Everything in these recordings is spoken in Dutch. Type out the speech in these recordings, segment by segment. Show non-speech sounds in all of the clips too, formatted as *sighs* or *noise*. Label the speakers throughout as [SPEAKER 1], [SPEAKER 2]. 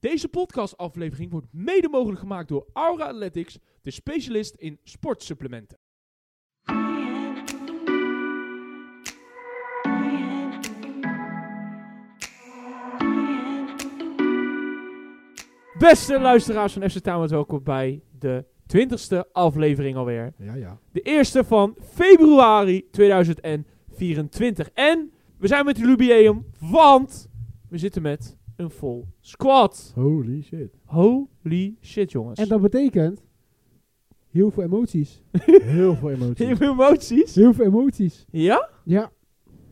[SPEAKER 1] Deze podcastaflevering wordt mede mogelijk gemaakt door Aura Athletics, de specialist in sportsupplementen. Beste luisteraars van FC Tamet, welkom bij de 20ste aflevering alweer.
[SPEAKER 2] Ja, ja.
[SPEAKER 1] De eerste van februari 2024. En we zijn met de Lubium, want we zitten met een vol squad.
[SPEAKER 2] Holy shit.
[SPEAKER 1] Holy shit, jongens. *laughs*
[SPEAKER 2] En dat betekent heel veel emoties. *laughs* heel veel
[SPEAKER 1] Heel
[SPEAKER 2] emoties.
[SPEAKER 1] veel emoties.
[SPEAKER 2] Heel veel emoties.
[SPEAKER 1] Ja?
[SPEAKER 2] Ja.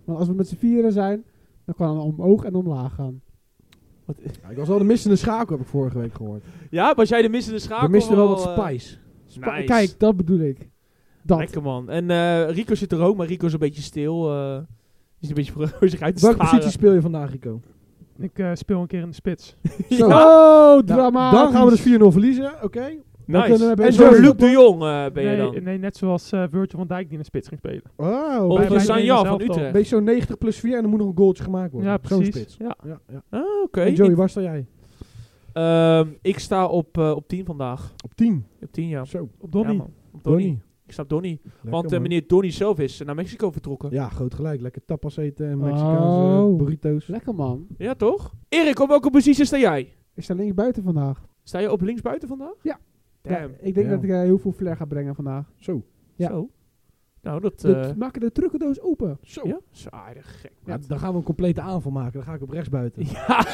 [SPEAKER 2] Want als we met z'n vieren zijn, dan kan het omhoog en omlaag gaan.
[SPEAKER 1] Wat-
[SPEAKER 2] ik was wel de missende schakel, heb ik vorige week gehoord.
[SPEAKER 1] Ja, was jij de missende schakel?
[SPEAKER 2] we misten wel wat
[SPEAKER 1] eh,
[SPEAKER 2] spice. Spa-
[SPEAKER 1] nice.
[SPEAKER 2] Kijk, dat bedoel ik. Dat.
[SPEAKER 1] Lekker man. En eh, Rico zit er ook, maar Rico is een beetje stil. eh, Die is een beetje *laughs* voor zich uit te
[SPEAKER 2] Welke
[SPEAKER 1] staren.
[SPEAKER 2] positie speel je vandaag, *laughs* Rico?
[SPEAKER 3] Ik eh, speel een keer in de spits.
[SPEAKER 2] Zo.
[SPEAKER 1] Ja,
[SPEAKER 2] Oh,
[SPEAKER 1] dramatisch.
[SPEAKER 2] Dan gaan we dus 4-0 verliezen, oké. dan eh, kunnen we
[SPEAKER 1] nice.
[SPEAKER 2] bij
[SPEAKER 1] En
[SPEAKER 2] zo'n
[SPEAKER 1] zo'n Luc
[SPEAKER 2] voetbal-
[SPEAKER 1] de Jong eh, ben je
[SPEAKER 3] nee,
[SPEAKER 1] dan.
[SPEAKER 3] nee, net zoals eh Virgil van Dijk die in de spits ging spelen.
[SPEAKER 2] Oh,
[SPEAKER 1] Of
[SPEAKER 3] bij-
[SPEAKER 1] de
[SPEAKER 3] bij
[SPEAKER 1] Sanjan van
[SPEAKER 3] zelf dan.
[SPEAKER 1] Utrecht.
[SPEAKER 2] beetje zo'n 90 plus 4 en dan moet nog een goaltje gemaakt worden.
[SPEAKER 3] ja,
[SPEAKER 2] Zo'n
[SPEAKER 3] precies.
[SPEAKER 2] spits.
[SPEAKER 3] Ja.
[SPEAKER 2] Ja, ja.
[SPEAKER 1] Ah, oké.
[SPEAKER 2] En Joey, waar sta jij?
[SPEAKER 1] Ehm, ik sta op, eh, op 10 vandaag.
[SPEAKER 2] Op 10.
[SPEAKER 1] Op 10, ja.
[SPEAKER 2] Zo,
[SPEAKER 3] Op Donny.
[SPEAKER 1] Ja,
[SPEAKER 3] Ja,
[SPEAKER 1] man. Op Donny.
[SPEAKER 2] Donnie.
[SPEAKER 1] Ik snap Donny.
[SPEAKER 2] Lekker,
[SPEAKER 1] Want eh,
[SPEAKER 2] man.
[SPEAKER 1] meneer Donny zelf is eh, naar Mexico vertrokken. Ja.
[SPEAKER 2] Ja, groot gelijk. Lekker tapas eten en Mexicaanse
[SPEAKER 4] Oh.
[SPEAKER 2] burrito's.
[SPEAKER 4] Lekker man.
[SPEAKER 1] toch? Erik, op welke positie sta jij?
[SPEAKER 4] Ik sta links buiten vandaag.
[SPEAKER 1] Sta je op linksbuiten vandaag?
[SPEAKER 4] Ja.
[SPEAKER 1] Damn.
[SPEAKER 4] Ja, ik denk
[SPEAKER 2] Ja.
[SPEAKER 4] dat ik eh, heel veel flair ga brengen vandaag.
[SPEAKER 2] Zo.
[SPEAKER 4] Ja.
[SPEAKER 1] Zo. Nou, dat... eh,
[SPEAKER 4] We maken de trucendoos open.
[SPEAKER 2] Zo.
[SPEAKER 1] ja, zo aardig gek.
[SPEAKER 2] Ja, dan gaan we een complete aanval maken. Dan ga ik op rechts buiten.
[SPEAKER 1] Ja,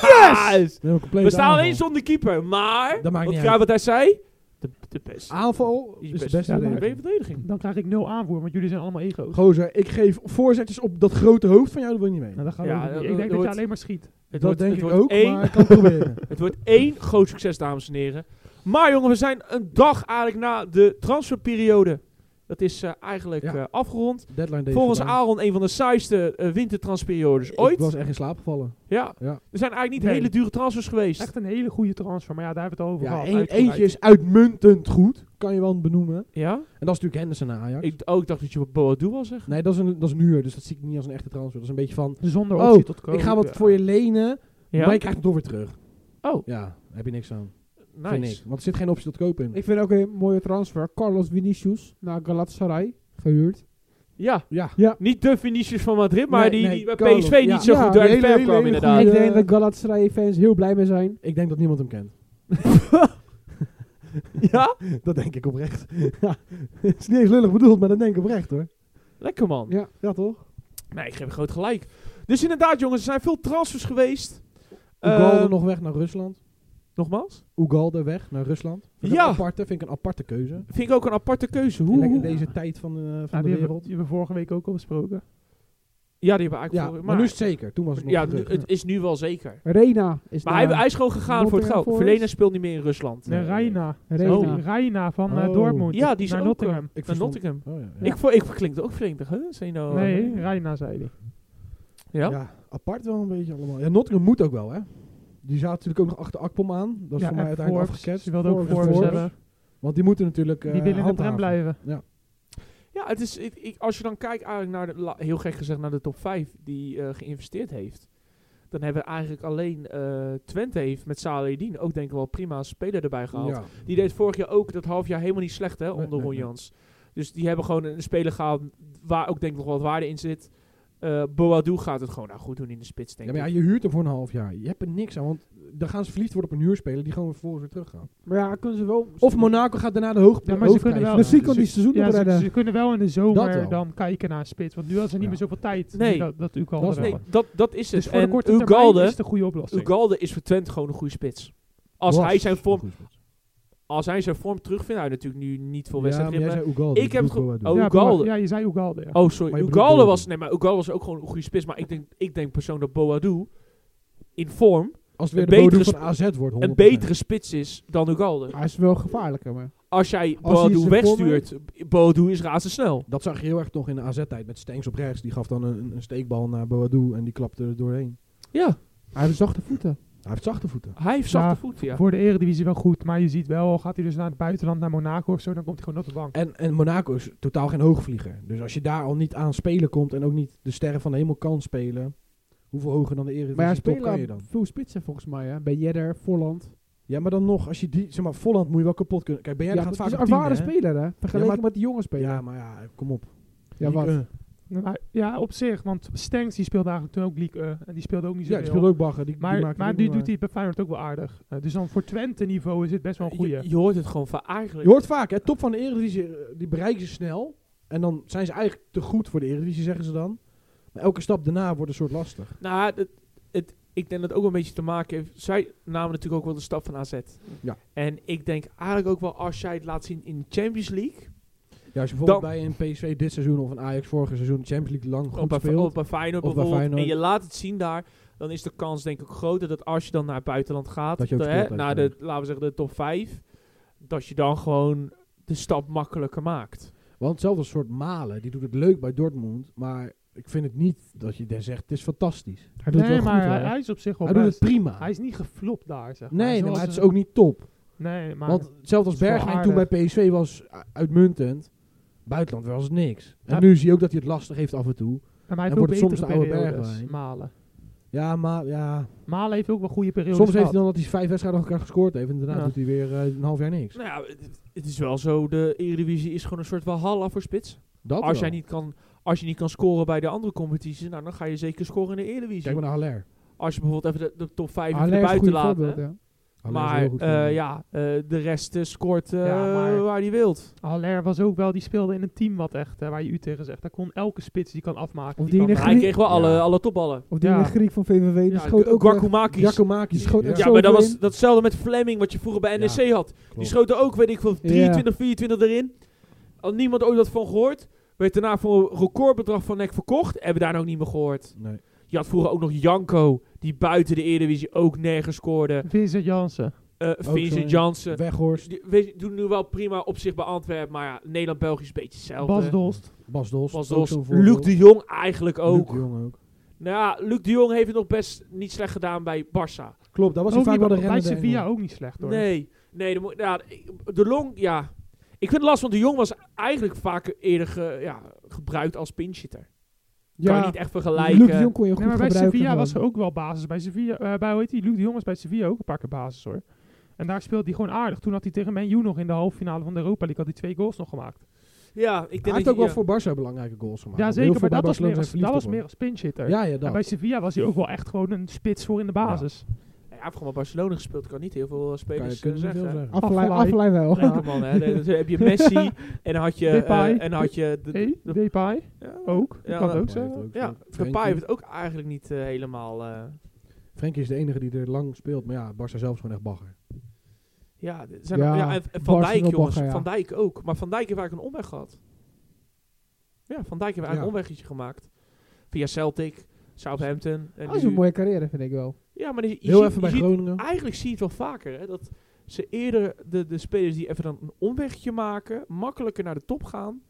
[SPEAKER 1] yes! We staan alleen
[SPEAKER 2] zo.
[SPEAKER 1] zonder keeper, maar...
[SPEAKER 2] Dat maakt
[SPEAKER 1] Wat,
[SPEAKER 2] niet
[SPEAKER 1] ja,
[SPEAKER 2] uit.
[SPEAKER 1] wat hij zei? De, de beste.
[SPEAKER 2] Aanval is de beste
[SPEAKER 1] Ja,
[SPEAKER 2] verdediger.
[SPEAKER 1] ben je verdediging.
[SPEAKER 3] Dan krijg ik nul aanvoer, want jullie zijn allemaal ego's.
[SPEAKER 2] Gozer, ik geef voorzetjes op dat grote hoofd van jou, dat wil je niet mee.
[SPEAKER 3] Nou, dat gaan
[SPEAKER 1] Ja,
[SPEAKER 3] we ook
[SPEAKER 1] dat-
[SPEAKER 3] niet. Ik
[SPEAKER 1] dat
[SPEAKER 3] denk dat je
[SPEAKER 1] wordt-
[SPEAKER 3] alleen maar schiet.
[SPEAKER 1] Het
[SPEAKER 2] dat
[SPEAKER 1] wordt,
[SPEAKER 2] denk
[SPEAKER 1] het
[SPEAKER 2] ik
[SPEAKER 1] wordt
[SPEAKER 2] ook,
[SPEAKER 1] één,
[SPEAKER 2] maar ik kan het proberen.
[SPEAKER 1] Het wordt één groot succes, dames en heren. Maar jongen, we zijn een dag eigenlijk na de transferperiode. Dat is eh, eigenlijk
[SPEAKER 2] Ja.
[SPEAKER 1] eh, afgerond.
[SPEAKER 2] Deadline day
[SPEAKER 1] Volgens
[SPEAKER 2] vandaag.
[SPEAKER 1] Aaron een van de saaiste eh, wintertransperiodes ooit.
[SPEAKER 2] Ik was echt in slaap gevallen.
[SPEAKER 1] Ja.
[SPEAKER 2] Ja.
[SPEAKER 1] Er zijn eigenlijk niet
[SPEAKER 3] Nee.
[SPEAKER 1] hele dure transfers geweest.
[SPEAKER 3] Echt een hele goede transfer, maar ja, daar hebben we het al over
[SPEAKER 2] Ja,
[SPEAKER 3] gehad.
[SPEAKER 2] één-
[SPEAKER 3] Uitgebreid.
[SPEAKER 2] eentje is uitmuntend goed. Kan je wel benoemen.
[SPEAKER 1] Ja?
[SPEAKER 2] En dat is natuurlijk Henderson naar Ajax.
[SPEAKER 1] Ik, oh, ik dacht dat je wat Boadu wil zeggen.
[SPEAKER 2] nee, dat is, een, dat is een huur, dus dat zie ik niet als een echte transfer. Dat is een beetje van,
[SPEAKER 3] Zonder
[SPEAKER 2] Oh,
[SPEAKER 3] optie tot koop.
[SPEAKER 2] ik ga wat
[SPEAKER 3] ja.
[SPEAKER 2] voor je lenen,
[SPEAKER 1] Ja?
[SPEAKER 2] maar je krijgt het toch weer terug.
[SPEAKER 1] Oh,
[SPEAKER 2] Ja, daar heb je niks aan. Vind ik.
[SPEAKER 1] nice.
[SPEAKER 2] Want er zit geen optie tot koop in.
[SPEAKER 4] Ik vind ook een mooie transfer. Carlos Vinicius naar Galatasaray. Gehuurd.
[SPEAKER 1] Ja.
[SPEAKER 2] Ja.
[SPEAKER 1] Niet de Vinicius van Madrid, maar
[SPEAKER 2] Nee,
[SPEAKER 1] die,
[SPEAKER 2] nee,
[SPEAKER 1] die bij
[SPEAKER 2] Carlos.
[SPEAKER 1] PSV
[SPEAKER 2] Ja.
[SPEAKER 1] niet zo
[SPEAKER 4] Ja,
[SPEAKER 1] goed uit de
[SPEAKER 2] hele,
[SPEAKER 1] verf
[SPEAKER 2] hele,
[SPEAKER 1] kwam,
[SPEAKER 2] hele
[SPEAKER 1] inderdaad.
[SPEAKER 2] goede-
[SPEAKER 4] ik denk dat Galatasaray fans heel blij mee zijn.
[SPEAKER 2] Ik denk dat niemand hem *laughs* kent.
[SPEAKER 1] Ja?
[SPEAKER 2] *laughs* Dat denk ik oprecht. *laughs* ja, het is niet eens lullig bedoeld, maar dat denk ik oprecht hoor.
[SPEAKER 1] Lekker man.
[SPEAKER 2] Ja, ja toch?
[SPEAKER 1] Nee, ik geef je groot gelijk. Dus inderdaad, jongens, er zijn veel transfers geweest.
[SPEAKER 2] Ugalde
[SPEAKER 1] Eh,
[SPEAKER 2] nog weg naar Rusland.
[SPEAKER 1] Nogmaals?
[SPEAKER 2] Ugalde weg naar Rusland. Vind ik
[SPEAKER 1] Ja.
[SPEAKER 2] Een aparte, vind ik een aparte keuze.
[SPEAKER 1] Vind ik ook een aparte keuze. Hoe?
[SPEAKER 2] Hoe, in
[SPEAKER 1] hoe-
[SPEAKER 2] deze tijd van, eh, van
[SPEAKER 3] Ja,
[SPEAKER 2] de
[SPEAKER 3] die, hebben,
[SPEAKER 2] wereld.
[SPEAKER 3] die hebben we vorige week ook al besproken.
[SPEAKER 1] Ja, die hebben we eigenlijk...
[SPEAKER 2] Ja,
[SPEAKER 1] voor-
[SPEAKER 2] maar, nu is het zeker. Toen was het nog
[SPEAKER 1] ja, nu-
[SPEAKER 2] terug.
[SPEAKER 1] het is nu wel zeker.
[SPEAKER 4] Rena is
[SPEAKER 1] Maar hij,
[SPEAKER 4] daar.
[SPEAKER 1] hij is gewoon gegaan voor het
[SPEAKER 4] Nottingham
[SPEAKER 1] geld.
[SPEAKER 4] Forest?
[SPEAKER 1] Verlena speelt niet meer in Rusland.
[SPEAKER 3] Nee,
[SPEAKER 2] Nee.
[SPEAKER 3] Reina.
[SPEAKER 4] Reina.
[SPEAKER 3] Sorry, Reina van eh,
[SPEAKER 2] Oh.
[SPEAKER 3] Dortmund.
[SPEAKER 1] Ja, die is
[SPEAKER 3] naar
[SPEAKER 1] ook,
[SPEAKER 3] Nottingham.
[SPEAKER 1] Ik naar
[SPEAKER 2] verstond-
[SPEAKER 1] Nottingham.
[SPEAKER 2] Oh, ja, ja.
[SPEAKER 1] Ik, vo- ik klinkt ook vreemdig, hè? Zijn
[SPEAKER 2] eh,
[SPEAKER 1] nou,
[SPEAKER 2] oh,
[SPEAKER 3] nee, Reina zei hij.
[SPEAKER 1] Ja?
[SPEAKER 2] ja. apart wel een beetje allemaal. Ja, Nottingham moet ook wel hè. Die zaten natuurlijk ook nog achter Akpom aan. Dat is voor mij uiteindelijk afgeketst.
[SPEAKER 3] Ze wilde ook
[SPEAKER 2] Forbes en
[SPEAKER 3] Forbes
[SPEAKER 2] Forbes.
[SPEAKER 3] hebben.
[SPEAKER 2] Want die moeten natuurlijk eh
[SPEAKER 3] Die willen in de
[SPEAKER 2] handhaven.
[SPEAKER 3] tram blijven.
[SPEAKER 1] Ja, het is, ik, ik- als je dan kijkt eigenlijk naar, de, la- heel gek gezegd, naar de top 5 die eh, geïnvesteerd heeft. Dan hebben we eigenlijk alleen eh, Twente heeft met Saledin ook denk ik wel prima speler erbij gehaald.
[SPEAKER 2] Ja.
[SPEAKER 1] Die deed vorig jaar ook dat half jaar helemaal niet slecht, hè,
[SPEAKER 2] Nee,
[SPEAKER 1] onder
[SPEAKER 2] nee,
[SPEAKER 1] Ron
[SPEAKER 2] nee.
[SPEAKER 1] Jans. Dus die hebben gewoon een speler gehaald waar ook denk ik nog wat waarde in zit. Eh Boadu gaat het gewoon nou goed doen in de spits, denk
[SPEAKER 2] Ja, maar ja,
[SPEAKER 1] ik.
[SPEAKER 2] je huurt hem voor een half jaar. Je hebt er niks aan, want dan gaan ze verliefd worden op een huurspeler die gewoon vervolgens weer teruggaan.
[SPEAKER 4] Maar ja, kunnen ze wel...
[SPEAKER 2] Of Monaco gaat daarna de hoog.
[SPEAKER 3] Ja, maar ze kunnen wel-
[SPEAKER 1] Dus
[SPEAKER 4] De
[SPEAKER 3] Misschien
[SPEAKER 4] kan die seizoen
[SPEAKER 3] Ja,
[SPEAKER 4] nog
[SPEAKER 3] ze,
[SPEAKER 4] redden.
[SPEAKER 3] ze kunnen wel in de
[SPEAKER 2] Dat wel.
[SPEAKER 3] zomer dan kijken naar een spits. Want nu hadden ze niet
[SPEAKER 2] Ja.
[SPEAKER 3] meer zoveel tijd.
[SPEAKER 1] Nee.
[SPEAKER 3] die Dat, dat u
[SPEAKER 2] Dat
[SPEAKER 3] kan
[SPEAKER 2] is
[SPEAKER 1] nee,
[SPEAKER 3] hebben.
[SPEAKER 1] dat, dat is het.
[SPEAKER 3] Dus voor de
[SPEAKER 1] en
[SPEAKER 3] korte termijn
[SPEAKER 1] Ugalde,
[SPEAKER 3] is het een goede oplossing.
[SPEAKER 1] Ugalde is voor Twente gewoon een goede spits. Als hij, zijn vorm, als hij zijn vorm terugvindt, hij natuurlijk nu niet veel
[SPEAKER 2] Ja,
[SPEAKER 1] wedstrijd.
[SPEAKER 2] maar jij zei Ugalde.
[SPEAKER 1] Ik heb het
[SPEAKER 2] Ugalde.
[SPEAKER 1] ge- oh.
[SPEAKER 3] ja,
[SPEAKER 1] Ugalde.
[SPEAKER 3] maar- ja, je zei Ugalde. Ja.
[SPEAKER 1] Oh, sorry.
[SPEAKER 2] Maar je
[SPEAKER 1] Ugalde
[SPEAKER 2] bedoelt
[SPEAKER 1] was, nee, maar Ugalde was ook gewoon een goede spits. Maar ik denk, ik denk persoonlijk dat Boadu in vorm
[SPEAKER 2] Als het
[SPEAKER 1] een
[SPEAKER 2] weer de
[SPEAKER 1] betere
[SPEAKER 2] betere van AZ wordt, 100%.
[SPEAKER 1] een betere spits is dan Ugalde.
[SPEAKER 4] Hij is wel gevaarlijker, maar...
[SPEAKER 1] Als jij
[SPEAKER 2] hij
[SPEAKER 1] Boadu
[SPEAKER 2] zijn vorm
[SPEAKER 1] wegstuurt, Boadu is razendsnel.
[SPEAKER 2] Dat zag je heel erg nog in de AZ-tijd met Stengs op rechts. Die gaf dan een, een steekbal naar Boadu en die klapte er doorheen.
[SPEAKER 1] Ja,
[SPEAKER 4] Hij heeft zachte voeten.
[SPEAKER 2] Hij heeft zachte voeten.
[SPEAKER 1] hij heeft zachte
[SPEAKER 3] Ja,
[SPEAKER 1] voeten, ja.
[SPEAKER 3] Voor de eredivisie wel goed. Maar je ziet wel, al gaat hij dus naar het buitenland, naar Monaco of zo, dan komt hij gewoon op de bank.
[SPEAKER 2] En, en Monaco is totaal geen hoogvlieger. Dus als je daar al niet aan spelen komt en ook niet de sterren van de hemel kan spelen, Hoeveel hoger dan de
[SPEAKER 4] Maar ja,
[SPEAKER 2] Eredivisie top kan je
[SPEAKER 4] spelen
[SPEAKER 2] dan?
[SPEAKER 4] veel spitsen volgens mij. Hè? Bij Jedder, Voorland.
[SPEAKER 2] Ja, maar dan nog, als je die, zeg maar, Volland moet je wel kapot kunnen. Kijk, ben jij
[SPEAKER 4] Ja,
[SPEAKER 2] gaat
[SPEAKER 4] dat
[SPEAKER 2] vaak
[SPEAKER 4] is een
[SPEAKER 2] op tien,
[SPEAKER 4] ervaren
[SPEAKER 2] hè?
[SPEAKER 4] speler, hè? Vergeleken
[SPEAKER 2] Ja, maar-
[SPEAKER 4] met die jonge speler.
[SPEAKER 2] Ja, maar ja, kom op.
[SPEAKER 4] Ja, wat?
[SPEAKER 2] League 1.
[SPEAKER 3] Nou, ja, op zich. Want Stenks die speelde eigenlijk toen ook League eh, En die speelde ook niet zo
[SPEAKER 2] Ja, die speelt ook bagger. Die,
[SPEAKER 3] Maar,
[SPEAKER 2] die
[SPEAKER 3] maar,
[SPEAKER 2] maakt het ook
[SPEAKER 3] die
[SPEAKER 2] nog
[SPEAKER 3] doet hij bij Feyenoord ook wel aardig. Eh, dus dan voor Twente niveau is dit best wel een goeie.
[SPEAKER 1] Je, je hoort het gewoon van
[SPEAKER 2] maar-
[SPEAKER 1] eigenlijk.
[SPEAKER 2] Je hoort vaak, hè, top van de Eredivisie, eh, die bereiken ze snel. En dan zijn ze eigenlijk te goed voor de Eredivisie, zeggen ze dan. Maar elke stap daarna wordt een soort lastig.
[SPEAKER 1] Nou, dat- het, ik denk dat het ook wel een beetje te maken heeft. Zij namen natuurlijk ook wel de stap van AZ.
[SPEAKER 2] Ja.
[SPEAKER 1] En ik denk eigenlijk ook wel als jij het laat zien in de Champions League.
[SPEAKER 2] Ja, als je bijvoorbeeld
[SPEAKER 1] Dan-
[SPEAKER 2] bij een PSV dit seizoen of een Ajax vorig seizoen de Champions League lang
[SPEAKER 1] op
[SPEAKER 2] goed
[SPEAKER 1] bij,
[SPEAKER 2] speelt.
[SPEAKER 1] of bij Feyenoord
[SPEAKER 2] Of bij
[SPEAKER 1] bijvoorbeeld. En
[SPEAKER 2] Feyenoord.
[SPEAKER 1] je laat het zien daar. Dan is de kans denk ik groter dat als je dan naar het buitenland gaat.
[SPEAKER 2] Dat je ook
[SPEAKER 1] de- hè,
[SPEAKER 2] speeltijd
[SPEAKER 1] naar de,
[SPEAKER 2] krijgt.
[SPEAKER 1] laten we zeggen, de top 5. Dat je dan gewoon de stap makkelijker maakt.
[SPEAKER 2] Want hetzelfde soort Malen, die doet het leuk bij Dortmund. Maar ik vind het niet dat je daar zegt, het is fantastisch.
[SPEAKER 4] Hij doet het
[SPEAKER 3] nee,
[SPEAKER 4] wel
[SPEAKER 3] maar
[SPEAKER 4] goed,
[SPEAKER 3] hij,
[SPEAKER 4] hoor.
[SPEAKER 3] hij is op zich wel
[SPEAKER 2] Hij doet het
[SPEAKER 3] best.
[SPEAKER 2] prima.
[SPEAKER 3] Hij is niet geflopt daar, zeg maar.
[SPEAKER 2] nee, nee,
[SPEAKER 3] Zoals
[SPEAKER 2] maar het is
[SPEAKER 3] een-
[SPEAKER 2] ook niet top.
[SPEAKER 3] Nee, maar...
[SPEAKER 2] Want hetzelfde als
[SPEAKER 3] het is wel
[SPEAKER 2] Bergwijn toen bij
[SPEAKER 3] aardig.
[SPEAKER 2] PSV was u- uitmuntend. Buitenland was het niks. En
[SPEAKER 3] Ja.
[SPEAKER 2] nu zie je ook dat hij het lastig heeft af en toe.
[SPEAKER 3] Ja, maar
[SPEAKER 2] En
[SPEAKER 3] hij heeft ook
[SPEAKER 2] wordt soms
[SPEAKER 3] betere
[SPEAKER 2] de oude
[SPEAKER 3] periodes,
[SPEAKER 2] Bergwijn.
[SPEAKER 3] Malen.
[SPEAKER 2] Ja, maar ja.
[SPEAKER 3] Malen heeft ook wel goede periodes
[SPEAKER 2] Soms heeft hij
[SPEAKER 3] gehad.
[SPEAKER 2] dan dat hij vijf wedstrijden achter elkaar gescoord heeft. En daarna
[SPEAKER 3] Ja.
[SPEAKER 2] doet hij weer eh, een half jaar niks.
[SPEAKER 1] Nou ja, het, het is wel zo. De Eredivisie is gewoon een soort walhalla voor spits.
[SPEAKER 2] Dat
[SPEAKER 1] Als jij
[SPEAKER 2] wel.
[SPEAKER 1] niet kan... Als je niet kan scoren bij de andere competities, nou, dan ga je zeker scoren in de Eredivisie.
[SPEAKER 2] Kijk maar naar Haller.
[SPEAKER 1] Als je bijvoorbeeld even de, de top 5
[SPEAKER 4] Haller
[SPEAKER 1] even
[SPEAKER 4] is een
[SPEAKER 1] buiten
[SPEAKER 4] goed
[SPEAKER 1] laat.
[SPEAKER 4] voorbeeld,
[SPEAKER 1] hè.
[SPEAKER 4] ja.
[SPEAKER 2] Haller is
[SPEAKER 1] Maar
[SPEAKER 2] heel goed
[SPEAKER 1] eh,
[SPEAKER 2] voor hem.
[SPEAKER 1] ja, eh, de rest eh, scoort eh,
[SPEAKER 3] Ja, maar-
[SPEAKER 1] waar hij wilt.
[SPEAKER 3] Haller was ook wel... Die speelde in een team wat echt... eh, waar je u tegen zegt. Daar kon elke spits die kan afmaken.
[SPEAKER 4] Of die
[SPEAKER 3] kan
[SPEAKER 4] in
[SPEAKER 1] Maar
[SPEAKER 4] de
[SPEAKER 3] daar-
[SPEAKER 1] hij
[SPEAKER 4] Grie-
[SPEAKER 1] kreeg wel alle,
[SPEAKER 2] Ja.
[SPEAKER 1] alle topballen.
[SPEAKER 4] Of die
[SPEAKER 3] Ja.
[SPEAKER 4] ene Griek van VVV, die
[SPEAKER 1] Ja,
[SPEAKER 4] schoot
[SPEAKER 1] Gu-
[SPEAKER 4] ook... wel-
[SPEAKER 1] Guacumakis.
[SPEAKER 2] Giacomakis.
[SPEAKER 4] Die schoot echt
[SPEAKER 1] Ja,
[SPEAKER 4] zo
[SPEAKER 1] maar dat
[SPEAKER 4] erin.
[SPEAKER 1] was datzelfde met Fleming wat je vroeger bij
[SPEAKER 2] Ja,
[SPEAKER 1] NEC had. Die
[SPEAKER 2] klopt.
[SPEAKER 1] schoten ook, weet ik veel, 23, 24 erin. Al niemand ooit wat van gehoord. Werd daarna voor een recordbedrag van NEC verkocht. Hebben we daarna ook niet meer gehoord.
[SPEAKER 2] Nee.
[SPEAKER 1] Je had vroeger ook nog Janko, die buiten de Eredivisie ook nergens scoorde.
[SPEAKER 3] Vincent Jansen.
[SPEAKER 1] Eh Vincent
[SPEAKER 2] zo'n-
[SPEAKER 1] Jansen.
[SPEAKER 2] Weghorst.
[SPEAKER 1] Die, weet je, doen nu wel prima op zich bij Antwerpen. Maar ja, Nederland-België is een beetje hetzelfde.
[SPEAKER 3] Bas Dost.
[SPEAKER 2] Bas Dost.
[SPEAKER 1] Bas
[SPEAKER 2] ook
[SPEAKER 1] Dost,
[SPEAKER 2] zo'n voorbeeld.
[SPEAKER 1] Luc de Jong eigenlijk
[SPEAKER 2] Luc
[SPEAKER 1] ook.
[SPEAKER 2] de Jong ook.
[SPEAKER 1] Nou ja, Luc de Jong heeft het nog best niet slecht gedaan bij Barça.
[SPEAKER 2] Klopt, dat was hij
[SPEAKER 3] Ook
[SPEAKER 2] vaak
[SPEAKER 3] niet
[SPEAKER 2] wel de
[SPEAKER 3] bij- bij
[SPEAKER 2] rennende
[SPEAKER 3] Sevilla
[SPEAKER 2] Engel.
[SPEAKER 3] ook niet slecht hoor.
[SPEAKER 1] Nee, nee de, mo- ja, de Long, ja. Ik vind het lastig, want de Jong was eigenlijk vaak eerder ge- ja, gebruikt als pinchitter. Kan je niet echt vergelijken.
[SPEAKER 4] Luc de Jong kon je goed
[SPEAKER 3] Nee, maar bij
[SPEAKER 4] gebruiken.
[SPEAKER 3] Sevilla
[SPEAKER 4] gewoon.
[SPEAKER 3] was er ook wel basis. Bij Sevilla, eh, bij hoe heet die? Luc de Jong was bij Sevilla ook een paar keer basis hoor. En daar speelde hij gewoon aardig. Toen had hij tegen Man U nog in de halve finale van de Europa League had hij twee goals nog gemaakt.
[SPEAKER 1] Ja, ik
[SPEAKER 2] Hij
[SPEAKER 1] denk
[SPEAKER 2] heeft
[SPEAKER 1] dat
[SPEAKER 2] ook
[SPEAKER 1] je-
[SPEAKER 2] wel voor Barca belangrijke goals gemaakt.
[SPEAKER 3] ja,
[SPEAKER 2] Heel
[SPEAKER 3] zeker.
[SPEAKER 2] veel
[SPEAKER 3] Maar
[SPEAKER 2] bij
[SPEAKER 3] dat was,
[SPEAKER 2] Barcelona
[SPEAKER 3] meer als,
[SPEAKER 2] zijn
[SPEAKER 3] dat was
[SPEAKER 2] verliefd
[SPEAKER 3] meer als pinchitter.
[SPEAKER 2] op hem. Ja, ja,
[SPEAKER 3] en
[SPEAKER 2] dat.
[SPEAKER 3] bij Sevilla was hij ook wel echt gewoon een spits voor in de basis.
[SPEAKER 1] Hij heeft gewoon bij Barcelona gespeeld. Kan niet heel veel
[SPEAKER 2] Kan je-
[SPEAKER 1] spelers
[SPEAKER 2] kun
[SPEAKER 1] eh,
[SPEAKER 2] je niet
[SPEAKER 1] zeggen.
[SPEAKER 2] veel
[SPEAKER 1] Zeggen.
[SPEAKER 2] zeggen.
[SPEAKER 4] Aflei-
[SPEAKER 3] Aflaai.
[SPEAKER 4] Aflei wel.
[SPEAKER 1] Leuke man, hè. Nee, dus heb je
[SPEAKER 2] *laughs*
[SPEAKER 1] Messi en dan had je... eh,
[SPEAKER 3] Depay.
[SPEAKER 1] en dan had je de,
[SPEAKER 3] Hey, Depay
[SPEAKER 1] ja,
[SPEAKER 3] ook.
[SPEAKER 1] Ja,
[SPEAKER 3] dat kan
[SPEAKER 1] dat-
[SPEAKER 3] ook
[SPEAKER 2] Hij
[SPEAKER 3] zo.
[SPEAKER 2] heeft ook
[SPEAKER 1] ja,
[SPEAKER 2] zo'n-
[SPEAKER 1] Depay heeft het ook eigenlijk niet eh, helemaal... eh,
[SPEAKER 2] Frenkie is de enige die er lang speelt. Maar ja, Barca zelf is gewoon echt bagger.
[SPEAKER 1] Ja, er zijn
[SPEAKER 4] Ja,
[SPEAKER 1] ja, en, en Van
[SPEAKER 4] Bars is
[SPEAKER 1] Dijk,
[SPEAKER 4] wel
[SPEAKER 1] jongens.
[SPEAKER 4] bagger, ja.
[SPEAKER 1] Van Dijk ook. Maar Van Dijk heeft eigenlijk een omweg gehad. Ja, Van Dijk heeft eigenlijk
[SPEAKER 2] Ja.
[SPEAKER 1] een omwegje gemaakt. Via Celtic, Southampton. En
[SPEAKER 4] Dat is
[SPEAKER 1] nu-
[SPEAKER 4] een mooie carrière, vind ik wel.
[SPEAKER 1] Ja, maar je, je
[SPEAKER 2] Heel
[SPEAKER 1] ziet-
[SPEAKER 2] even bij
[SPEAKER 1] je ziet- Ah.
[SPEAKER 2] Groningen.
[SPEAKER 1] Eigenlijk zie je het wel vaker, hè. Dat ze eerder de, de spelers die even dan een omwegje maken, makkelijker naar de top gaan,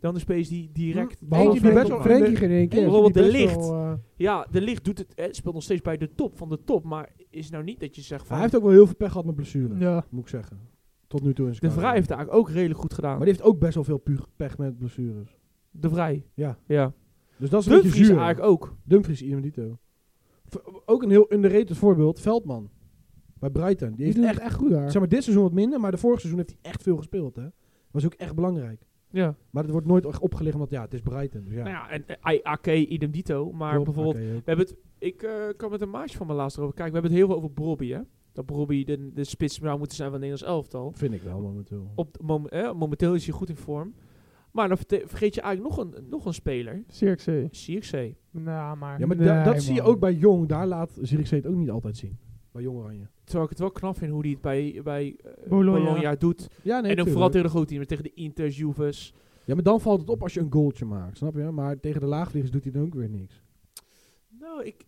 [SPEAKER 1] dan de spelers die direct...
[SPEAKER 2] behalve
[SPEAKER 1] Eentje naar de
[SPEAKER 2] Fred-
[SPEAKER 1] top gaan.
[SPEAKER 4] Frenkie ging in één keer.
[SPEAKER 1] Bijvoorbeeld
[SPEAKER 4] Die
[SPEAKER 1] De
[SPEAKER 4] best
[SPEAKER 1] Ligt.
[SPEAKER 4] wel, eh,
[SPEAKER 1] Ja, de licht doet het, hè, speelt nog steeds bij de top van de top, maar is nou niet dat je zegt van...
[SPEAKER 2] Hij heeft ook wel heel veel pech gehad met blessures.
[SPEAKER 3] Ja.
[SPEAKER 2] Moet ik zeggen. Tot nu toe in zijn
[SPEAKER 1] de Vrij
[SPEAKER 2] carrière.
[SPEAKER 1] heeft het eigenlijk ook redelijk goed gedaan.
[SPEAKER 2] Maar die heeft ook best wel veel pu- pech met blessures.
[SPEAKER 1] De Vrij.
[SPEAKER 2] Ja.
[SPEAKER 1] Ja.
[SPEAKER 2] Dus dat is een
[SPEAKER 1] Dumfries
[SPEAKER 2] beetje zuur.
[SPEAKER 1] eigenlijk ook.
[SPEAKER 2] Dumfries, Iemendito. Ook een heel underrated voorbeeld. Veldman. Bij Brighton. Die
[SPEAKER 4] Die
[SPEAKER 2] heeft
[SPEAKER 4] doet
[SPEAKER 2] echt,
[SPEAKER 4] het echt goed daar.
[SPEAKER 2] zeg maar, dit seizoen wat minder. Maar de vorige seizoen heeft hij echt veel gespeeld. Hè. Was ook echt belangrijk.
[SPEAKER 1] Ja.
[SPEAKER 2] Maar het wordt nooit echt opgelicht. Want ja, het is Brighton. Dus ja.
[SPEAKER 1] Nou ja, en eh, I- AK idem dito. Maar
[SPEAKER 2] Klopt,
[SPEAKER 1] bijvoorbeeld,
[SPEAKER 2] oké, ook.
[SPEAKER 1] we hebben het, ik eh, kan met een maatje van mijn laatst over kijken. We hebben het heel veel over Brobby, hè. Dat Brobby de, de spits zou moeten zijn van het Nederlands elftal.
[SPEAKER 2] Vind ik wel momenteel.
[SPEAKER 1] Op het mom- eh, momenteel is hij goed in vorm. Maar dan verte- vergeet je eigenlijk nog een, nog een speler.
[SPEAKER 3] Zirkzee.
[SPEAKER 1] Zierkzee.
[SPEAKER 3] Nou, maar...
[SPEAKER 2] Ja, maar da-
[SPEAKER 4] Nee,
[SPEAKER 2] dat zie je
[SPEAKER 4] man.
[SPEAKER 2] ook bij Jong. Daar laat Zirkzee het ook niet altijd zien. Bij Jong Oranje.
[SPEAKER 1] Terwijl ik het wel knap vind hoe hij het bij, bij eh,
[SPEAKER 3] Bologna.
[SPEAKER 1] Bologna. doet.
[SPEAKER 2] Ja, nee,
[SPEAKER 1] en ook
[SPEAKER 2] tuurlijk.
[SPEAKER 1] vooral tegen de grote teams. Tegen de Inters, Juves.
[SPEAKER 2] Ja, maar dan valt het op als je een goaltje maakt, snap je? Maar tegen de laagvliegers doet hij dan ook weer niks.
[SPEAKER 1] Nou, ik,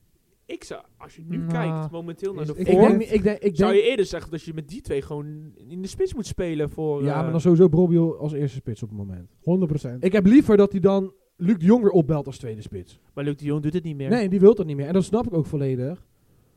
[SPEAKER 1] ik zou, als je nu
[SPEAKER 3] Nou,
[SPEAKER 1] kijkt, momenteel naar de
[SPEAKER 2] ik,
[SPEAKER 1] vorm...
[SPEAKER 2] denk, niet- ik denk, ik
[SPEAKER 1] Zou je
[SPEAKER 2] denk,
[SPEAKER 1] eerder zeggen dat je met die twee gewoon in de spits moet spelen voor...
[SPEAKER 2] ja,
[SPEAKER 1] eh,
[SPEAKER 2] maar dan sowieso Brobbio als eerste spits op het moment.
[SPEAKER 4] 100%.
[SPEAKER 2] Ik heb liever dat hij dan Luc de Jong weer opbelt als tweede spits.
[SPEAKER 1] maar Luc de Jong doet het niet meer.
[SPEAKER 2] Nee, die wil dat niet meer. En dat snap ik ook volledig.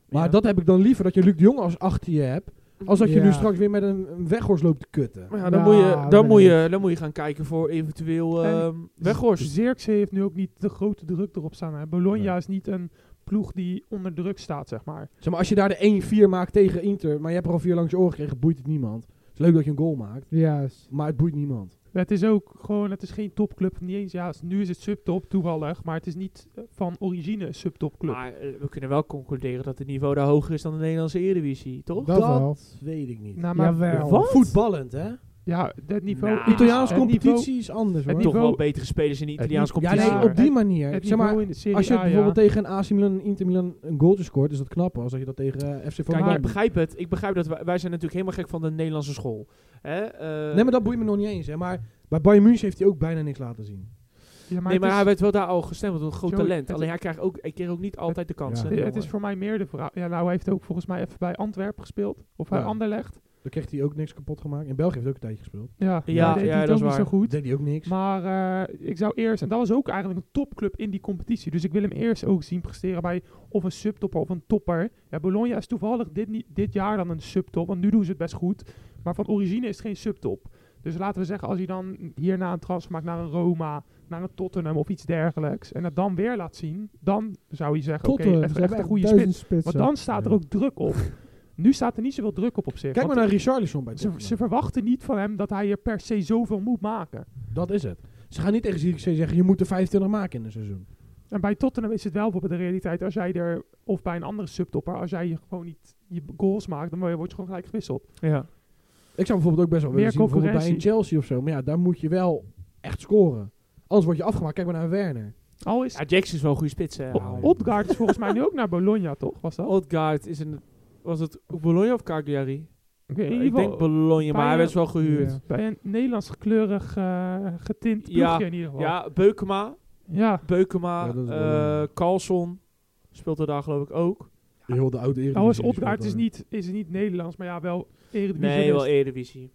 [SPEAKER 2] Maar
[SPEAKER 1] Ja.
[SPEAKER 2] dat heb ik dan liever dat je Luc de Jong als achter je hebt. Als dat je nu
[SPEAKER 4] Ja.
[SPEAKER 2] straks weer met een, een weghorst loopt te kutten.
[SPEAKER 1] Maar ja, dan,
[SPEAKER 4] Nou,
[SPEAKER 1] moet je,
[SPEAKER 4] dat
[SPEAKER 1] dan, moet
[SPEAKER 4] weet
[SPEAKER 1] je, dan moet je gaan kijken voor eventueel
[SPEAKER 3] En-
[SPEAKER 1] ehm Weghorst.
[SPEAKER 3] Zirkzee heeft nu ook niet de grote druk erop staan. Hè. Bologna
[SPEAKER 2] Dus- Nee.
[SPEAKER 3] is niet een ploeg die onder druk staat, zeg maar.
[SPEAKER 2] Zeg maar, als je daar de 1-4 maakt tegen Inter, maar je hebt er al vier langs je oren gekregen, boeit het niemand. Het is leuk dat je een goal maakt,
[SPEAKER 4] Juist.
[SPEAKER 2] maar het boeit niemand.
[SPEAKER 3] Het is ook gewoon, het is geen topclub. Niet eens, ja, nu is het subtop toevallig, maar het is niet eh, van origine een
[SPEAKER 2] Ah,
[SPEAKER 3] subtopclub.
[SPEAKER 1] Maar eh, we kunnen wel concluderen dat het niveau daar hoger is dan de Nederlandse Eredivisie, toch?
[SPEAKER 4] Dat wel.
[SPEAKER 2] weet ik niet.
[SPEAKER 3] Nou, maar
[SPEAKER 4] Jawel.
[SPEAKER 1] Wat?
[SPEAKER 2] Voetballend, hè?
[SPEAKER 3] Ja, dat niveau.
[SPEAKER 1] Nou,
[SPEAKER 3] is-
[SPEAKER 2] Italiaanse
[SPEAKER 3] het niveau-
[SPEAKER 2] competitie is anders,
[SPEAKER 3] het
[SPEAKER 2] hoor.
[SPEAKER 1] Toch
[SPEAKER 3] niveau-
[SPEAKER 1] wel betere spelers in de Italiaanse
[SPEAKER 3] niet-
[SPEAKER 2] Ja,
[SPEAKER 1] competitie.
[SPEAKER 2] nee, op die manier.
[SPEAKER 3] Het
[SPEAKER 2] zeg
[SPEAKER 3] niveau
[SPEAKER 2] maar,
[SPEAKER 3] in de serie
[SPEAKER 2] als je
[SPEAKER 3] A, ja.
[SPEAKER 2] bijvoorbeeld tegen een AC Milan en Inter Milan een goaltje scoort, is dat knapper als dat je dat tegen eh, FC
[SPEAKER 1] Kijk,
[SPEAKER 2] Volendam
[SPEAKER 1] ik
[SPEAKER 2] doet.
[SPEAKER 1] begrijp het. Ik begrijp dat wij, wij zijn natuurlijk helemaal gek van de Nederlandse school. Hè? eh,
[SPEAKER 2] Nee, maar dat boeit me nog niet eens, hè. Maar bij Bayern München heeft hij ook bijna niks laten zien.
[SPEAKER 3] Ja, maar
[SPEAKER 1] nee, maar
[SPEAKER 3] het is-
[SPEAKER 1] hij werd wel daar al gestemd, want een groot
[SPEAKER 3] Joey,
[SPEAKER 1] talent.
[SPEAKER 3] het-
[SPEAKER 1] Alleen hij kreeg ook, hij kreeg ook niet altijd de kansen.
[SPEAKER 2] Ja.
[SPEAKER 1] hè,
[SPEAKER 3] Ja,
[SPEAKER 1] die
[SPEAKER 3] het is
[SPEAKER 1] jongen.
[SPEAKER 3] voor mij meer de vraag. Ja, nou, hij heeft ook volgens mij even bij Antwerpen gespeeld. Of bij
[SPEAKER 2] Ja.
[SPEAKER 3] Anderlecht.
[SPEAKER 2] Dan kreeg hij ook niks kapot gemaakt. In België heeft hij ook een tijdje gespeeld.
[SPEAKER 3] Ja,
[SPEAKER 1] Ja,
[SPEAKER 3] ja,
[SPEAKER 1] ja,
[SPEAKER 3] deed hij het
[SPEAKER 1] dat
[SPEAKER 3] ook
[SPEAKER 1] is
[SPEAKER 3] niet
[SPEAKER 1] waar.
[SPEAKER 3] zo goed.
[SPEAKER 2] Deed hij ook niks.
[SPEAKER 3] Maar eh, ik zou eerst, en dat was ook eigenlijk een topclub in die competitie. Dus ik wil hem eerst ook zien presteren bij of een subtopper of een topper. Ja, Bologna is toevallig dit, niet, dit jaar dan een subtop, want nu doen ze het best goed. Maar van origine is het geen subtop. Dus laten we zeggen, als hij dan hierna een transfer maakt naar een Roma, naar een Tottenham of iets dergelijks. En dat dan weer laat zien, dan zou je zeggen, oké,
[SPEAKER 4] Tottenham.
[SPEAKER 3] het
[SPEAKER 4] Ze
[SPEAKER 3] is echt
[SPEAKER 4] hebben
[SPEAKER 3] een
[SPEAKER 4] echt
[SPEAKER 3] goede spits.
[SPEAKER 4] duizend spitsen.
[SPEAKER 3] Want dan staat er
[SPEAKER 2] Ja.
[SPEAKER 3] ook druk op. Nu staat er niet zoveel druk op op zich.
[SPEAKER 2] Kijk maar
[SPEAKER 3] want
[SPEAKER 2] naar Richarlison bij
[SPEAKER 3] ze,
[SPEAKER 2] Tottenham.
[SPEAKER 3] ze verwachten niet van hem dat hij er per se zoveel moet maken.
[SPEAKER 2] Dat is het. Ze gaan niet tegen Zierikzee zeggen, je moet er 25 maken in een seizoen.
[SPEAKER 3] En bij Tottenham is het wel bijvoorbeeld de realiteit als jij er, of bij een andere subtopper, als jij je gewoon niet je goals maakt, dan word je wordt je gewoon gelijk gewisseld.
[SPEAKER 1] Ja.
[SPEAKER 2] Ik zou bijvoorbeeld ook best wel
[SPEAKER 3] Meer
[SPEAKER 2] willen zien bijvoorbeeld bij een
[SPEAKER 3] concurrentie.
[SPEAKER 2] Chelsea of zo. Maar ja, daar moet je wel echt scoren. Anders word je afgemaakt. Kijk maar naar Werner.
[SPEAKER 3] Al is
[SPEAKER 1] Ja, Jackson is wel een goede spits. hè.
[SPEAKER 3] O- Odgaard is volgens mij nu ook naar Bologna, toch? Was
[SPEAKER 1] Oh,
[SPEAKER 3] dat?
[SPEAKER 1] Odgaard is een... Was het Bologna of Cagliari?
[SPEAKER 3] Oké, in ieder
[SPEAKER 1] Ik denk
[SPEAKER 3] geval
[SPEAKER 1] Bologna, maar hij
[SPEAKER 3] Bayern-
[SPEAKER 1] werd wel gehuurd.
[SPEAKER 4] Ja.
[SPEAKER 3] bij een Nederlands kleurig eh, getint ploegje
[SPEAKER 1] Ja,
[SPEAKER 3] in ieder geval. Ja,
[SPEAKER 1] Ja, Beukema. Beukema.
[SPEAKER 2] Ja, dat is
[SPEAKER 1] eh,
[SPEAKER 2] Bologna.
[SPEAKER 1] Carlson. Speelt er daar geloof ik ook.
[SPEAKER 2] Heel de oude
[SPEAKER 1] Nou,
[SPEAKER 2] Eredivisie.
[SPEAKER 3] al Nou, is
[SPEAKER 2] die speelt
[SPEAKER 3] Odgaard is
[SPEAKER 2] daar.
[SPEAKER 3] niet, is niet Nederlands, maar ja, wel Eredivisie. dus
[SPEAKER 1] Nee, wel Eredivisie.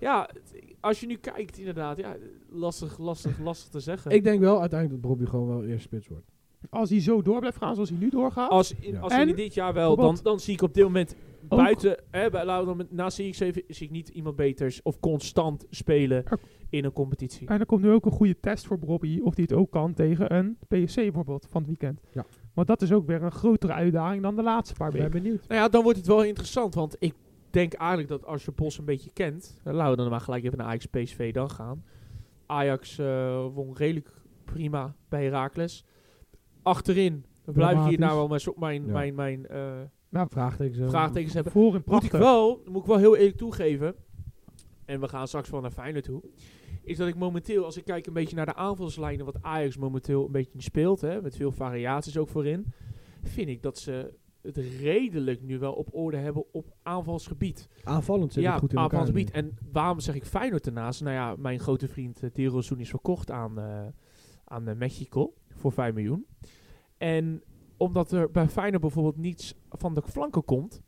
[SPEAKER 1] Ja, t- als je nu kijkt inderdaad. Ja, lastig, lastig, lastig te zeggen.
[SPEAKER 2] Ik denk wel uiteindelijk dat Bobby gewoon wel eerst spits wordt.
[SPEAKER 1] E-
[SPEAKER 3] Als hij zo door blijft gaan zoals hij nu doorgaat,
[SPEAKER 1] Als, in,
[SPEAKER 2] Ja.
[SPEAKER 1] als in
[SPEAKER 3] En?
[SPEAKER 1] dit jaar wel, dan,
[SPEAKER 3] Wat?
[SPEAKER 1] dan zie ik op dit moment
[SPEAKER 3] Ook-
[SPEAKER 1] buiten, hè, bij, laten we dan met- na CX7 zie ik niet iemand beters of constant spelen
[SPEAKER 3] Er-
[SPEAKER 1] in een competitie.
[SPEAKER 3] En er komt nu ook een goede test voor Bobby of hij het ook kan tegen een PSC bijvoorbeeld van het weekend.
[SPEAKER 2] Ja.
[SPEAKER 3] Want dat is ook weer een grotere uitdaging dan de laatste paar
[SPEAKER 4] Ik ben
[SPEAKER 3] weken.
[SPEAKER 4] benieuwd.
[SPEAKER 1] Nou ja, dan wordt het wel interessant, want ik denk eigenlijk dat als je Bos een beetje kent, eh, laten we dan maar gelijk even naar Ajax PSV dan gaan. Ajax eh, won redelijk prima bij Heracles. Achterin blijf ik hier nou wel mijn, zo- mijn,
[SPEAKER 2] Ja.
[SPEAKER 1] mijn, mijn eh,
[SPEAKER 3] Nou,
[SPEAKER 2] Vraagtekens. eh,
[SPEAKER 1] vraagtekens hebben.
[SPEAKER 3] voor een
[SPEAKER 1] Moet ik,
[SPEAKER 3] prachtig.
[SPEAKER 1] wel, moet ik wel heel eerlijk toegeven. En we gaan straks wel naar Feyenoord toe. Is dat ik momenteel, als ik kijk een beetje naar de aanvalslijnen. wat Ajax momenteel een beetje speelt. Hè, met veel variaties ook voorin. Vind ik dat ze het redelijk nu wel op orde hebben op aanvalsgebied.
[SPEAKER 2] Aanvallend zit het goed in elkaar.
[SPEAKER 1] aanvalsgebied. En waarom zeg ik Feyenoord daarnaast? Nou ja, mijn grote vriend uh, is verkocht aan, eh, aan eh, Mexico. voor 5 miljoen. En omdat er bij Feyenoord bijvoorbeeld niets van de flanken komt,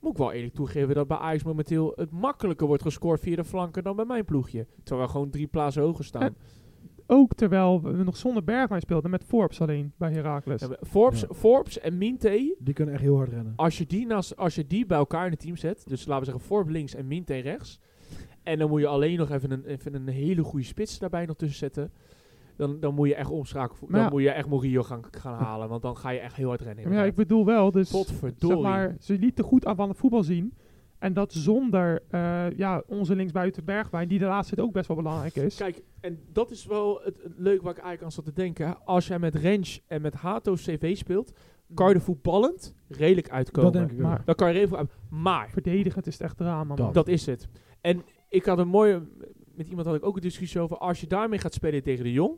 [SPEAKER 1] moet ik wel eerlijk toegeven dat bij Ajax momenteel het makkelijker wordt gescoord via de flanken dan bij mijn ploegje. Terwijl we gewoon drie plaatsen hoger staan.
[SPEAKER 3] Ook terwijl we nog zonder Bergwijn speelden met Forbes alleen bij Heracles.
[SPEAKER 1] Ja, Forbes,
[SPEAKER 2] Ja.
[SPEAKER 1] Forbes en Minte,
[SPEAKER 2] Die kunnen echt heel hard rennen.
[SPEAKER 1] als je, die naast, als je die bij elkaar in het team zet, dus laten we zeggen Forbes links en Minte rechts, en dan moet je alleen nog even een, even een hele goede spits daarbij nog tussen zetten, dan, dan moet je echt omschakelen. voor-
[SPEAKER 3] Maar
[SPEAKER 1] Dan
[SPEAKER 3] ja.
[SPEAKER 1] moet je echt Morillo gaan, gaan halen, want dan ga je echt heel hard rennen.
[SPEAKER 3] maar ja, ik
[SPEAKER 1] inderdaad.
[SPEAKER 3] bedoel wel, dus
[SPEAKER 1] Potverdorie.
[SPEAKER 3] zeg maar, ze lieten goed aanvallend voetbal zien. En dat zonder eh, ja, onze linksbuiten Bergwijn, die de laatste tijd ook best wel belangrijk is.
[SPEAKER 1] Kijk, en dat is wel het, het leuk waar ik eigenlijk aan zat te denken. Als jij met Range en met Hato CV speelt, kan je er voetballend redelijk uitkomen.
[SPEAKER 2] Dat denk ik
[SPEAKER 3] Maar
[SPEAKER 2] maar.
[SPEAKER 1] Dan kan je er redelijk uit. Maar,
[SPEAKER 3] verdedigend is het echt drama, man.
[SPEAKER 2] Dat.
[SPEAKER 1] dat is het. En ik had een mooie... Met iemand had ik ook een discussie over... Als je daarmee gaat spelen tegen de Jong...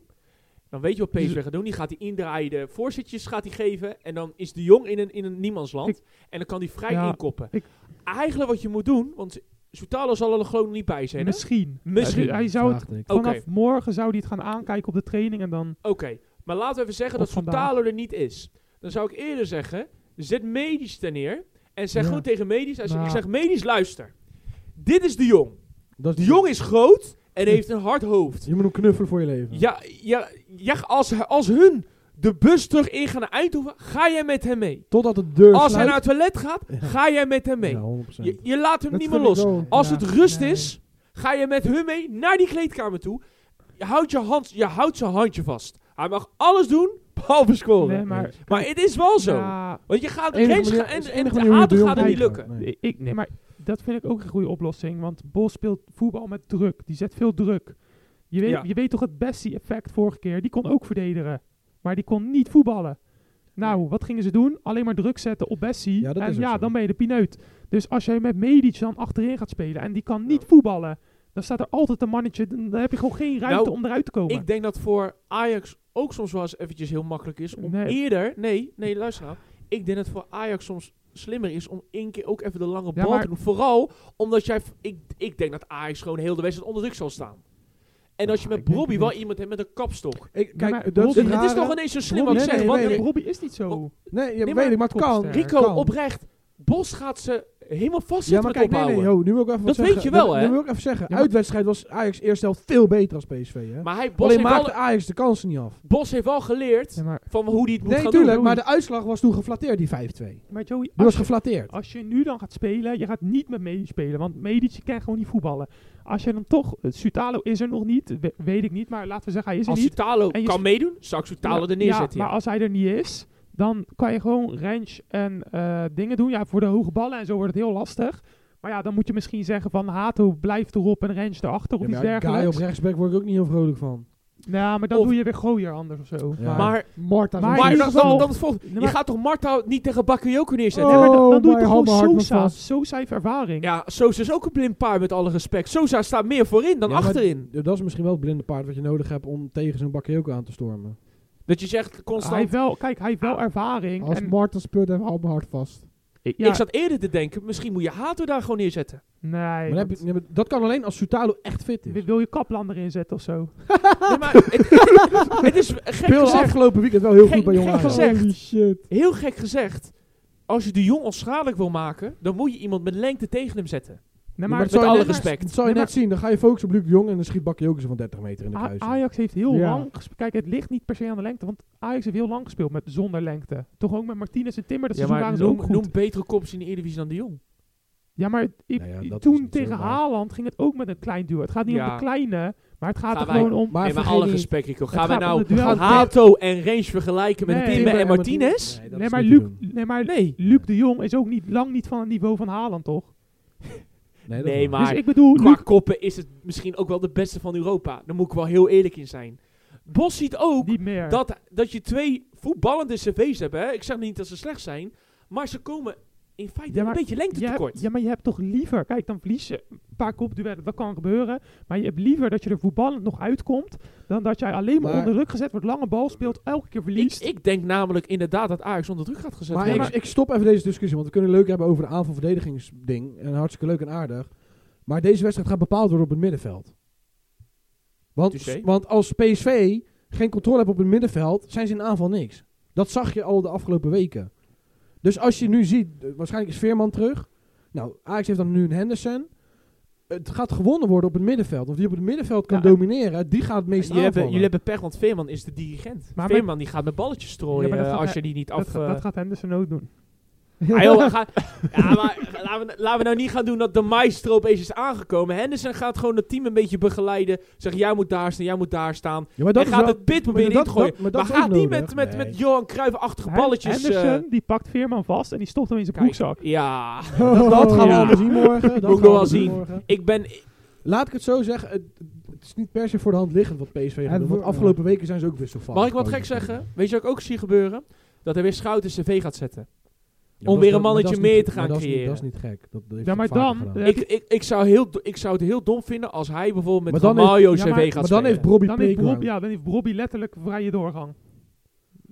[SPEAKER 1] Dan weet je wat
[SPEAKER 3] Dus-
[SPEAKER 1] PSV gaat doen. Die gaat die indraaien, de voorzetjes gaat hij geven. En dan is de Jong in een, in een niemandsland.
[SPEAKER 3] Ik-
[SPEAKER 1] en dan kan die vrij
[SPEAKER 3] Ja,
[SPEAKER 1] inkoppen.
[SPEAKER 3] ik-
[SPEAKER 1] Eigenlijk wat je moet doen... Want Soutalo zal er gewoon niet bij zijn. hè?
[SPEAKER 3] Misschien.
[SPEAKER 1] Misschien.
[SPEAKER 3] Hij, hij zou het,
[SPEAKER 2] Vraagteken.
[SPEAKER 1] Oké.
[SPEAKER 3] vanaf morgen zou hij het gaan aankijken op de training en dan...
[SPEAKER 1] Oké, maar laten we even zeggen
[SPEAKER 3] Of
[SPEAKER 1] dat
[SPEAKER 3] vandaag.
[SPEAKER 1] Soutalo er niet is. Dan zou ik eerder zeggen, zet medisch ten neer. En zeg
[SPEAKER 3] Ja.
[SPEAKER 1] gewoon tegen medisch, hij zegt-
[SPEAKER 3] Nou.
[SPEAKER 1] ik zeg medisch luister. Dit is de jong.
[SPEAKER 2] Dat
[SPEAKER 1] De
[SPEAKER 2] is-
[SPEAKER 1] jong is groot en heeft een hard hoofd.
[SPEAKER 2] Je moet hem knuffelen voor je leven.
[SPEAKER 1] Ja, ja, ja als, als hun de bus terug ingaan naar Eindhoven, ga jij met hem mee.
[SPEAKER 2] Totdat de deur
[SPEAKER 1] Als hij
[SPEAKER 2] sluit.
[SPEAKER 1] naar het toilet gaat,
[SPEAKER 2] Ja.
[SPEAKER 1] ga jij met hem mee.
[SPEAKER 2] Ja, 100%.
[SPEAKER 1] Je, je laat hem
[SPEAKER 4] Dat
[SPEAKER 1] niet meer
[SPEAKER 4] vind
[SPEAKER 1] los.
[SPEAKER 4] ik wel-
[SPEAKER 1] Als
[SPEAKER 3] Ja,
[SPEAKER 1] het rust
[SPEAKER 3] nee.
[SPEAKER 1] is, ga je met hun mee naar die kleedkamer toe. Je houdt, je hand, je houdt zijn handje vast. Hij mag alles doen, Behalve scoren.
[SPEAKER 3] Nee, maar,
[SPEAKER 1] Maar het is wel zo.
[SPEAKER 3] Ja,
[SPEAKER 1] Want je gaat
[SPEAKER 2] Enige
[SPEAKER 1] Rens
[SPEAKER 2] manier-
[SPEAKER 1] ga- en,
[SPEAKER 2] is de
[SPEAKER 1] en
[SPEAKER 2] enige
[SPEAKER 1] de
[SPEAKER 2] manier hoe je
[SPEAKER 1] Adel
[SPEAKER 2] Bjorn
[SPEAKER 1] gaat het niet
[SPEAKER 2] krijgt.
[SPEAKER 1] lukken.
[SPEAKER 2] Nee.
[SPEAKER 3] ik, nee, maar dat vind ik ook een goede oplossing. Want Bos speelt voetbal met druk. Die zet veel druk. Je weet,
[SPEAKER 1] Ja.
[SPEAKER 3] je weet toch het Bessie-effect vorige keer? Die kon ook verdedigen. Maar die kon niet voetballen. Nou, wat gingen ze doen? Alleen maar druk zetten op Bessie.
[SPEAKER 2] Ja, dat
[SPEAKER 3] en
[SPEAKER 2] is ook
[SPEAKER 3] ja,
[SPEAKER 2] zo.
[SPEAKER 3] dan ben je de pineut. Dus als jij met Medic dan achterin gaat spelen en die kan niet
[SPEAKER 1] Ja.
[SPEAKER 3] voetballen, dan staat er altijd een mannetje. Dan dan heb je gewoon geen ruimte
[SPEAKER 1] Nou,
[SPEAKER 3] om eruit te komen.
[SPEAKER 1] Ik denk dat voor Ajax ook soms wel eens eventjes heel makkelijk is om
[SPEAKER 3] Nee.
[SPEAKER 1] eerder... Nee, nee, luister nou. Ik denk dat voor Ajax soms slimmer is om één keer ook even de lange
[SPEAKER 3] Ja,
[SPEAKER 1] bal
[SPEAKER 3] maar-
[SPEAKER 1] te doen. Vooral omdat jij... v- Ik, ik denk dat Ajax gewoon heel de wedstrijd onder druk zal staan. En als je
[SPEAKER 3] Ja,
[SPEAKER 1] met
[SPEAKER 3] Ah, ik denk
[SPEAKER 1] Brobbey
[SPEAKER 3] het
[SPEAKER 1] wel iemand hebt met een kapstok.
[SPEAKER 2] Ik,
[SPEAKER 3] Ja, maar
[SPEAKER 2] kijk, dat is
[SPEAKER 3] Robin-
[SPEAKER 1] Het het is
[SPEAKER 2] rare-
[SPEAKER 1] toch ineens zo slim wat ik
[SPEAKER 2] Robin-
[SPEAKER 1] zeg.
[SPEAKER 2] nee,
[SPEAKER 1] want
[SPEAKER 2] nee,
[SPEAKER 3] Maar
[SPEAKER 2] nee.
[SPEAKER 3] Robbie is niet zo.
[SPEAKER 2] Nee, ja,
[SPEAKER 1] Nee,
[SPEAKER 2] weet
[SPEAKER 1] maar-
[SPEAKER 2] ik, maar het kan.
[SPEAKER 3] Kopster.
[SPEAKER 1] Rico,
[SPEAKER 2] kan.
[SPEAKER 1] oprecht. Bos gaat ze helemaal vast
[SPEAKER 2] Ja,
[SPEAKER 1] zitten
[SPEAKER 2] maar
[SPEAKER 1] met
[SPEAKER 2] kijk, nee,
[SPEAKER 1] opbouwen.
[SPEAKER 2] nee, ho, nu wil ik even wat
[SPEAKER 1] Dat
[SPEAKER 2] zeggen.
[SPEAKER 1] weet je wel,
[SPEAKER 2] Dat-
[SPEAKER 1] hè?
[SPEAKER 2] Dat wil ik even zeggen.
[SPEAKER 3] Ja, maar-
[SPEAKER 2] Uitwedstrijd was Ajax eerste helft veel beter als PSV, hè?
[SPEAKER 1] Maar hij, Bos,
[SPEAKER 2] Alleen
[SPEAKER 1] heeft wel,
[SPEAKER 2] maakte Ajax de kansen niet af.
[SPEAKER 1] Bos heeft wel geleerd
[SPEAKER 3] Ja, maar,
[SPEAKER 1] van hoe hij het moet
[SPEAKER 2] Nee,
[SPEAKER 1] gaan
[SPEAKER 2] tuurlijk,
[SPEAKER 1] doen.
[SPEAKER 2] maar de uitslag was toen geflatteerd, die 5-2.
[SPEAKER 3] maar Joey,
[SPEAKER 2] Die
[SPEAKER 3] als
[SPEAKER 2] was
[SPEAKER 3] je-
[SPEAKER 1] Oh,
[SPEAKER 2] geflatteerd.
[SPEAKER 3] Als je nu dan gaat spelen, je gaat niet met Medici spelen, want Medici kan gewoon niet voetballen. Als je dan toch, eh, Sutalo is er nog niet, we- weet ik niet, maar laten we zeggen hij is er
[SPEAKER 1] Als
[SPEAKER 3] niet.
[SPEAKER 1] Sutalo
[SPEAKER 3] En je
[SPEAKER 1] kan
[SPEAKER 3] sp-
[SPEAKER 1] meedoen, zou ik Sutalo
[SPEAKER 3] Maar-
[SPEAKER 1] er neerzetten.
[SPEAKER 3] Ja, maar als hij er niet is, dan kan je gewoon range en eh, dingen doen. Ja, voor de hoge ballen en zo wordt het heel lastig. Maar ja, dan moet je misschien zeggen van Hato blijft erop en range erachter of
[SPEAKER 2] Ja,
[SPEAKER 3] iets
[SPEAKER 2] maar Guy op
[SPEAKER 3] dergelijks.
[SPEAKER 2] rechtsback word ik ook niet heel vrolijk van.
[SPEAKER 3] Ja, maar dan
[SPEAKER 1] Of-
[SPEAKER 3] doe je weer gooier anders of zo.
[SPEAKER 2] Ja.
[SPEAKER 1] Maar,
[SPEAKER 4] Marta.
[SPEAKER 3] Maar-
[SPEAKER 1] maar,
[SPEAKER 3] in ieder
[SPEAKER 1] dan,
[SPEAKER 3] geval-
[SPEAKER 1] dan, dan het volgende.
[SPEAKER 3] Nee,
[SPEAKER 1] Je
[SPEAKER 3] maar-
[SPEAKER 1] gaat toch Marta niet tegen Bakayoko neerzetten? Oh.
[SPEAKER 3] Nee, maar dan, dan
[SPEAKER 4] Oh,
[SPEAKER 3] doe je
[SPEAKER 4] mijn
[SPEAKER 3] toch
[SPEAKER 4] handen
[SPEAKER 3] gewoon
[SPEAKER 4] hard me
[SPEAKER 3] Sosa.
[SPEAKER 4] vast.
[SPEAKER 3] Sosa heeft ervaring.
[SPEAKER 1] Ja, Sosa is ook een blind paard met alle respect. Sosa staat meer voorin dan
[SPEAKER 2] Ja, maar
[SPEAKER 1] achterin.
[SPEAKER 2] d- Dat is misschien wel het blinde paard wat je nodig hebt om tegen zo'n Bakayoko aan te stormen.
[SPEAKER 1] Dat je zegt
[SPEAKER 3] hij
[SPEAKER 1] constant...
[SPEAKER 3] heeft wel, kijk, hij heeft wel ervaring.
[SPEAKER 4] Als
[SPEAKER 3] en,
[SPEAKER 4] Marta speelt, heb ik hou mijn hart vast.
[SPEAKER 3] ik, ja,
[SPEAKER 1] Ik zat eerder te denken, misschien moet je Hato daar gewoon neerzetten.
[SPEAKER 3] nee,
[SPEAKER 2] Maar dan heb je- ja, maar dat kan alleen als Sutalo echt fit is.
[SPEAKER 3] Wil- Wil je Kaplan erin zetten of zo? Ah.
[SPEAKER 1] Nee, maar het, *laughs* het is gek
[SPEAKER 2] Speelde
[SPEAKER 1] gezegd,
[SPEAKER 2] afgelopen weekend wel heel
[SPEAKER 1] Gek-
[SPEAKER 2] goed bij
[SPEAKER 1] gek
[SPEAKER 2] Jong Ajax.
[SPEAKER 1] gezegd.
[SPEAKER 4] Holy shit.
[SPEAKER 1] heel gek gezegd. Als je de jong onschadelijk wil maken, dan moet je iemand met lengte tegen hem zetten.
[SPEAKER 3] Nee,
[SPEAKER 2] maar het
[SPEAKER 1] Met
[SPEAKER 2] zou je
[SPEAKER 1] alle
[SPEAKER 2] net-
[SPEAKER 1] respect. Ah,
[SPEAKER 2] Dat zal je
[SPEAKER 3] Nee,
[SPEAKER 2] net zien. Dan ga je focussen op Luc de Jong en dan schiet Bakayoko ze van 30 meter in de
[SPEAKER 3] A-
[SPEAKER 2] kruis.
[SPEAKER 3] Ajax heeft heel
[SPEAKER 4] Ja.
[SPEAKER 3] lang gespeeld. Kijk, het ligt niet per se aan de lengte. Want Ajax heeft heel lang gespeeld met zonder lengte. Toch ook met Martinez en Timmer. Dat
[SPEAKER 1] Ja,
[SPEAKER 3] seizoen
[SPEAKER 1] maar
[SPEAKER 3] waren ze ook
[SPEAKER 1] Dus noem,
[SPEAKER 3] goed.
[SPEAKER 1] noem betere kops in de Eredivisie dan de jong.
[SPEAKER 3] ja, maar ik,
[SPEAKER 2] Nou ja, dat is
[SPEAKER 3] toen
[SPEAKER 2] niet zo
[SPEAKER 3] tegen
[SPEAKER 2] waar.
[SPEAKER 3] Haaland ging het ook met een klein duo. Het gaat niet om
[SPEAKER 1] Ja.
[SPEAKER 3] de kleine, maar het gaat
[SPEAKER 1] Gaan
[SPEAKER 3] er
[SPEAKER 1] wij-
[SPEAKER 3] gewoon om...
[SPEAKER 1] Maar met
[SPEAKER 2] vergeet
[SPEAKER 1] alle
[SPEAKER 2] niet-
[SPEAKER 1] respect, Rico.
[SPEAKER 3] gaat
[SPEAKER 1] Gaan we
[SPEAKER 3] om
[SPEAKER 1] nou
[SPEAKER 3] het duel.
[SPEAKER 1] gaan Hato en Range vergelijken met
[SPEAKER 3] Nee.
[SPEAKER 1] Timber en Martinez?
[SPEAKER 2] Nee, dat
[SPEAKER 3] Nee
[SPEAKER 2] is
[SPEAKER 3] maar,
[SPEAKER 2] niet te
[SPEAKER 3] Luc,
[SPEAKER 2] doen.
[SPEAKER 3] nee, maar
[SPEAKER 1] Nee.
[SPEAKER 3] Luc de Jong is ook niet, lang niet van het niveau van Haaland, toch?
[SPEAKER 2] Nee, dat is
[SPEAKER 1] Nee,
[SPEAKER 2] waar.
[SPEAKER 1] maar
[SPEAKER 3] dus ik bedoel,
[SPEAKER 1] qua
[SPEAKER 3] Luc,
[SPEAKER 1] koppen is het misschien ook wel de beste van Europa. Daar moet ik wel heel eerlijk in zijn. Bos ziet ook
[SPEAKER 3] niet meer.
[SPEAKER 1] dat, dat je twee voetballende cv's hebt. Hè? Ik zeg niet dat ze slecht zijn, maar ze komen in feite
[SPEAKER 3] Ja, maar
[SPEAKER 1] een beetje lengte
[SPEAKER 3] Je hebt-
[SPEAKER 1] tekort.
[SPEAKER 3] ja, maar je hebt toch liever... Kijk, dan verlies je een paar kopduellen. Dat kan gebeuren. Maar je hebt liever dat je er voetballend nog uitkomt... dan dat jij alleen maar,
[SPEAKER 2] Maar-
[SPEAKER 3] onder druk gezet wordt. Lange bal speelt, elke keer
[SPEAKER 1] ik,
[SPEAKER 3] verliest.
[SPEAKER 1] ik denk namelijk inderdaad dat Ajax onder druk gaat gezet
[SPEAKER 2] Maar,
[SPEAKER 1] worden.
[SPEAKER 2] ik, ik stop even deze discussie, want we kunnen leuk hebben over de aanval-verdedigingsding. En hartstikke leuk en aardig. Maar deze wedstrijd gaat bepaald worden op het middenveld.
[SPEAKER 1] Touché.
[SPEAKER 2] Want, want als PSV geen controle hebt op het middenveld, zijn ze in aanval niks. Dat zag je al de afgelopen weken. Dus als je nu ziet, eh, waarschijnlijk is Veerman terug. Nou, Ajax heeft dan nu een Henderson. Het gaat gewonnen worden op het middenveld. Want wie op het middenveld kan
[SPEAKER 3] Ja, en-
[SPEAKER 2] domineren, die gaat het meest
[SPEAKER 1] jullie, hebben,
[SPEAKER 2] aanvallen.
[SPEAKER 1] jullie hebben pech, want Veerman is de dirigent.
[SPEAKER 3] Maar
[SPEAKER 1] Veerman die gaat met balletjes strooien
[SPEAKER 3] Ja, maar dat
[SPEAKER 1] eh,
[SPEAKER 3] gaat
[SPEAKER 1] als
[SPEAKER 3] hij-
[SPEAKER 1] je die niet
[SPEAKER 3] dat,
[SPEAKER 1] af...
[SPEAKER 3] ga-
[SPEAKER 1] eh,
[SPEAKER 3] dat gaat Henderson ook doen.
[SPEAKER 1] Ah, joh, ga- ja, maar laten we, laten we nou niet gaan doen dat de maestro opeens is aangekomen. Henderson gaat gewoon het team een beetje begeleiden. Zeg, jij moet daar staan, jij moet daar staan.
[SPEAKER 2] Ja, maar
[SPEAKER 1] Hij
[SPEAKER 2] dat is
[SPEAKER 1] gaat
[SPEAKER 2] wel-
[SPEAKER 1] het pit proberen
[SPEAKER 2] maar
[SPEAKER 1] in
[SPEAKER 2] dat-
[SPEAKER 1] te gooien.
[SPEAKER 2] dat-
[SPEAKER 1] maar
[SPEAKER 2] maar dat is
[SPEAKER 1] gaat
[SPEAKER 2] ook
[SPEAKER 1] niet
[SPEAKER 2] nodig.
[SPEAKER 1] met, met,
[SPEAKER 2] Nee.
[SPEAKER 1] met Johan Cruijff-achtige
[SPEAKER 3] Hen-
[SPEAKER 1] balletjes... eh,
[SPEAKER 3] Henderson, die pakt Veerman vast en die stopt hem in zijn
[SPEAKER 1] kijk,
[SPEAKER 3] broekzak.
[SPEAKER 1] Ja,
[SPEAKER 2] Dat gaan we
[SPEAKER 1] Ja.
[SPEAKER 2] allemaal zien morgen.
[SPEAKER 1] Moet ik
[SPEAKER 2] Dat gaan
[SPEAKER 1] nog
[SPEAKER 2] we
[SPEAKER 1] wel
[SPEAKER 2] zien
[SPEAKER 1] zien.
[SPEAKER 2] morgen.
[SPEAKER 1] ik ben...
[SPEAKER 2] Laat ik het zo zeggen, het, het is niet per se voor de hand liggend wat PSV gaat
[SPEAKER 4] Het
[SPEAKER 2] doen. Want
[SPEAKER 4] wordt-
[SPEAKER 2] afgelopen weken zijn ze ook wisselvallig.
[SPEAKER 1] Mag ik wat gek
[SPEAKER 2] geweest.
[SPEAKER 1] zeggen? Weet je wat ik ook zie gebeuren? Dat hij weer Schouten cv gaat zetten.
[SPEAKER 2] Ja, maar
[SPEAKER 1] Om
[SPEAKER 2] dat is
[SPEAKER 1] weer een
[SPEAKER 2] wel- maar dat
[SPEAKER 1] mannetje
[SPEAKER 2] is niet-
[SPEAKER 1] meer te
[SPEAKER 2] maar
[SPEAKER 1] gaan
[SPEAKER 2] dat is niet-
[SPEAKER 1] creëren.
[SPEAKER 2] Dat is niet gek. Dat heeft
[SPEAKER 3] Ja,
[SPEAKER 2] hij
[SPEAKER 3] maar
[SPEAKER 2] vaker
[SPEAKER 3] dan-
[SPEAKER 2] gedaan.
[SPEAKER 3] dan
[SPEAKER 1] Ik, ik, ik, zou heel, do- ik zou het heel dom vinden als hij bijvoorbeeld met
[SPEAKER 2] Maar dan
[SPEAKER 1] Ramaljo
[SPEAKER 3] heeft-
[SPEAKER 1] cv
[SPEAKER 3] ja, maar-
[SPEAKER 1] gaat
[SPEAKER 2] Maar dan heeft
[SPEAKER 1] spelen.
[SPEAKER 2] Bobby
[SPEAKER 3] Dan heeft, Rob,
[SPEAKER 2] playground.
[SPEAKER 3] ja, dan heeft Robbie letterlijk vrije doorgang.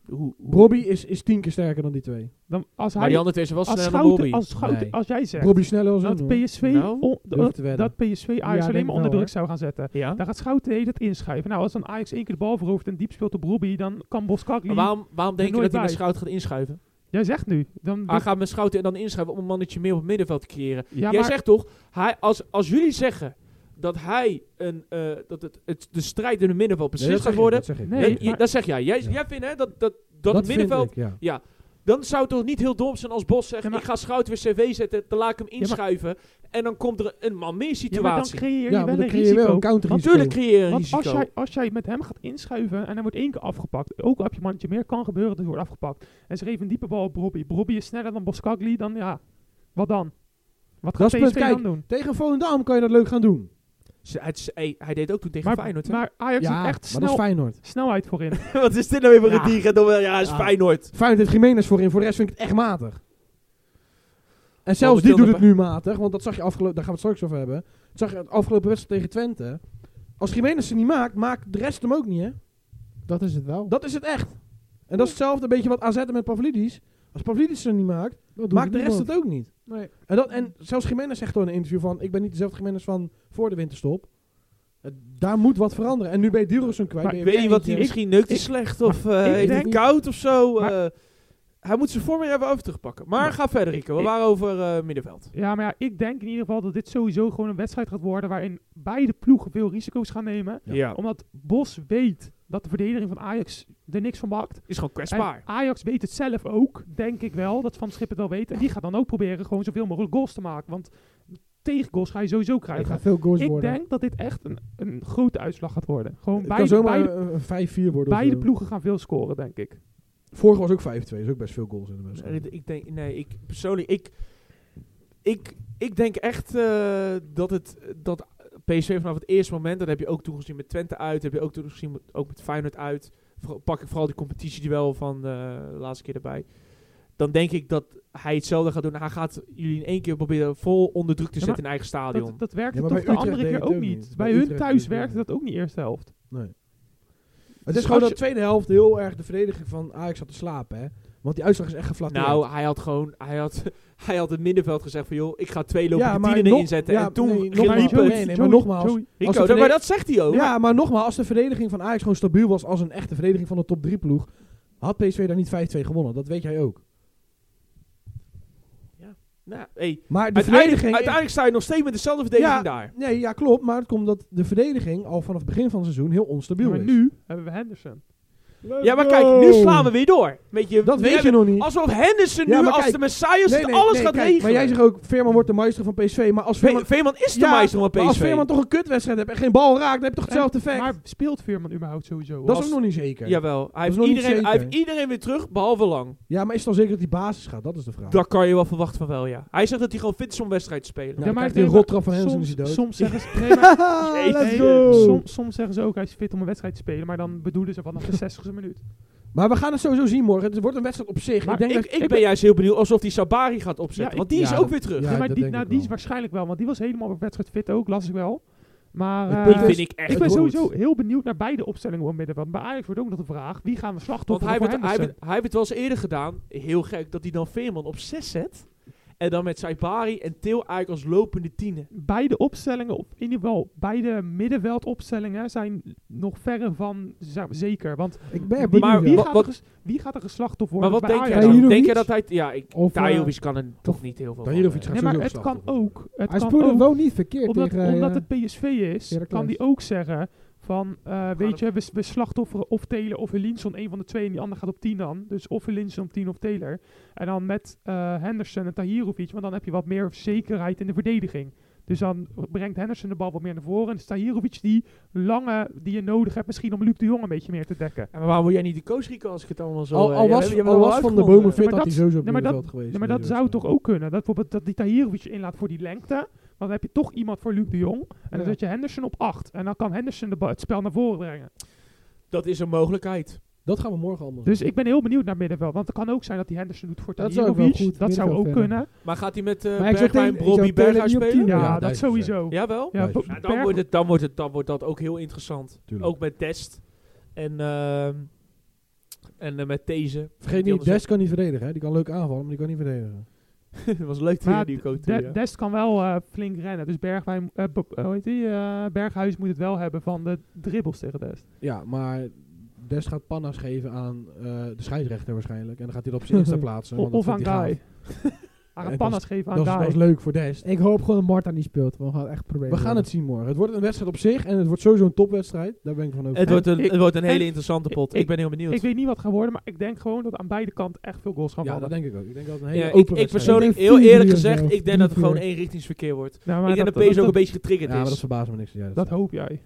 [SPEAKER 1] Hoe- hoe-
[SPEAKER 2] Bobby is, is tien keer sterker dan die twee.
[SPEAKER 3] Dan, als
[SPEAKER 1] Maar
[SPEAKER 3] hij,
[SPEAKER 1] die andere eh, twee zijn wel
[SPEAKER 3] als,
[SPEAKER 1] sneller dan
[SPEAKER 3] Schouten-
[SPEAKER 1] Bobby.
[SPEAKER 3] als, Schouten-
[SPEAKER 2] Nee.
[SPEAKER 3] als jij zegt
[SPEAKER 2] Bobby sneller als
[SPEAKER 3] dat
[SPEAKER 2] een
[SPEAKER 3] PSV,
[SPEAKER 1] Nou,
[SPEAKER 3] on-
[SPEAKER 2] durf ik
[SPEAKER 3] dat,
[SPEAKER 2] te wedden.
[SPEAKER 3] dat PSV
[SPEAKER 4] Ja,
[SPEAKER 3] Ajax
[SPEAKER 4] denk
[SPEAKER 3] alleen maar
[SPEAKER 4] wel,
[SPEAKER 3] onder druk
[SPEAKER 4] hoor.
[SPEAKER 3] zou gaan zetten.
[SPEAKER 1] Ja.
[SPEAKER 3] Dan gaat Schouten de hele tijd inschuiven. Nou, als dan Ajax één keer de bal verovert en diep speelt op Robbie, dan kan Boskakli...
[SPEAKER 1] Maar waarom, waarom denk je
[SPEAKER 3] nooit
[SPEAKER 1] dat hij met
[SPEAKER 3] bij.
[SPEAKER 1] Schouten gaat inschuiven?
[SPEAKER 3] Jij zegt nu. Dan,
[SPEAKER 1] Hij gaat met Schouten en dan inschrijven om een mannetje meer op het middenveld te creëren.
[SPEAKER 3] ja,
[SPEAKER 1] Jij
[SPEAKER 3] maar,
[SPEAKER 1] zegt toch, hij, als, als jullie zeggen dat hij een, eh, dat het, het, de strijd in het middenveld beslist gaat worden.
[SPEAKER 2] Nee,
[SPEAKER 3] Nee,
[SPEAKER 1] dat, je-
[SPEAKER 3] maar-
[SPEAKER 1] dat zeg jij. Jij,
[SPEAKER 2] Ja.
[SPEAKER 1] jij vindt hè, dat, dat, dat, het
[SPEAKER 2] vind
[SPEAKER 1] middenveld.
[SPEAKER 2] ik, ja.
[SPEAKER 1] Ja, Dan zou het toch niet heel dom zijn als Bos zegt...
[SPEAKER 3] Ja, maar-
[SPEAKER 1] ik ga Schout weer CV zetten, dan laat ik hem
[SPEAKER 3] maar-
[SPEAKER 1] inschuiven... en dan komt er een man meer
[SPEAKER 3] Ja, maar dan
[SPEAKER 1] situatie.
[SPEAKER 3] creëer je
[SPEAKER 2] Ja,
[SPEAKER 3] wel
[SPEAKER 2] maar
[SPEAKER 3] een
[SPEAKER 2] dan creëer je wel
[SPEAKER 3] risico.
[SPEAKER 2] een counter
[SPEAKER 1] Natuurlijk creëer je een
[SPEAKER 3] Want
[SPEAKER 1] risico.
[SPEAKER 3] als jij, als jij met hem gaat inschuiven en hij wordt één keer afgepakt, ook al heb je een mannetje meer, kan gebeuren dat hij wordt afgepakt. En ze geven een diepe bal op Robbie. Robbie is sneller dan Boskagli, dan ja, wat dan? Wat gaat
[SPEAKER 2] Dat is het
[SPEAKER 3] PSV
[SPEAKER 2] punt,
[SPEAKER 3] dan doen?
[SPEAKER 2] Tegen Volendam kan je dat leuk gaan doen.
[SPEAKER 1] Ze- het is- hey, hij deed ook toen tegen
[SPEAKER 3] Maar,
[SPEAKER 1] Feyenoord. hè?
[SPEAKER 3] maar Ajax heeft
[SPEAKER 2] ja,
[SPEAKER 3] echt
[SPEAKER 2] maar dat is
[SPEAKER 3] snel,
[SPEAKER 2] Feyenoord.
[SPEAKER 3] snelheid voorin.
[SPEAKER 1] *laughs*
[SPEAKER 3] *laughs*
[SPEAKER 1] Wat is dit nou weer voor
[SPEAKER 2] Ja.
[SPEAKER 1] een dier? Ja, is
[SPEAKER 3] Ah.
[SPEAKER 2] Ja.
[SPEAKER 1] Feyenoord.
[SPEAKER 2] Feyenoord heeft Jiménez voorin, voor de rest vind ik het echt matig. En zelfs die
[SPEAKER 1] Tilde
[SPEAKER 2] doet het
[SPEAKER 1] pa-
[SPEAKER 2] nu matig, want dat zag je afgelopen, daar gaan we het straks over hebben. Dat zag je het afgelopen wedstrijd tegen Twente. Als Jiménez ze niet maakt, maakt de rest hem ook niet, hè?
[SPEAKER 4] Dat is het wel.
[SPEAKER 2] Dat is het echt. En dat is hetzelfde een beetje wat AZ met Pavlidis. Als Pavlidis ze niet maakt,
[SPEAKER 4] Dat doet
[SPEAKER 2] maakt de rest
[SPEAKER 4] niemand.
[SPEAKER 2] het ook niet.
[SPEAKER 4] Nee.
[SPEAKER 2] En, dat, en zelfs Jiménez zegt gewoon in een interview van... ik ben niet dezelfde Jiménez van voor de winterstop. Het- daar moet wat veranderen. En nu ben je Dilrosun kwijt.
[SPEAKER 3] Maar
[SPEAKER 2] ben
[SPEAKER 1] Ik
[SPEAKER 2] je
[SPEAKER 1] weet
[SPEAKER 2] weer
[SPEAKER 1] niet wat hij
[SPEAKER 2] eentje.
[SPEAKER 1] misschien neukt hij
[SPEAKER 3] ik-
[SPEAKER 1] slecht of eh heeft hij
[SPEAKER 3] denk-
[SPEAKER 1] koud of zo.
[SPEAKER 3] Maar-
[SPEAKER 1] eh, hij moet zijn vorm weer hebben over terugpakken. Maar
[SPEAKER 3] Maar-
[SPEAKER 1] ga verder, Rico. We
[SPEAKER 3] Ik-
[SPEAKER 1] waren over eh, middenveld.
[SPEAKER 3] Ja, maar ja, ik denk in ieder geval dat dit sowieso gewoon een wedstrijd gaat worden waarin beide ploegen veel risico's gaan nemen.
[SPEAKER 2] Ja.
[SPEAKER 3] Omdat Bos weet dat de verdediging van Ajax er niks van bakt.
[SPEAKER 1] Is gewoon
[SPEAKER 3] En
[SPEAKER 1] kwetsbaar.
[SPEAKER 3] Ajax weet het zelf ook, denk ik wel, dat Van Schip het wel weet. En die gaat dan ook proberen gewoon zoveel mogelijk goals te maken. Want tegen goals ga je sowieso
[SPEAKER 4] Het
[SPEAKER 3] krijgen.
[SPEAKER 4] gaat veel goals
[SPEAKER 3] Ik
[SPEAKER 4] worden.
[SPEAKER 3] denk dat dit echt een, een grote uitslag gaat worden. Gewoon
[SPEAKER 2] Het kan
[SPEAKER 3] beide,
[SPEAKER 2] zomaar
[SPEAKER 3] beide,
[SPEAKER 2] een- een 5-4 worden. of
[SPEAKER 3] beide
[SPEAKER 2] zo.
[SPEAKER 3] ploegen gaan veel scoren, denk ik.
[SPEAKER 2] Vorige was ook 5-2. Is ook best veel goals in de wedstrijd.
[SPEAKER 1] Nee, ik denk, nee, ik persoonlijk, ik, ik, ik denk echt eh, dat het dat PSV vanaf het eerste moment, dat heb je ook toen gezien met Twente uit, heb je ook toen gezien met, ook met Feyenoord uit. Vooral- pak ik vooral die competitie die wel van eh, de laatste keer erbij. Dan denk ik dat hij hetzelfde gaat doen. Hij gaat jullie in één keer proberen vol onder druk te
[SPEAKER 3] Ja,
[SPEAKER 1] zetten in eigen stadion.
[SPEAKER 3] Dat, dat werkte
[SPEAKER 2] Ja, maar
[SPEAKER 3] toch
[SPEAKER 2] bij
[SPEAKER 3] de
[SPEAKER 2] Utrecht
[SPEAKER 3] andere
[SPEAKER 2] deed
[SPEAKER 3] keer
[SPEAKER 2] het
[SPEAKER 3] ook
[SPEAKER 2] ook
[SPEAKER 3] niet.
[SPEAKER 2] niet.
[SPEAKER 3] Bij,
[SPEAKER 2] Bij
[SPEAKER 3] hun
[SPEAKER 2] Utrecht deed
[SPEAKER 3] thuis
[SPEAKER 2] het ook
[SPEAKER 3] werkte
[SPEAKER 2] niet.
[SPEAKER 3] dat ook niet eerste helft.
[SPEAKER 2] Nee. Het
[SPEAKER 1] Dus
[SPEAKER 2] is gewoon
[SPEAKER 1] als
[SPEAKER 2] dat de tweede helft heel erg de verdediging van Ajax had te slapen. Hè? Want die uitslag is echt geflatteerd.
[SPEAKER 1] nou, hij had gewoon, hij had, *laughs* hij had het middenveld gezegd van joh, ik ga twee
[SPEAKER 2] Ja,
[SPEAKER 1] lopende
[SPEAKER 2] maar
[SPEAKER 1] tienen
[SPEAKER 2] nog-
[SPEAKER 1] inzetten.
[SPEAKER 2] ja,
[SPEAKER 1] en toen
[SPEAKER 2] nee,
[SPEAKER 1] ging
[SPEAKER 2] nog maar-
[SPEAKER 1] die
[SPEAKER 2] Joey,
[SPEAKER 1] punt.
[SPEAKER 2] nee, maar nogmaals,
[SPEAKER 1] Rico,
[SPEAKER 2] als de
[SPEAKER 1] dat-
[SPEAKER 2] verde-
[SPEAKER 1] maar dat zegt hij ook.
[SPEAKER 2] ja, maar nogmaals, als de verdediging van Ajax gewoon stabiel was als een echte verdediging van de top 3 ploeg, had PSV daar niet 5-2 gewonnen. Dat weet jij ook.
[SPEAKER 1] Nou, hey,
[SPEAKER 2] Maar de
[SPEAKER 1] Uiteindelijk,
[SPEAKER 2] verdediging.
[SPEAKER 1] uiteindelijk sta je nog steeds met dezelfde verdediging
[SPEAKER 2] Ja.
[SPEAKER 1] daar.
[SPEAKER 2] Nee, ja, klopt. Maar het komt dat de verdediging al vanaf het begin van het seizoen heel onstabiel
[SPEAKER 3] Maar
[SPEAKER 2] is.
[SPEAKER 3] nu hebben we Henderson.
[SPEAKER 1] Ja, maar kijk, nu slaan we weer door. Weet je,
[SPEAKER 2] Oh. Dat
[SPEAKER 1] we
[SPEAKER 2] weet je
[SPEAKER 1] hebben-
[SPEAKER 2] nog niet.
[SPEAKER 1] Alsof Henderson
[SPEAKER 2] Ja,
[SPEAKER 1] nu
[SPEAKER 2] maar
[SPEAKER 1] als
[SPEAKER 2] kijk,
[SPEAKER 1] de Messias het alles gaat
[SPEAKER 2] kijk,
[SPEAKER 1] regelen.
[SPEAKER 2] Maar jij zegt ook, Veerman wordt de meester van PSV. Maar als Veerman,
[SPEAKER 1] Ve- Veerman is de
[SPEAKER 2] Ja,
[SPEAKER 1] meester van
[SPEAKER 2] maar als
[SPEAKER 1] PSV.
[SPEAKER 2] Veerman toch een kutwedstrijd hebt en geen bal raakt, dan heb je toch hetzelfde effect.
[SPEAKER 3] Maar speelt Veerman überhaupt sowieso?
[SPEAKER 2] dat is
[SPEAKER 1] als-
[SPEAKER 2] ook nog niet zeker. Ja.
[SPEAKER 1] Jawel, hij
[SPEAKER 2] is
[SPEAKER 1] heeft,
[SPEAKER 2] nog niet
[SPEAKER 1] iedereen, hij
[SPEAKER 2] zeker.
[SPEAKER 1] heeft iedereen weer terug, behalve Lang.
[SPEAKER 2] maar is het dan zeker dat die basis gaat? Dat is de vraag.
[SPEAKER 1] Dat kan je wel verwachten van wel, ja. Hij zegt dat hij gewoon fit is om wedstrijd te spelen.
[SPEAKER 2] Ja,
[SPEAKER 3] Ja,
[SPEAKER 2] dan
[SPEAKER 3] maar
[SPEAKER 2] krijgt
[SPEAKER 3] ik
[SPEAKER 2] hij een
[SPEAKER 3] denk-
[SPEAKER 2] rottrap van Henderson is hij
[SPEAKER 3] soms,
[SPEAKER 2] dood.
[SPEAKER 3] soms
[SPEAKER 2] *laughs*
[SPEAKER 3] zeggen ze... Nee, maar-
[SPEAKER 2] Ah, let's
[SPEAKER 3] nee, eh,
[SPEAKER 2] go.
[SPEAKER 3] som- soms zeggen ze ook, hij is fit om een wedstrijd te spelen. Maar dan bedoelen ze vanaf
[SPEAKER 2] *laughs*
[SPEAKER 3] de 60e minuut.
[SPEAKER 2] Maar we gaan het sowieso zien morgen. Het wordt een wedstrijd op zich.
[SPEAKER 3] Maar
[SPEAKER 2] ik denk
[SPEAKER 1] Ik,
[SPEAKER 2] dat...
[SPEAKER 1] ik ben juist heel benieuwd alsof die Sabari gaat opzetten.
[SPEAKER 3] Ja, ik-
[SPEAKER 1] want die
[SPEAKER 2] ja,
[SPEAKER 1] is ook
[SPEAKER 2] dat-
[SPEAKER 1] weer terug.
[SPEAKER 2] ja.
[SPEAKER 3] Ja, maar
[SPEAKER 2] dat
[SPEAKER 3] die,
[SPEAKER 2] denk
[SPEAKER 3] nou,
[SPEAKER 2] ik
[SPEAKER 3] die
[SPEAKER 2] wel.
[SPEAKER 3] is waarschijnlijk wel. Want die was helemaal op wedstrijd fit ook, las ik wel. Maar
[SPEAKER 2] Het
[SPEAKER 3] eh,
[SPEAKER 2] punt
[SPEAKER 1] Die vind ik echt
[SPEAKER 3] ik ben
[SPEAKER 1] goed.
[SPEAKER 3] sowieso heel benieuwd naar beide opstellingen op het middenveld. Bij Ajax wordt ook nog de vraag, wie gaan we
[SPEAKER 1] Want
[SPEAKER 3] slachtoffer
[SPEAKER 1] hij
[SPEAKER 3] voor
[SPEAKER 1] heeft, hij,
[SPEAKER 3] Henderson?
[SPEAKER 1] heeft, hij heeft het wel eens eerder gedaan. Heel gek dat hij dan Veerman op 6 zet. En dan met Sabari en Til eigenlijk als lopende tienen.
[SPEAKER 3] beide opstellingen, op, in ieder geval beide middenveldopstellingen, zijn nog verre van z- zeker. Want
[SPEAKER 2] Ik ben er
[SPEAKER 3] wie,
[SPEAKER 2] benieuwd
[SPEAKER 1] maar
[SPEAKER 2] naar.
[SPEAKER 3] wie,
[SPEAKER 1] wa-
[SPEAKER 3] gaat
[SPEAKER 1] wat-
[SPEAKER 3] er ges- wie gaat er geslachtoffer
[SPEAKER 1] Maar
[SPEAKER 3] worden
[SPEAKER 1] wat
[SPEAKER 3] bij
[SPEAKER 1] denk jij
[SPEAKER 3] Ajax?
[SPEAKER 1] dan?
[SPEAKER 4] Tahirovic?
[SPEAKER 1] Denk jij dat hij... Ja, ik,
[SPEAKER 4] Of, eh,
[SPEAKER 1] Tahirovic kan er toch niet heel veel van.
[SPEAKER 2] Tahirovic
[SPEAKER 1] eh.
[SPEAKER 2] gaat
[SPEAKER 3] Nee,
[SPEAKER 2] sowieso
[SPEAKER 3] maar het kan
[SPEAKER 2] geslachtoffer worden.
[SPEAKER 3] ook. Het
[SPEAKER 4] Hij
[SPEAKER 3] kan
[SPEAKER 4] speelde
[SPEAKER 3] ook,
[SPEAKER 4] wel niet verkeerd
[SPEAKER 3] Omdat,
[SPEAKER 4] tegen... eh,
[SPEAKER 3] omdat het PSV is,
[SPEAKER 4] Heracles.
[SPEAKER 3] kan die ook zeggen van, eh,
[SPEAKER 1] dat-
[SPEAKER 3] weet je, we, s- we slachtofferen of Taylor of Linson, een van de twee, en die ander gaat op 10 dan. Dus of Linson op 10 of Taylor. En dan met eh, Henderson en Tahirovic, want dan heb je wat meer zekerheid in de verdediging. Dus dan brengt Henderson de bal wat meer naar voren. En is Tahirovic die lange die je nodig hebt, misschien om Luc de Jong een beetje meer te dekken.
[SPEAKER 1] Ja, maar waarom wil jij niet de coach Rico als ik het allemaal zo...
[SPEAKER 2] Al,
[SPEAKER 1] eh,
[SPEAKER 2] al
[SPEAKER 1] ja,
[SPEAKER 2] was,
[SPEAKER 1] we- je hebt
[SPEAKER 2] al
[SPEAKER 1] wel
[SPEAKER 2] was van de
[SPEAKER 1] uitgevonden.
[SPEAKER 2] bomen fit,
[SPEAKER 3] Ja, maar
[SPEAKER 2] had hij sowieso op
[SPEAKER 3] nee, maar dat-
[SPEAKER 2] middenveld geweest. Dus, eh,
[SPEAKER 3] Ja, maar
[SPEAKER 2] in
[SPEAKER 3] dat
[SPEAKER 2] deze
[SPEAKER 3] zou toch
[SPEAKER 2] wedstrijd.
[SPEAKER 3] ook kunnen? Dat bijvoorbeeld dat die Tahirovic inlaat voor die lengte. Want dan heb je toch iemand voor Luc de Jong. En dan
[SPEAKER 4] Ja.
[SPEAKER 3] zet je Henderson op 8. En dan kan Henderson de bal- het spel naar voren brengen.
[SPEAKER 1] Dat is een mogelijkheid.
[SPEAKER 2] Dat gaan we morgen allemaal
[SPEAKER 3] Dus ik ben heel benieuwd naar middenveld. Want het kan ook zijn dat die Henderson doet voor
[SPEAKER 4] Dat zou ook wel
[SPEAKER 3] Tahirovic.
[SPEAKER 4] goed
[SPEAKER 3] Dat zou ook
[SPEAKER 4] middenveld vinden.
[SPEAKER 3] kunnen.
[SPEAKER 1] Maar gaat hij met eh
[SPEAKER 4] Maar ik zou
[SPEAKER 1] Bergwijn,
[SPEAKER 4] tegen- ik zou
[SPEAKER 1] Robbie
[SPEAKER 4] Taylor
[SPEAKER 1] Berghuis
[SPEAKER 4] niet op tien
[SPEAKER 1] spelen?
[SPEAKER 4] doen.
[SPEAKER 3] Ja,
[SPEAKER 2] Ja,
[SPEAKER 3] dat
[SPEAKER 2] duizend
[SPEAKER 3] sowieso.
[SPEAKER 1] Jawel.
[SPEAKER 3] Ja,
[SPEAKER 2] Ja,
[SPEAKER 3] Bo-
[SPEAKER 1] Nou, dan,
[SPEAKER 3] Berg-
[SPEAKER 1] wordt het, dan, wordt het, dan wordt dat ook heel interessant.
[SPEAKER 2] Tuurlijk.
[SPEAKER 1] Ook met Dest. En, ehm, en eh, met deze. *laughs*
[SPEAKER 2] Vergeet niet, Des kan niet verdedigen. Hè. Die kan leuk aanvallen, maar die kan niet verdedigen.
[SPEAKER 1] Dat was leuk te
[SPEAKER 3] Maar
[SPEAKER 1] die coach.
[SPEAKER 3] De- Dest kan wel eh, flink rennen. Dus Bergwijn, eh, Bo- eh, hoe heet die, eh, Berghuis moet het wel hebben van de dribbels tegen Dest.
[SPEAKER 2] Ja, maar Des gaat panna's *laughs* geven aan eh, de scheidsrechter waarschijnlijk. En dan gaat hij dat op zijn Insta plaatsen.
[SPEAKER 3] O-
[SPEAKER 2] want dat
[SPEAKER 3] Of aan
[SPEAKER 2] vindt hij gaaf.
[SPEAKER 3] Guy. Haar
[SPEAKER 2] Ja,
[SPEAKER 3] een pannas geven *laughs* aan
[SPEAKER 2] Dat is, dat is
[SPEAKER 3] Dai.
[SPEAKER 2] leuk voor Dest.
[SPEAKER 4] Ik hoop gewoon dat Marta niet speelt, want we gaan echt problemen
[SPEAKER 2] We gaan het zien morgen. Het wordt een wedstrijd op zich en het wordt sowieso een topwedstrijd. Daar ben ik van
[SPEAKER 1] Het
[SPEAKER 2] overtuigd.
[SPEAKER 1] wordt een,
[SPEAKER 3] ik-
[SPEAKER 1] het wordt een hele
[SPEAKER 3] en-
[SPEAKER 1] interessante pot.
[SPEAKER 3] ik-
[SPEAKER 1] Ik ben heel benieuwd.
[SPEAKER 3] Ik weet niet wat het gaat worden, maar ik denk gewoon dat aan beide kanten echt veel goals gaan
[SPEAKER 2] Ja, dat
[SPEAKER 3] vallen.
[SPEAKER 2] denk ik ook. Ik denk dat het een hele
[SPEAKER 1] Ja,
[SPEAKER 2] open
[SPEAKER 1] ik, ik
[SPEAKER 2] wedstrijd
[SPEAKER 1] persoonlijk,
[SPEAKER 4] Ik denk
[SPEAKER 1] heel
[SPEAKER 4] vier
[SPEAKER 1] eerlijk
[SPEAKER 4] uur
[SPEAKER 1] gezegd,
[SPEAKER 4] zelfs,
[SPEAKER 1] ik denk dat het
[SPEAKER 4] drie,
[SPEAKER 1] gewoon
[SPEAKER 4] vier.
[SPEAKER 1] eenrichtingsverkeer wordt.
[SPEAKER 3] Ja, Nou, maar
[SPEAKER 1] Ik denk
[SPEAKER 3] dat-
[SPEAKER 1] dat PSV ook
[SPEAKER 3] dat-
[SPEAKER 1] een beetje getriggerd
[SPEAKER 2] wordt. Ja, maar dat
[SPEAKER 1] is.
[SPEAKER 2] verbaast me niks. Ja, dat
[SPEAKER 3] Dat
[SPEAKER 2] is-
[SPEAKER 3] hoop jij.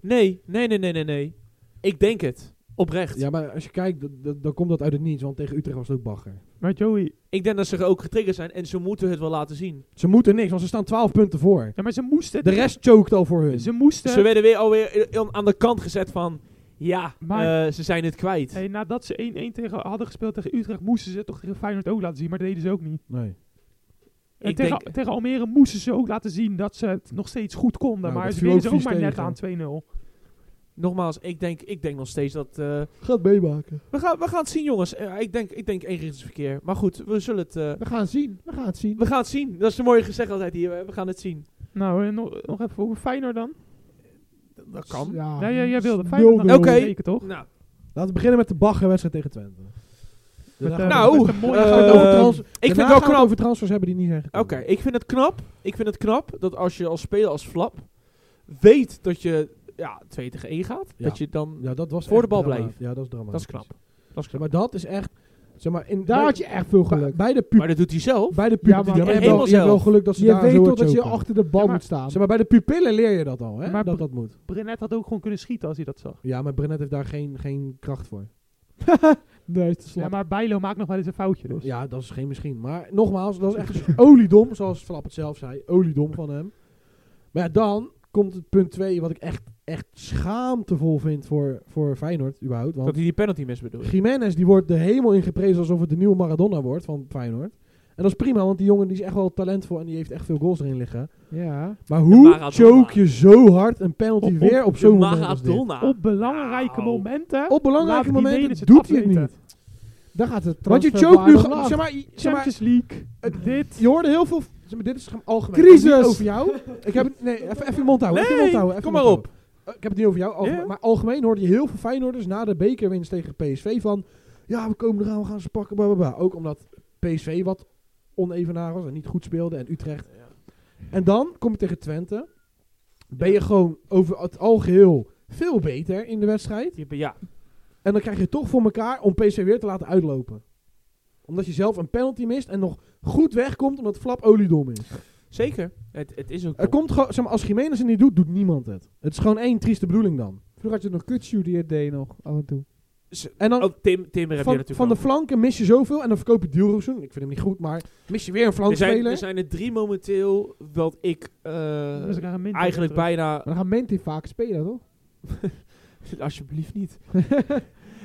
[SPEAKER 1] Nee, nee, nee, nee, nee, nee. Ik denk het. Oprecht.
[SPEAKER 2] ja, maar als je kijkt, dat- dat- dan komt dat uit het niets. Want tegen Utrecht was het ook bagger.
[SPEAKER 3] Maar Joey,
[SPEAKER 1] Ik denk dat ze ook getriggerd zijn en ze moeten het wel laten zien.
[SPEAKER 2] Ze moeten niks, want ze staan 12 punten voor.
[SPEAKER 3] ja, maar ze moesten...
[SPEAKER 2] De rest choked al voor hun.
[SPEAKER 3] Ze moesten...
[SPEAKER 1] Ze werden weer alweer i- aan de kant gezet van, ja,
[SPEAKER 3] Maar-
[SPEAKER 1] eh, ze zijn het kwijt.
[SPEAKER 3] Hey, nadat ze 1-1 tegen, hadden gespeeld tegen Utrecht, moesten ze het toch tegen Feyenoord ook laten zien. Maar dat deden ze ook niet.
[SPEAKER 2] Nee.
[SPEAKER 3] En
[SPEAKER 1] Ik
[SPEAKER 3] tegen,
[SPEAKER 1] denk-
[SPEAKER 3] tegen Almere moesten ze ook laten zien dat ze het nog steeds goed konden.
[SPEAKER 2] Nou,
[SPEAKER 3] maar
[SPEAKER 2] dat
[SPEAKER 3] ze
[SPEAKER 2] viel
[SPEAKER 3] deden
[SPEAKER 2] ook
[SPEAKER 3] ze ook
[SPEAKER 2] vies
[SPEAKER 3] maar net
[SPEAKER 2] tegen.
[SPEAKER 3] aan 2-0.
[SPEAKER 1] Nogmaals, ik denk, ik denk nog steeds dat... eh,
[SPEAKER 2] Gaat meemaken.
[SPEAKER 1] we, gaan, we gaan het zien, jongens. Eh, ik denk, ik denk eenrichtingsverkeer. Maar goed, we zullen het... eh,
[SPEAKER 4] We gaan het zien. We gaan het zien.
[SPEAKER 1] we gaan het zien. Dat is de mooie gezegd altijd hier. hè. We gaan het zien.
[SPEAKER 3] Nou, eh, nog, nog even over Feyenoord dan.
[SPEAKER 1] Dat
[SPEAKER 2] Ah,
[SPEAKER 4] Ja,
[SPEAKER 3] ja, ja, jij wilde
[SPEAKER 4] dus
[SPEAKER 3] Feyenoord. dan
[SPEAKER 4] 0-0.
[SPEAKER 1] Oké.
[SPEAKER 3] Zeker
[SPEAKER 2] Oh,
[SPEAKER 3] toch?
[SPEAKER 1] Nou,
[SPEAKER 2] Laten we beginnen met de baggerwedstrijd tegen Twente. Daarna
[SPEAKER 3] eh,
[SPEAKER 2] gaan we-
[SPEAKER 1] nou,
[SPEAKER 3] met een mooie-
[SPEAKER 1] eh,
[SPEAKER 2] gaan we ehm, het over trans-
[SPEAKER 1] ik vind
[SPEAKER 2] daarna
[SPEAKER 1] het wel
[SPEAKER 2] gaan we
[SPEAKER 1] knap.
[SPEAKER 2] over transfers hebben die niet zijn
[SPEAKER 1] Oké, ik vind het knap. Ik vind het knap dat als je als speler als flap weet dat je ja, 2 tegen 1 gaat,
[SPEAKER 2] Ja.
[SPEAKER 1] dat je dan.
[SPEAKER 2] Ja, dat was
[SPEAKER 1] Voor de
[SPEAKER 2] echt
[SPEAKER 1] bal
[SPEAKER 2] drama-
[SPEAKER 1] blijven.
[SPEAKER 2] Ja, dat is dramatisch.
[SPEAKER 1] Dat is knap. Dat is
[SPEAKER 2] Zeg
[SPEAKER 1] knap.
[SPEAKER 2] maar dat is echt... Zeg maar, in,
[SPEAKER 4] Daar
[SPEAKER 2] bij-
[SPEAKER 4] had je echt veel
[SPEAKER 2] bij-
[SPEAKER 4] geluk.
[SPEAKER 2] Bij de
[SPEAKER 1] Maar
[SPEAKER 2] pupil.
[SPEAKER 1] dat doet hij zelf.
[SPEAKER 2] Bij de
[SPEAKER 4] Ja,
[SPEAKER 2] pupil.
[SPEAKER 4] maar
[SPEAKER 2] die
[SPEAKER 4] en
[SPEAKER 2] hebben
[SPEAKER 1] helemaal
[SPEAKER 2] wel- je hebt wel
[SPEAKER 1] zelf.
[SPEAKER 2] geluk dat ze
[SPEAKER 4] Je
[SPEAKER 2] daar
[SPEAKER 4] weet
[SPEAKER 2] zo
[SPEAKER 4] toch dat je
[SPEAKER 2] choken.
[SPEAKER 4] achter de bal
[SPEAKER 3] Ja, maar-
[SPEAKER 4] moet staan.
[SPEAKER 2] Zeg maar, bij de pupillen leer je dat al, hè?
[SPEAKER 3] Maar-
[SPEAKER 2] dat dat moet.
[SPEAKER 3] Brenet had ook gewoon kunnen schieten als hij dat zag.
[SPEAKER 2] Ja, maar Brenet heeft daar geen, geen kracht voor.
[SPEAKER 4] Nee, is te slap.
[SPEAKER 3] Ja, maar Bijlo maakt nog wel eens een foutje dus.
[SPEAKER 2] Ja, dat is geen misschien. Maar nogmaals, dat is echt oliedom, zoals Flap het zelf zei. Oliedom van hem. Maar ja, dan komt het punt 2, wat ik echt, echt schaamtevol vind voor, voor Feyenoord überhaupt.
[SPEAKER 1] Dat
[SPEAKER 2] Want
[SPEAKER 1] hij die penalty mis bedoelt.
[SPEAKER 2] Jiménez die wordt de hemel ingeprezen alsof het de nieuwe Maradona wordt van Feyenoord. En dat is prima, want die jongen die is echt wel talentvol en die heeft echt veel goals erin liggen.
[SPEAKER 4] Ja.
[SPEAKER 2] Maar hoe
[SPEAKER 1] Maradona.
[SPEAKER 2] choke je zo hard een penalty
[SPEAKER 3] Op- op
[SPEAKER 2] weer op zo'n moment als dit?
[SPEAKER 1] Maradona.
[SPEAKER 3] Op belangrijke
[SPEAKER 1] Ah, Nou.
[SPEAKER 3] momenten...
[SPEAKER 2] Op belangrijke
[SPEAKER 3] laten die Denen
[SPEAKER 2] momenten
[SPEAKER 3] het
[SPEAKER 2] doet hij het
[SPEAKER 3] afweten.
[SPEAKER 2] niet.
[SPEAKER 4] Dan gaat het
[SPEAKER 2] Want je
[SPEAKER 4] transferwaarde
[SPEAKER 2] choke nu...
[SPEAKER 4] omlaag.
[SPEAKER 2] ge- Zeg maar, zeg maar,
[SPEAKER 3] Champions League.
[SPEAKER 2] het-
[SPEAKER 3] Dit.
[SPEAKER 2] Je hoorde heel veel. Zeg maar, dit is gewoon algemeen.
[SPEAKER 4] Crisis!
[SPEAKER 2] Ik heb het niet over jou. Ik heb het, nee, even, even je mond houden. even je
[SPEAKER 1] Nee,
[SPEAKER 2] mond houden, even
[SPEAKER 1] kom
[SPEAKER 2] je
[SPEAKER 1] maar
[SPEAKER 2] mond
[SPEAKER 1] op.
[SPEAKER 2] houden. Eh, Ik heb het niet over jou. algemeen,
[SPEAKER 1] Ja?
[SPEAKER 2] Maar algemeen hoorde je heel veel Feyenoorders na de bekerwinst tegen PSV van. Ja, we komen eraan, we gaan ze pakken. Bla, bla, bla. Ook omdat PSV wat onevenaar was en niet goed speelde. En Utrecht. En dan kom je tegen Twente. Ben je gewoon over het algeheel veel beter in de wedstrijd.
[SPEAKER 1] Je bent- Ja,
[SPEAKER 2] En dan krijg je toch voor elkaar om PSV weer te laten uitlopen. Omdat je zelf een penalty mist en nog goed wegkomt omdat Flap oliedom is.
[SPEAKER 1] zeker. Het, het is ook.
[SPEAKER 2] Er komt gewoon, zeg maar, als Jiménez het niet doet, doet niemand het. Het is gewoon één trieste bedoeling dan.
[SPEAKER 4] Vroeger had je nog Kutsu die het deed nog, af en toe.
[SPEAKER 2] En dan
[SPEAKER 1] Oh, Tim, Timmer heb je
[SPEAKER 2] van,
[SPEAKER 1] natuurlijk.
[SPEAKER 2] van de
[SPEAKER 1] wel.
[SPEAKER 2] flanken mis je zoveel en dan verkoop je Dilrosun. Ik vind hem niet goed, maar mis je weer een
[SPEAKER 1] er zijn,
[SPEAKER 2] flankspeler.
[SPEAKER 1] er zijn er drie momenteel wat ik eh,
[SPEAKER 3] Dus ik krijg een minder
[SPEAKER 1] eigenlijk
[SPEAKER 3] terug.
[SPEAKER 1] bijna.
[SPEAKER 4] Maar dan gaan Menti vaak spelen, toch?
[SPEAKER 2] *laughs*
[SPEAKER 1] Alsjeblieft niet. *laughs*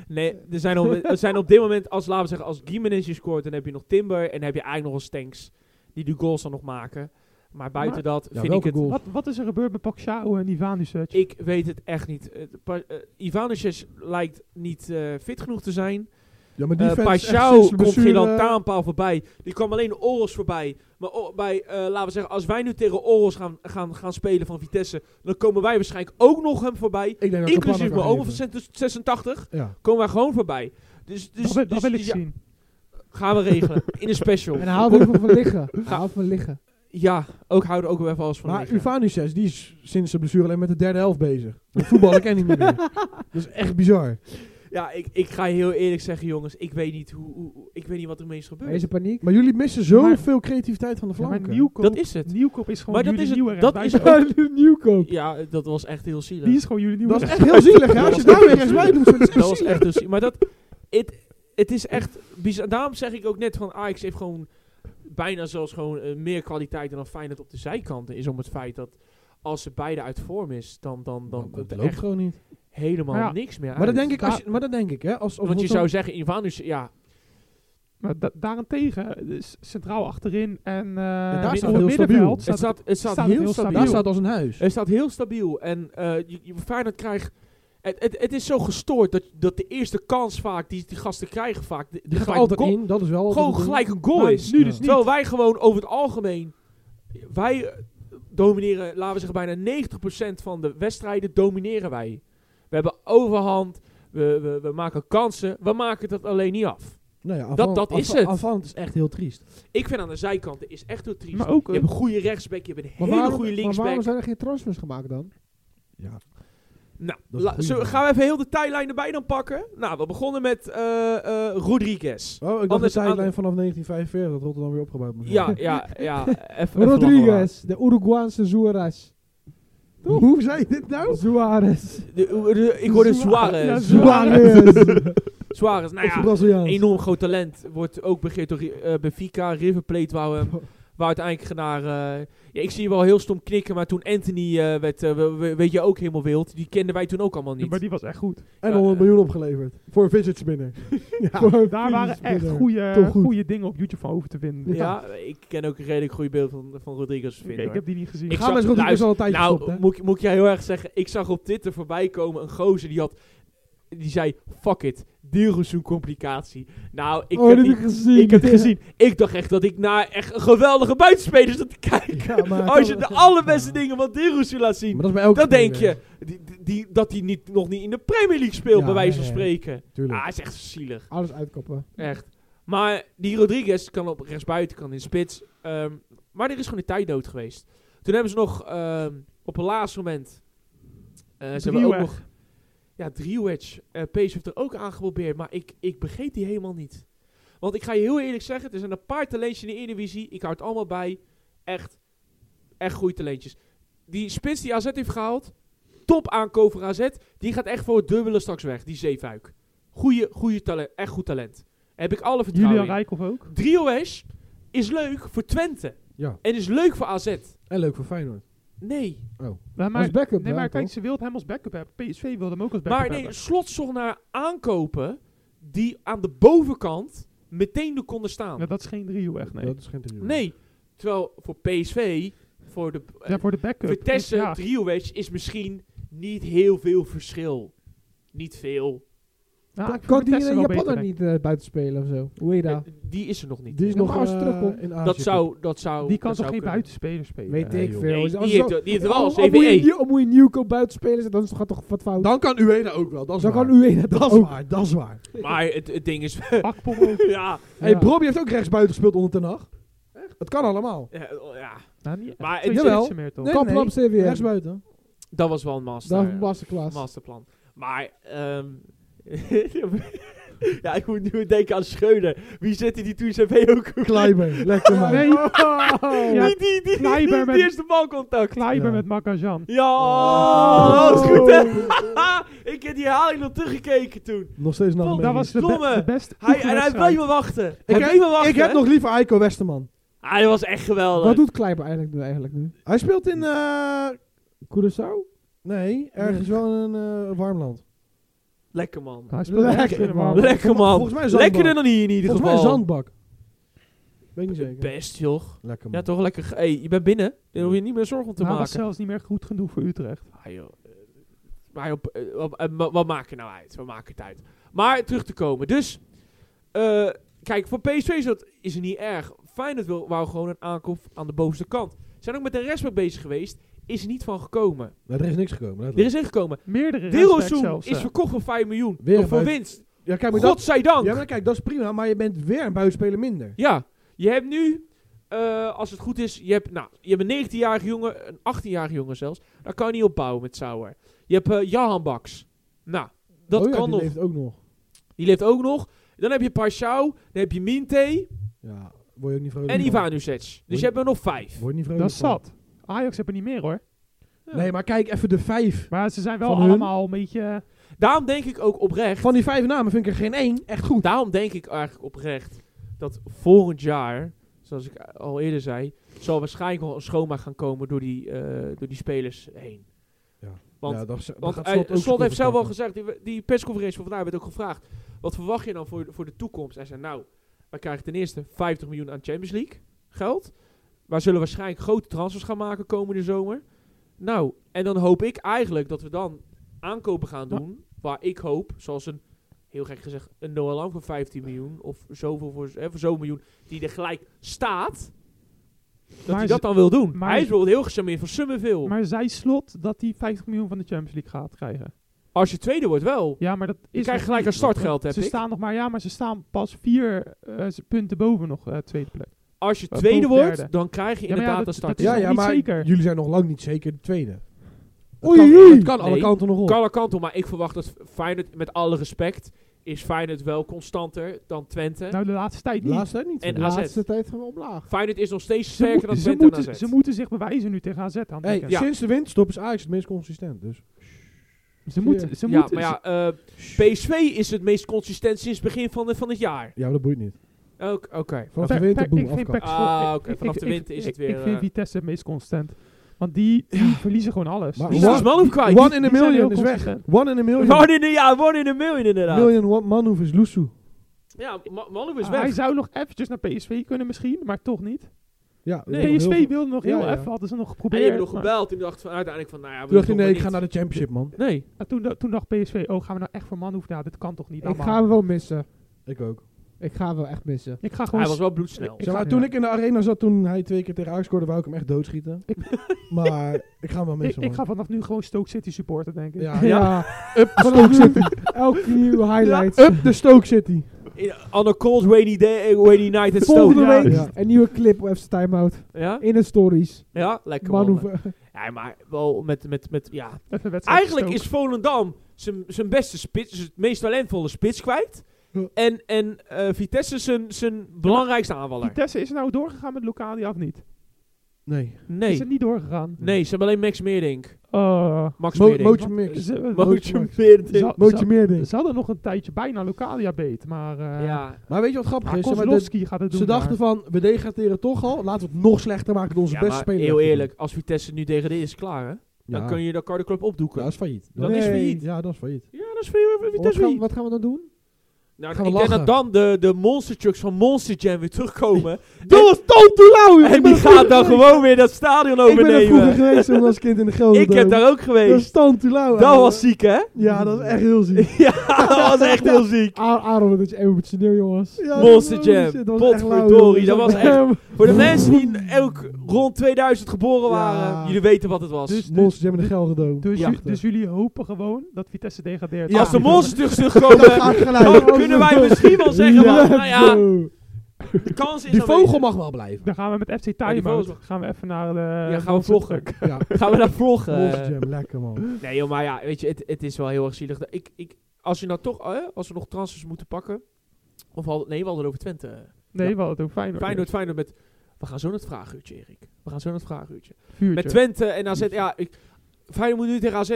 [SPEAKER 1] nee, er zijn, op, er zijn op dit moment, als laten we zeggen, als Gimenez je scoort, dan heb je nog Timber en dan heb je eigenlijk nog een Stanks die de goals dan nog maken. Maar buiten dat
[SPEAKER 2] Ja,
[SPEAKER 1] vind ik
[SPEAKER 2] welke
[SPEAKER 1] het.
[SPEAKER 2] goal?
[SPEAKER 3] Wat, wat is er gebeurd met Paxiao en Ivanusic?
[SPEAKER 1] Ik weet het echt niet. Eh, Pa- eh, Ivanišec lijkt niet eh, fit genoeg te zijn.
[SPEAKER 2] Ja, maar die
[SPEAKER 1] Uh,
[SPEAKER 2] vent is echt
[SPEAKER 1] Pashao
[SPEAKER 2] sinds de
[SPEAKER 1] komt geen
[SPEAKER 2] blessure-
[SPEAKER 1] lantaarnpaal voorbij. Die kwam alleen Oros voorbij. Maar o- bij, eh, laten we zeggen, als wij nu tegen Oros gaan, gaan, gaan spelen van Vitesse, dan komen wij waarschijnlijk ook nog hem voorbij.
[SPEAKER 2] Ik denk dat
[SPEAKER 1] Inclusief mijn oma
[SPEAKER 2] over
[SPEAKER 1] van 86
[SPEAKER 2] Ja.
[SPEAKER 1] komen wij gewoon voorbij. Dus, dus,
[SPEAKER 3] dat wil, dat
[SPEAKER 1] dus-
[SPEAKER 3] wil ik
[SPEAKER 1] dus ja,
[SPEAKER 3] zien.
[SPEAKER 1] gaan we regelen. In een
[SPEAKER 3] *laughs*
[SPEAKER 1] special.
[SPEAKER 4] En hij
[SPEAKER 2] *laughs*
[SPEAKER 4] houdt ook van liggen. Hij houdt van liggen.
[SPEAKER 1] Ja, ook houden ook wel even alles van
[SPEAKER 2] Maar
[SPEAKER 1] liggen.
[SPEAKER 2] Uvanuses, die is sinds de blessure alleen met de derde helft bezig. Met voetballen
[SPEAKER 1] *laughs*
[SPEAKER 2] ken ik niet meer. Dat is echt bizar.
[SPEAKER 1] Ja, ik, ik ga je heel eerlijk zeggen, jongens. Ik weet niet, hoe, hoe- hoe- ik weet niet wat er meest
[SPEAKER 4] Wees
[SPEAKER 1] gebeurt.
[SPEAKER 4] in
[SPEAKER 2] *laughs*
[SPEAKER 4] paniek.
[SPEAKER 2] Maar jullie missen zoveel creativiteit van de
[SPEAKER 3] Ja, maar
[SPEAKER 2] flanken.
[SPEAKER 3] Nieuwkoop,
[SPEAKER 1] Dat is het.
[SPEAKER 3] Nieuwkoop is gewoon
[SPEAKER 1] Maar dat
[SPEAKER 3] jullie
[SPEAKER 1] is het-
[SPEAKER 3] nieuwe
[SPEAKER 1] dat
[SPEAKER 3] rechtsbuiten.
[SPEAKER 1] is het.
[SPEAKER 4] Nieuwkoop.
[SPEAKER 1] Ja, eh, dat was echt heel zielig.
[SPEAKER 3] Die is gewoon jullie nieuwe
[SPEAKER 2] Dat is echt heel zielig, hè? Als je daar weer eens bij doet, is
[SPEAKER 1] dat was echt dus. Maar dat, het, het is echt bizar. Daarom zeg ik ook net van ah, Ajax heeft gewoon bijna zelfs gewoon eh, meer kwaliteit dan Feyenoord op de zijkanten is om het feit dat als ze beide uit vorm is, dan, dan,
[SPEAKER 2] Nou,
[SPEAKER 1] dan komt er echt
[SPEAKER 2] gewoon niet.
[SPEAKER 1] helemaal
[SPEAKER 3] Maar ja,
[SPEAKER 1] niks meer
[SPEAKER 2] Maar dat
[SPEAKER 1] uit.
[SPEAKER 2] denk ik, als je, maar dat denk ik hè? Als, als
[SPEAKER 1] Want je
[SPEAKER 2] zo'n-
[SPEAKER 1] zou zeggen, Ivanus, ja,
[SPEAKER 3] Maar da- daarentegen, eh, dus centraal achterin en eh
[SPEAKER 2] staat
[SPEAKER 3] op
[SPEAKER 2] het heel stabiel.
[SPEAKER 3] middenveld
[SPEAKER 1] het staat, het staat,
[SPEAKER 3] staat
[SPEAKER 1] heel,
[SPEAKER 3] heel
[SPEAKER 1] stabiel.
[SPEAKER 2] daar staat als een huis.
[SPEAKER 1] Het staat heel stabiel. En eh je, je, Feyenoord krijgt... Het, het, het is zo gestoord dat, dat de eerste kans vaak die die gasten krijgen vaak... De,
[SPEAKER 2] Die
[SPEAKER 1] de
[SPEAKER 2] gaat
[SPEAKER 1] gelijk
[SPEAKER 2] altijd
[SPEAKER 1] goal-
[SPEAKER 2] in, dat is wel... altijd
[SPEAKER 1] Gewoon
[SPEAKER 2] een ding.
[SPEAKER 1] gelijk een goal
[SPEAKER 3] Maar
[SPEAKER 1] is.
[SPEAKER 3] nu dus niet.
[SPEAKER 1] Terwijl wij gewoon over het algemeen... Wij eh, domineren, laten we zeggen, bijna 90% van de wedstrijden domineren wij. We hebben overhand, we, we, we maken kansen, we maken dat alleen niet af.
[SPEAKER 2] Nou ja,
[SPEAKER 1] Dat- dat is het.
[SPEAKER 2] Aanvallend is echt heel triest.
[SPEAKER 1] Ik vind aan de zijkant, er is echt heel triest.
[SPEAKER 3] Maar ook,
[SPEAKER 1] je
[SPEAKER 3] eh,
[SPEAKER 1] hebt een goede rechtsback, je hebt een
[SPEAKER 4] Maar
[SPEAKER 1] hele
[SPEAKER 4] waarom-
[SPEAKER 1] goede
[SPEAKER 4] Maar
[SPEAKER 1] linksback.
[SPEAKER 4] waarom zijn er geen transfers gemaakt dan?
[SPEAKER 2] Ja.
[SPEAKER 1] Nou,
[SPEAKER 2] Dat is een
[SPEAKER 1] la-
[SPEAKER 2] goeie
[SPEAKER 1] zullen we-
[SPEAKER 2] vraag.
[SPEAKER 1] gaan we even heel de tijdlijn erbij dan pakken? Nou, we begonnen met eh, eh, Rodriguez.
[SPEAKER 2] Oh, ik dacht de
[SPEAKER 1] Anders-
[SPEAKER 2] tijdlijn vanaf 1945 dat Rotterdam weer opgebouwd moet
[SPEAKER 1] Ja,
[SPEAKER 2] worden.
[SPEAKER 1] ja, ja. even- even lachen.
[SPEAKER 4] Rodriguez, de Uruguaanse Suarez.
[SPEAKER 2] Hoe zei je dit nou? *laughs*
[SPEAKER 4] Suarez.
[SPEAKER 1] De- de- de- ik hoorde
[SPEAKER 3] Ja,
[SPEAKER 1] Suarez.
[SPEAKER 3] Suarez.
[SPEAKER 4] *laughs*
[SPEAKER 1] Suarez, nou
[SPEAKER 2] Of
[SPEAKER 1] ja,
[SPEAKER 2] Braziliaans.
[SPEAKER 1] enorm groot talent. Wordt ook begeerd door eh Benfica, River Plate, waar, we hem- waar uiteindelijk naar... eh, ja, ik zie je wel heel stom knikken, maar toen Anthony eh, werd, eh, we- we- weet je ook helemaal wild. Die kenden wij toen ook allemaal
[SPEAKER 3] Ja, maar
[SPEAKER 1] niet.
[SPEAKER 3] die was echt goed.
[SPEAKER 2] En
[SPEAKER 1] Ja,
[SPEAKER 2] 100
[SPEAKER 1] eh.
[SPEAKER 2] miljoen opgeleverd. Voor een fidget spinner.
[SPEAKER 3] Daar waren echt
[SPEAKER 2] Toch
[SPEAKER 3] goede,
[SPEAKER 2] goed.
[SPEAKER 3] goede dingen op YouTube van over te vinden.
[SPEAKER 1] Ja, ik ken ook een redelijk goed beeld van, van Rodriguez.
[SPEAKER 3] Ik,
[SPEAKER 1] vinden,
[SPEAKER 3] ik
[SPEAKER 1] hoor.
[SPEAKER 3] heb die niet gezien.
[SPEAKER 1] Ik
[SPEAKER 2] Ga met
[SPEAKER 1] zag-
[SPEAKER 2] Rodriguez
[SPEAKER 1] luister,
[SPEAKER 2] al een tijdje gestopt,
[SPEAKER 1] Nou,
[SPEAKER 2] hè?
[SPEAKER 1] moet, ik- moet ik jij heel erg zeggen, ik zag op Twitter voorbij komen een gozer die had, die zei, fuck it, Dilrozoen-complicatie. Nou, ik
[SPEAKER 4] oh,
[SPEAKER 1] heb
[SPEAKER 4] dat
[SPEAKER 1] die-
[SPEAKER 4] heb ik gezien.
[SPEAKER 1] ik heb
[SPEAKER 4] *laughs*
[SPEAKER 1] het gezien. Ik dacht echt dat ik naar echt geweldige buitenspelers zat te kijken.
[SPEAKER 2] Ja, maar-
[SPEAKER 1] Als je de allerbeste dingen van Dilrozoen laat zien,
[SPEAKER 2] Maar dat is bij elke
[SPEAKER 1] dan denk
[SPEAKER 2] speler.
[SPEAKER 1] je die, die- die, dat hij niet, nog niet in de Premier League speelt,
[SPEAKER 2] Ja,
[SPEAKER 1] bij wijze van
[SPEAKER 2] ja, ja.
[SPEAKER 1] spreken.
[SPEAKER 2] Tuurlijk.
[SPEAKER 1] Ah, hij is echt zielig.
[SPEAKER 4] Alles uitkoppen.
[SPEAKER 1] Echt. Maar die Rodriguez kan op rechtsbuiten, kan in spits. Ehm, maar er is gewoon de tijd dood geweest. Toen hebben ze nog ehm, op een laatste moment. eh ze hebben ook
[SPEAKER 3] Drieweg.
[SPEAKER 1] nog. Ja, Driewedge. eh Pace heeft er ook aan geprobeerd. Maar ik, ik begreep die helemaal niet. Want ik ga je heel eerlijk zeggen: er zijn een paar talentjes in de Eredivisie. Ik houd het allemaal bij. Echt, echt goede talentjes. Die spits die AZ heeft gehaald. Top aankoop voor AZ. Die gaat echt voor het dubbele straks weg. Die Zeefuik. Goeie, goeie talent. Echt goed talent. Heb ik alle vertrouwen
[SPEAKER 3] Julian
[SPEAKER 1] in.
[SPEAKER 3] Rijkoff ook.
[SPEAKER 1] Drioes is leuk voor Twente.
[SPEAKER 2] Ja.
[SPEAKER 1] En is leuk voor AZ.
[SPEAKER 2] En leuk voor Feyenoord.
[SPEAKER 1] Nee.
[SPEAKER 3] Ja, maar,
[SPEAKER 4] Als backup
[SPEAKER 3] nee,
[SPEAKER 4] wel,
[SPEAKER 3] maar kijk,
[SPEAKER 4] toch?
[SPEAKER 3] ze wilde hem als backup hebben. PSV wilde hem ook als backup
[SPEAKER 1] Maar nee,
[SPEAKER 3] hebben.
[SPEAKER 1] slot zocht naar aankopen die aan de bovenkant meteen er konden staan.
[SPEAKER 3] Ja, dat is geen Rio echt, nee.
[SPEAKER 2] Dat is geen terreur.
[SPEAKER 1] Nee. Terwijl voor PSV, voor de... eh,
[SPEAKER 3] Ja, voor de backup.
[SPEAKER 1] voor Tessen,
[SPEAKER 3] Ja.
[SPEAKER 1] Drioes is misschien niet heel veel verschil. Niet veel.
[SPEAKER 3] Ja,
[SPEAKER 4] Kan-
[SPEAKER 3] Ah, ik vind
[SPEAKER 4] kan die
[SPEAKER 3] Vitesse
[SPEAKER 4] in
[SPEAKER 3] wel
[SPEAKER 4] Japan
[SPEAKER 3] beter,
[SPEAKER 4] er
[SPEAKER 3] denk ik.
[SPEAKER 4] niet eh, buiten spelen of zo? Hoe heet dat?
[SPEAKER 1] Eh, Die is er nog niet.
[SPEAKER 2] Die is
[SPEAKER 4] Ja,
[SPEAKER 2] nog
[SPEAKER 4] maar als
[SPEAKER 2] eh,
[SPEAKER 4] het terugkomt.
[SPEAKER 2] in Azië.
[SPEAKER 1] Dat zou, dat zou...
[SPEAKER 3] Die kan
[SPEAKER 1] Oh, dat
[SPEAKER 3] toch
[SPEAKER 1] zou
[SPEAKER 3] geen
[SPEAKER 1] kunnen.
[SPEAKER 3] buitenspeler spelen?
[SPEAKER 4] Weet
[SPEAKER 2] Ja,
[SPEAKER 4] ik
[SPEAKER 2] joh.
[SPEAKER 4] veel.
[SPEAKER 1] Nee,
[SPEAKER 4] Als
[SPEAKER 1] die
[SPEAKER 4] als
[SPEAKER 1] heeft
[SPEAKER 4] zo-
[SPEAKER 1] er- die heeft er wel als E.
[SPEAKER 4] Al- al moet je
[SPEAKER 1] EVE.
[SPEAKER 4] Nieuw- al moet je Nieuwkoop buiten spelen, dan gaat toch wat fout?
[SPEAKER 2] Dan kan Oh. Ueda ook wel. Dat is
[SPEAKER 4] Dan
[SPEAKER 2] waar.
[SPEAKER 4] kan Ueda dat
[SPEAKER 2] Dat is
[SPEAKER 4] ook.
[SPEAKER 2] waar. Dat is waar.
[SPEAKER 1] Maar het, het ding is... *laughs*
[SPEAKER 3] Akpom ook.
[SPEAKER 1] ja,
[SPEAKER 2] Hey,
[SPEAKER 4] Ja.
[SPEAKER 2] Bobby heeft ook rechtsbuiten gespeeld onder Ten Hag. Het kan allemaal.
[SPEAKER 1] ja, eh, oh, ja.
[SPEAKER 3] Nou, niet echt.
[SPEAKER 1] Maar
[SPEAKER 3] Twee
[SPEAKER 1] het-
[SPEAKER 2] jawel.
[SPEAKER 3] spitsen meer, toch?
[SPEAKER 2] Nee,
[SPEAKER 4] Kaplan
[SPEAKER 2] nee.
[SPEAKER 4] CWM.
[SPEAKER 2] Rechtsbuiten.
[SPEAKER 1] Dat was wel een master.
[SPEAKER 4] E. Dat was de klas.
[SPEAKER 1] masterplan. Maar, ehm *laughs* ja, ik moet nu denken aan Scheunen. Wie zette die toen zijn mee ook? op?
[SPEAKER 2] *laughs* Kleiber. Lekker man.
[SPEAKER 3] Nee,
[SPEAKER 2] *laughs*
[SPEAKER 3] Ja,
[SPEAKER 1] *laughs* die, die, die, die,
[SPEAKER 3] Kleiber met-
[SPEAKER 1] eerste balcontact.
[SPEAKER 3] Kleiber
[SPEAKER 2] Ja.
[SPEAKER 3] met Makajan.
[SPEAKER 1] Ja,
[SPEAKER 2] Oh.
[SPEAKER 1] dat is goed hè. Haha, ik heb die herhaling nog teruggekeken toen.
[SPEAKER 2] Nog steeds
[SPEAKER 1] Vol-
[SPEAKER 2] nog
[SPEAKER 3] Dat was de, be-
[SPEAKER 1] Domme.
[SPEAKER 3] de beste
[SPEAKER 1] Hij, en hij
[SPEAKER 3] oefenwedstrijd.
[SPEAKER 1] bleef me wachten. Hij
[SPEAKER 2] Ik,
[SPEAKER 1] bleef me
[SPEAKER 2] heb,
[SPEAKER 1] wachten.
[SPEAKER 2] ik heb
[SPEAKER 1] hè.
[SPEAKER 2] nog liever Eiko Westerman.
[SPEAKER 1] Ah, dat was echt geweldig.
[SPEAKER 4] Wat doet Kleiber eigenlijk nu? Eigenlijk nu?
[SPEAKER 2] Hij speelt in... eh,
[SPEAKER 4] Curaçao?
[SPEAKER 2] nee, ergens wel in een eh, warm land.
[SPEAKER 1] Lekker man.
[SPEAKER 3] Hij speelde echt
[SPEAKER 2] Lekker,
[SPEAKER 3] binnen, man.
[SPEAKER 1] Lekker man.
[SPEAKER 2] Volgens mij zandbak.
[SPEAKER 1] Lekkerder dan hier in ieder
[SPEAKER 2] Volgens mij
[SPEAKER 1] geval.
[SPEAKER 2] zandbak. Weet niet zeker. Hmm.
[SPEAKER 1] Best joh.
[SPEAKER 2] Lekker man.
[SPEAKER 1] Ja toch, lekker. ge- Hey, je bent binnen. Daar hoef je niet meer zorgen om te
[SPEAKER 3] Nou,
[SPEAKER 2] Nou,
[SPEAKER 3] Hij was
[SPEAKER 1] maken.
[SPEAKER 3] zelfs niet meer goed genoeg voor Utrecht.
[SPEAKER 1] Ah, joh. Eh, Maar op, eh, op- eh, ma- wat maakt het nou uit? Wat maakt het uit? Maar terug te komen. Dus, eh, kijk, voor PSV is, dat, is het niet erg. Feyenoord wil, wou gewoon een aankoop aan de bovenste kant. Zijn ook met de rest mee bezig geweest. Is er niet van gekomen.
[SPEAKER 2] Nee, er is niks gekomen.
[SPEAKER 1] Er is ingekomen.
[SPEAKER 3] Meerdere respect
[SPEAKER 1] Deelrozoen
[SPEAKER 3] zelfs. eh.
[SPEAKER 1] is
[SPEAKER 3] hè.
[SPEAKER 1] verkocht voor 5 miljoen.
[SPEAKER 2] Weer
[SPEAKER 1] Nog voor
[SPEAKER 2] een buiten-
[SPEAKER 1] winst.
[SPEAKER 2] ja, kijk, maar dat,
[SPEAKER 1] Godzijdank.
[SPEAKER 2] ja, maar kijk, dat is prima, maar je bent weer een buitenspeler minder.
[SPEAKER 1] Ja, je hebt nu, eh, als het goed is, je hebt, nou, je hebt een 19-jarige jongen, een 18-jarige jongen zelfs. Daar kan je niet opbouwen met Sauer. Je hebt eh Jahan Baks. Nou, dat
[SPEAKER 2] Oh ja,
[SPEAKER 1] kan
[SPEAKER 2] die
[SPEAKER 1] nog.
[SPEAKER 2] leeft ook nog.
[SPEAKER 1] Die leeft ook nog. Dan heb je Paschau, dan heb je Minte
[SPEAKER 2] Ja, word je ook niet vrolijk
[SPEAKER 1] en
[SPEAKER 2] van.
[SPEAKER 1] Ivanusic. Dus je hebt er nog vijf.
[SPEAKER 2] Word je niet vrolijk
[SPEAKER 3] Dat is
[SPEAKER 2] van.
[SPEAKER 3] zat. Ajax hebben niet meer hoor.
[SPEAKER 2] Nee, maar kijk even de vijf.
[SPEAKER 3] Maar ze zijn wel
[SPEAKER 2] Van hun?
[SPEAKER 3] allemaal een beetje... eh,
[SPEAKER 1] Daarom denk ik ook oprecht.
[SPEAKER 2] Van die vijf namen vind ik er geen één echt goed.
[SPEAKER 1] Daarom denk ik eigenlijk oprecht dat volgend jaar, zoals ik al eerder zei, zal waarschijnlijk wel een schoonmaak gaan komen door die, eh, door die spelers heen.
[SPEAKER 2] Ja.
[SPEAKER 1] Want
[SPEAKER 2] ja, dat, is- dat
[SPEAKER 1] Want
[SPEAKER 2] gaat
[SPEAKER 1] hij-
[SPEAKER 2] Slot, ook
[SPEAKER 1] Slot, heeft zelf al
[SPEAKER 2] verkopen.
[SPEAKER 1] gezegd, die, die persconferentie van vandaag werd ook gevraagd. Wat verwacht je dan voor, voor de toekomst? Hij zei, nou, wij krijgen ten eerste 50 miljoen aan Champions League geld. Wij zullen waarschijnlijk grote transfers gaan maken komende zomer. Nou, en dan hoop ik eigenlijk dat we dan aankopen gaan doen. Waar ik hoop, zoals een, heel gek gezegd, een Noah Lang voor 15 miljoen. Of zoveel voor, hè, voor zo'n miljoen, die er gelijk staat. Dat
[SPEAKER 3] Maar
[SPEAKER 1] hij
[SPEAKER 3] ze-
[SPEAKER 1] dat dan wil doen. hij
[SPEAKER 3] maar
[SPEAKER 1] is
[SPEAKER 3] ze-
[SPEAKER 1] bijvoorbeeld heel gecharmeerd van Summerville.
[SPEAKER 3] Maar zij slot dat hij 50 miljoen van de Champions League gaat krijgen.
[SPEAKER 1] Als je tweede wordt wel.
[SPEAKER 3] Ja, maar dat is...
[SPEAKER 1] Je krijgt
[SPEAKER 3] nog
[SPEAKER 1] gelijk
[SPEAKER 3] niet.
[SPEAKER 1] een startgeld, heb
[SPEAKER 3] Ze
[SPEAKER 1] ik.
[SPEAKER 3] staan nog maar, ja, maar ze staan pas vier eh, ze- punten boven nog eh, tweede plek.
[SPEAKER 1] Als je
[SPEAKER 3] Eh,
[SPEAKER 1] tweede
[SPEAKER 3] boven
[SPEAKER 1] wordt,
[SPEAKER 3] derde.
[SPEAKER 1] dan krijg je
[SPEAKER 3] Ja, maar ja,
[SPEAKER 1] inderdaad
[SPEAKER 3] dat-
[SPEAKER 1] een
[SPEAKER 3] dat
[SPEAKER 1] start.
[SPEAKER 3] is
[SPEAKER 2] Ja,
[SPEAKER 3] nog
[SPEAKER 2] ja,
[SPEAKER 3] niet
[SPEAKER 2] maar
[SPEAKER 3] zeker.
[SPEAKER 2] jullie zijn nog lang niet zeker de tweede. Dat Oei, kan, oei. dat kan alle
[SPEAKER 1] Nee,
[SPEAKER 2] kanten nog op.
[SPEAKER 1] Kan alle kanten, op, maar ik verwacht dat Feyenoord, met alle respect, is Feyenoord wel constanter dan Twente.
[SPEAKER 3] Nou, de laatste tijd
[SPEAKER 2] De
[SPEAKER 3] niet.
[SPEAKER 2] laatste tijd niet.
[SPEAKER 1] En
[SPEAKER 2] Ja.
[SPEAKER 4] De
[SPEAKER 1] AZ.
[SPEAKER 4] laatste tijd gaan we omlaag.
[SPEAKER 1] Feyenoord is nog steeds
[SPEAKER 3] Ze,
[SPEAKER 1] sterker
[SPEAKER 3] moet-
[SPEAKER 1] dan
[SPEAKER 3] ze,
[SPEAKER 1] Twente en
[SPEAKER 3] moeten,
[SPEAKER 1] AZ.
[SPEAKER 3] ze moeten zich bewijzen nu tegen AZ aan het
[SPEAKER 2] Hey,
[SPEAKER 3] weekend.
[SPEAKER 1] Ja.
[SPEAKER 2] Sinds de winststop is Ajax het meest consistent. Dus.
[SPEAKER 3] Ze moeten... Ze
[SPEAKER 1] ja,
[SPEAKER 3] moeten
[SPEAKER 1] maar ja, eh, PSV is het meest consistent sinds het begin van, van het jaar.
[SPEAKER 2] Ja, maar dat boeit niet.
[SPEAKER 1] Ook- Oké.
[SPEAKER 2] Vanaf
[SPEAKER 3] Pe-
[SPEAKER 2] de winter
[SPEAKER 3] Pe-
[SPEAKER 2] boem
[SPEAKER 3] ik vind
[SPEAKER 2] afkappen.
[SPEAKER 3] Pek Zwolle-
[SPEAKER 1] Ah,
[SPEAKER 3] ik-
[SPEAKER 1] oké,
[SPEAKER 3] ik-
[SPEAKER 1] vanaf
[SPEAKER 3] ik-
[SPEAKER 1] de
[SPEAKER 3] ik-
[SPEAKER 1] winter is het
[SPEAKER 3] ik-
[SPEAKER 1] weer,
[SPEAKER 3] Ik vind
[SPEAKER 1] eh,
[SPEAKER 3] Vitesse het meest constant. Want die, die verliezen gewoon alles.
[SPEAKER 2] Maar
[SPEAKER 3] Die
[SPEAKER 1] Wie is
[SPEAKER 2] one-
[SPEAKER 1] man ook kwijt?
[SPEAKER 2] One in a
[SPEAKER 3] Die zijn
[SPEAKER 2] million
[SPEAKER 3] heel
[SPEAKER 2] is weg.
[SPEAKER 3] consistent.
[SPEAKER 2] One in a million.
[SPEAKER 1] One in a, ja, one in a million inderdaad.
[SPEAKER 2] Million one Manhoef is Lusu.
[SPEAKER 1] Ja, Ma- Manu is
[SPEAKER 3] Ah, Hij
[SPEAKER 1] weg.
[SPEAKER 3] zou nog eventjes naar PSV kunnen misschien, maar toch niet.
[SPEAKER 2] Ja,
[SPEAKER 1] Nee.
[SPEAKER 2] dat is nog heel
[SPEAKER 3] PSV
[SPEAKER 2] veel.
[SPEAKER 3] wilde nog
[SPEAKER 2] Ja,
[SPEAKER 3] heel
[SPEAKER 2] ja.
[SPEAKER 3] even, hadden ze nog
[SPEAKER 1] En die
[SPEAKER 3] geprobeerd.
[SPEAKER 1] hebben nog
[SPEAKER 3] maar-
[SPEAKER 1] gebeld en dacht van, uiteindelijk van, nou ja, we
[SPEAKER 2] Toen dacht
[SPEAKER 1] doen
[SPEAKER 2] ik, nee,
[SPEAKER 1] het
[SPEAKER 2] ik ga
[SPEAKER 1] niet.
[SPEAKER 2] naar de championship, man.
[SPEAKER 1] Nee.
[SPEAKER 3] Ah, toen, da- toen dacht PSV, oh gaan we nou echt voor Manhoef? Nou, dit kan toch niet
[SPEAKER 4] Ik ga
[SPEAKER 3] allemaal.
[SPEAKER 4] hem wel missen.
[SPEAKER 2] Ik ook.
[SPEAKER 4] Ik ga hem wel echt missen.
[SPEAKER 3] ik ga gewoon...
[SPEAKER 1] Hij was wel bloedsnel.
[SPEAKER 3] Ik
[SPEAKER 2] Zeg
[SPEAKER 3] ga-
[SPEAKER 2] maar, toen
[SPEAKER 3] ja.
[SPEAKER 2] ik in de arena zat, toen hij twee keer tegen Ajax scoorde, wou ik hem echt doodschieten. maar ik ga hem wel
[SPEAKER 3] ik,
[SPEAKER 2] missen,
[SPEAKER 3] ik
[SPEAKER 2] man.
[SPEAKER 3] ga vanaf nu gewoon Stoke City supporter, denk ik.
[SPEAKER 2] Ah, Ja, *laughs*
[SPEAKER 4] Ja.
[SPEAKER 2] Up
[SPEAKER 4] Vanaf nu, elke nieuwe highlights.
[SPEAKER 2] Up de Stoke City.
[SPEAKER 1] In- On a cold rainy day, eh, rainy night at Stoke.
[SPEAKER 4] Volgende
[SPEAKER 3] Ja.
[SPEAKER 4] week
[SPEAKER 2] Ja.
[SPEAKER 4] een nieuwe clip op FC Timeout.
[SPEAKER 1] Ja?
[SPEAKER 4] In de stories.
[SPEAKER 1] Ja, lekker
[SPEAKER 4] Manu,
[SPEAKER 1] man. Ja, maar wel met, met, met, ja.
[SPEAKER 3] Even wedstrijd
[SPEAKER 1] Eigenlijk
[SPEAKER 3] Stoke.
[SPEAKER 1] is Volendam zijn- zijn beste spits, zijn meest talentvolle spits kwijt.
[SPEAKER 2] Ja.
[SPEAKER 1] En, en eh, Vitesse zijn- zijn belangrijkste aanvaller.
[SPEAKER 3] Vitesse is nou doorgegaan met Locadia of niet?
[SPEAKER 2] Nee.
[SPEAKER 3] Is
[SPEAKER 1] Nee,
[SPEAKER 3] het niet doorgegaan?
[SPEAKER 1] nee, ze hebben alleen Max Meerdink.
[SPEAKER 3] Oh.
[SPEAKER 1] Max
[SPEAKER 2] Mo-
[SPEAKER 1] Meerdink.
[SPEAKER 2] Mootje Mix.
[SPEAKER 3] Ze-
[SPEAKER 1] *laughs*
[SPEAKER 2] Mootje
[SPEAKER 1] Mootje
[SPEAKER 2] Max.
[SPEAKER 1] Meerdink.
[SPEAKER 2] Mootje Meerdink.
[SPEAKER 3] Ze hadden nog een tijdje bijna Locadia beet, maar... eh,
[SPEAKER 1] Dus, Ja,
[SPEAKER 2] Maar weet je wat
[SPEAKER 3] maar
[SPEAKER 2] grappig is? Zeg maar, dit-
[SPEAKER 3] Kozlowski gaat het doen.
[SPEAKER 2] Ze dachten
[SPEAKER 3] daar.
[SPEAKER 2] van, we degraderen toch al, laten we het nog slechter maken dan onze
[SPEAKER 1] Ja,
[SPEAKER 2] beste
[SPEAKER 1] maar
[SPEAKER 2] speler.
[SPEAKER 1] heel eerlijk, als Vitesse nu tegen dit is klaar, hè?
[SPEAKER 2] Ja.
[SPEAKER 1] Dan kun je de Cardo Club
[SPEAKER 2] Ja,
[SPEAKER 1] opdoeken.
[SPEAKER 2] dat is failliet.
[SPEAKER 1] Dat is failliet.
[SPEAKER 2] Ja, dat is failliet.
[SPEAKER 1] Ja, dat is voor jou,
[SPEAKER 4] wat,
[SPEAKER 1] Vitesse.
[SPEAKER 4] gaan,
[SPEAKER 1] wie?
[SPEAKER 4] wat gaan we dan doen?
[SPEAKER 1] Nou,
[SPEAKER 2] gaan
[SPEAKER 1] ik
[SPEAKER 2] we
[SPEAKER 1] denk dat
[SPEAKER 2] lachen.
[SPEAKER 1] dan de, de monster trucks van Monster Jam weer terugkomen.
[SPEAKER 2] Dat was Toon Toelau!
[SPEAKER 1] en die gaat dan gewoon weer dat stadion
[SPEAKER 2] Ik ben er vroeger
[SPEAKER 1] overnemen.
[SPEAKER 2] geweest toen als kind in de Gelderdoom.
[SPEAKER 1] Ik heb daar ook
[SPEAKER 2] Dat is
[SPEAKER 1] geweest.
[SPEAKER 2] Toon Toelau.
[SPEAKER 1] Dat was ziek, hè?
[SPEAKER 2] Ja, dat is echt heel ziek.
[SPEAKER 1] *laughs* Ja, dat was echt heel ziek.
[SPEAKER 4] A- Aaron, dit is emotioneel, jongens.
[SPEAKER 2] Ja,
[SPEAKER 1] Monster
[SPEAKER 2] dat-
[SPEAKER 1] Jam.
[SPEAKER 2] shit, dat was echt lauw,
[SPEAKER 1] Potverdorie,
[SPEAKER 2] jongens.
[SPEAKER 1] dat was echt- Voor de mensen die ook rond 2000 geboren
[SPEAKER 2] Ja.
[SPEAKER 1] waren, jullie weten wat het was.
[SPEAKER 3] Dus, dus,
[SPEAKER 2] Monster Jam in de Gelderdoom.
[SPEAKER 3] dus,
[SPEAKER 1] Ja.
[SPEAKER 3] ju- dus jullie hopen gewoon dat Vitesse degradeert. Ah,
[SPEAKER 2] Ja.
[SPEAKER 1] Als de
[SPEAKER 3] monster
[SPEAKER 1] monster trucks terugkomen, dan kunnen wij misschien wel zeggen, van, nou ja, de kans is
[SPEAKER 2] Die
[SPEAKER 1] aanwezig.
[SPEAKER 2] vogel mag wel blijven.
[SPEAKER 3] Dan gaan we met FC
[SPEAKER 1] die
[SPEAKER 3] Timeout.
[SPEAKER 1] vogels-
[SPEAKER 3] gaan we even naar eh, de...
[SPEAKER 1] Ja, gaan we vloggen.
[SPEAKER 2] Ja,
[SPEAKER 1] *laughs* Gaan we daar vloggen?
[SPEAKER 2] Monster Jam, lekker man.
[SPEAKER 1] Nee, joh, maar ja, weet je, het, het is wel heel erg zielig. dat- Ik, ik, als je nou toch, eh, als we nog transfers moeten pakken. Of al, nee, we hadden het over Twente.
[SPEAKER 3] Nee,
[SPEAKER 1] Ja.
[SPEAKER 3] we hadden het ook Feyenoord.
[SPEAKER 1] Feyenoord, Feyenoord met... We gaan zo naar het vraaguurtje, Erik. We gaan zo naar het vraaguurtje.
[SPEAKER 3] Vuurtje.
[SPEAKER 1] Met Twente en AZ, ja, ik, Feyenoord moet nu tegen AZ.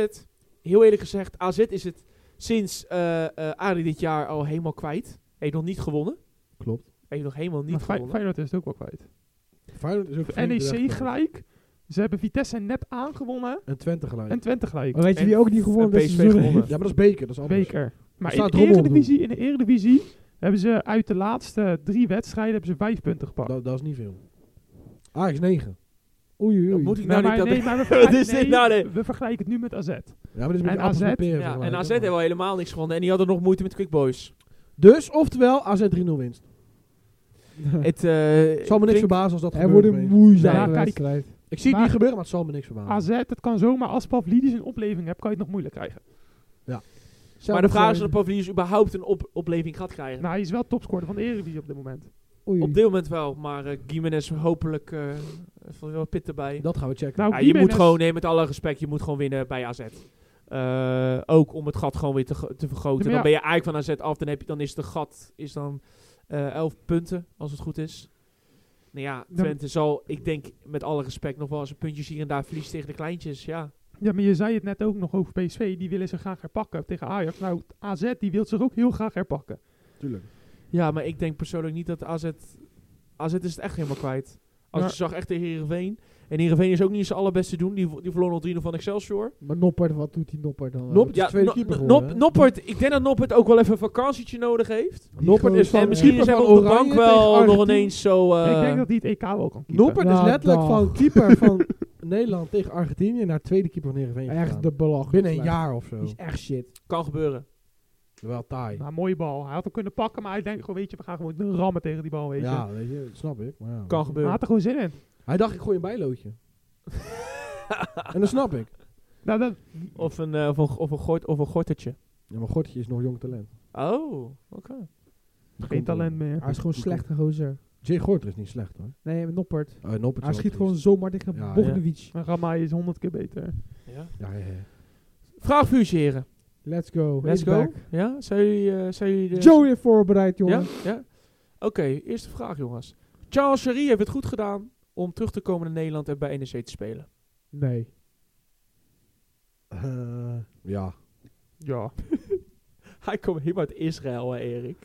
[SPEAKER 1] Heel eerlijk gezegd, AZ is het sinds eh eh, Arie dit jaar al helemaal kwijt. Heeft nog niet gewonnen.
[SPEAKER 2] Klopt.
[SPEAKER 1] Heeft nog helemaal niet
[SPEAKER 3] Maar Fey-
[SPEAKER 1] gewonnen.
[SPEAKER 3] Feyenoord is het ook wel kwijt.
[SPEAKER 2] Feyenoord is ook flink
[SPEAKER 3] NEC
[SPEAKER 2] terecht.
[SPEAKER 3] E gelijk. Ze hebben Vitesse net aangewonnen.
[SPEAKER 2] En Twente gelijk.
[SPEAKER 3] En Twente gelijk.
[SPEAKER 4] Maar weet je
[SPEAKER 1] En-
[SPEAKER 4] wie ook niet gewonnen
[SPEAKER 1] en
[SPEAKER 4] dit
[SPEAKER 1] PSV
[SPEAKER 4] seizoen heeft?
[SPEAKER 1] gewonnen.
[SPEAKER 2] Ja, maar dat is beker. Dat is anders.
[SPEAKER 3] Beker. Maar in
[SPEAKER 2] staat
[SPEAKER 3] de,
[SPEAKER 2] Rommel op
[SPEAKER 3] Eredivisie, in de Eredivisie hebben ze uit de laatste drie wedstrijden hebben ze vijf punten gepakt.
[SPEAKER 1] Nou,
[SPEAKER 2] Dat, dat is niet veel. Ajax 9.
[SPEAKER 4] Oei, oei,
[SPEAKER 1] Dat
[SPEAKER 4] oei.
[SPEAKER 2] *laughs*
[SPEAKER 1] moet ik
[SPEAKER 3] Nee,
[SPEAKER 1] nou niet...
[SPEAKER 3] maar,
[SPEAKER 1] *laughs* dat
[SPEAKER 3] nee, maar we,
[SPEAKER 1] Wat is
[SPEAKER 3] vergelijken,
[SPEAKER 1] dit nou, nee? Ah.
[SPEAKER 3] we vergelijken het nu met AZ.
[SPEAKER 2] Ja, maar dat is een beetje
[SPEAKER 3] En
[SPEAKER 2] appels
[SPEAKER 3] AZ?
[SPEAKER 2] en peren
[SPEAKER 1] ja, en
[SPEAKER 2] vergelijken.
[SPEAKER 1] AZ hebben al helemaal niks gewonnen. En die hadden nog moeite met Quick Boys.
[SPEAKER 2] Dus, oftewel, AZ 3-0 winst.
[SPEAKER 1] Het eh,
[SPEAKER 2] Het zal me
[SPEAKER 1] klinkt-
[SPEAKER 2] niks verbazen als dat
[SPEAKER 4] Er
[SPEAKER 2] gebeurt.
[SPEAKER 4] wordt
[SPEAKER 2] opeens.
[SPEAKER 4] een moeizame
[SPEAKER 3] Nee, kijk.
[SPEAKER 4] wedstrijd.
[SPEAKER 2] Ik zie het
[SPEAKER 3] Maar-
[SPEAKER 2] niet gebeuren, maar het zal me niks verbazen.
[SPEAKER 3] AZ, dat kan zomaar. Als Pavlidis een opleving hebt, kan je het nog moeilijk krijgen.
[SPEAKER 1] Maar de vraag is of Pavlidis überhaupt een op opleving gaat krijgen.
[SPEAKER 3] Nou, hij is wel topscorer van de Eredivisie op dit moment.
[SPEAKER 4] Oei.
[SPEAKER 1] Op dit moment wel, maar eh Gimenez hopelijk eh heeft wel pit erbij.
[SPEAKER 2] Dat gaan we checken.
[SPEAKER 3] Nou,
[SPEAKER 1] Ja, je
[SPEAKER 3] Gimenez-
[SPEAKER 1] moet gewoon, nee, met alle respect, je moet gewoon winnen bij AZ. Eh, ook om het gat gewoon weer te, gro- te vergroten.
[SPEAKER 3] Ja, maar
[SPEAKER 1] Dan
[SPEAKER 3] ja.
[SPEAKER 1] ben je eigenlijk van AZ af, dan, heb je, dan is de gat is dan eh 11 punten, als het goed is. Nou ja,
[SPEAKER 3] Dan-
[SPEAKER 1] Twente zal, ik denk met alle respect, nog wel eens een puntjes hier en daar verliest tegen de kleintjes. Ja,
[SPEAKER 3] Ja, maar je zei het net ook nog over PSV. Die willen ze graag herpakken tegen Ajax. Nou, AZ die wil zich ook heel graag herpakken.
[SPEAKER 2] Tuurlijk.
[SPEAKER 1] ja maar ik denk persoonlijk niet dat AZ... AZ is het echt helemaal kwijt. Als
[SPEAKER 3] Maar-
[SPEAKER 1] je zag echt tegen Heerenveen. En Heerenveen is ook niet zijn allerbeste doen. Die, vo- die verloor nog 3-0 van Excelsior.
[SPEAKER 4] Maar Noppert, wat doet die Noppert dan?
[SPEAKER 2] Noppert is
[SPEAKER 1] Ja,
[SPEAKER 2] tweede
[SPEAKER 1] No-
[SPEAKER 2] keeper
[SPEAKER 1] No-
[SPEAKER 2] geworden, hè?
[SPEAKER 1] Nop- Noppert, ik denk dat Noppert ook wel even een vakantietje nodig heeft.
[SPEAKER 4] Die
[SPEAKER 2] Noppert is
[SPEAKER 4] gozer.
[SPEAKER 2] van
[SPEAKER 1] en misschien
[SPEAKER 2] keeper
[SPEAKER 1] is hij
[SPEAKER 2] van
[SPEAKER 1] op de
[SPEAKER 2] Oranje
[SPEAKER 1] bank
[SPEAKER 2] tegen
[SPEAKER 1] wel nog
[SPEAKER 2] Argentinië.
[SPEAKER 1] ineens zo... eh,
[SPEAKER 3] ik denk dat die het EK wel kan kiepen.
[SPEAKER 2] Noppert is
[SPEAKER 4] Ja,
[SPEAKER 2] letterlijk
[SPEAKER 4] dag.
[SPEAKER 2] van keeper van *laughs* Nederland tegen Argentinië naar tweede keeper van Heerenveen
[SPEAKER 4] Echt
[SPEAKER 2] gegaan.
[SPEAKER 4] de belachelijk.
[SPEAKER 2] Binnen een
[SPEAKER 4] slecht.
[SPEAKER 2] jaar of zo.
[SPEAKER 4] Die is echt shit.
[SPEAKER 1] Kan gebeuren.
[SPEAKER 2] Wel taai.
[SPEAKER 3] Nou, mooie bal. Hij had hem kunnen pakken, maar hij denkt gewoon, weet je, we gaan gewoon rammen tegen die bal, weet je.
[SPEAKER 2] Ja, weet je, dat snap ik. Maar ja.
[SPEAKER 1] Kan
[SPEAKER 3] Hij
[SPEAKER 1] gebeuren.
[SPEAKER 3] had er gewoon zin in.
[SPEAKER 2] Hij dacht, ik gooi een bijlootje. en dat snap ik.
[SPEAKER 3] Nou, dat,
[SPEAKER 1] Of een, eh, of een, of een, gort, of een gortertje.
[SPEAKER 2] Ja, maar Gortje is nog jong talent.
[SPEAKER 1] Oh, oké.
[SPEAKER 3] geen talent meer.
[SPEAKER 4] Hij is gewoon slechte gozer.
[SPEAKER 2] Jay Gorter is niet slecht hoor.
[SPEAKER 4] Nee, met Noppert.
[SPEAKER 2] Oh, en Noppert
[SPEAKER 4] Hij
[SPEAKER 2] is
[SPEAKER 4] schiet
[SPEAKER 2] wel
[SPEAKER 4] gewoon zomaar tegen
[SPEAKER 2] Ja, ja.
[SPEAKER 4] Bogdanovic.
[SPEAKER 3] Maar Ramai is honderd keer beter.
[SPEAKER 1] Ja.
[SPEAKER 2] triest. Ja, ja, ja.
[SPEAKER 1] Vraagvuurtje, heren.
[SPEAKER 4] Let's go.
[SPEAKER 1] Let's
[SPEAKER 4] Is
[SPEAKER 1] go.
[SPEAKER 4] back.
[SPEAKER 1] Ja, zijn jullie, eh, zijn jullie de...
[SPEAKER 4] Joe heeft voorbereid, jongen.
[SPEAKER 1] Ja? ja? Oké, eerste vraag, jongens. Charles Sherry heeft het goed gedaan om terug te komen naar Nederland en bij NEC te spelen.
[SPEAKER 4] Nee.
[SPEAKER 2] Eh, ja.
[SPEAKER 3] Ja.
[SPEAKER 1] *laughs* Hij kwam helemaal uit Israël, hè, Erik.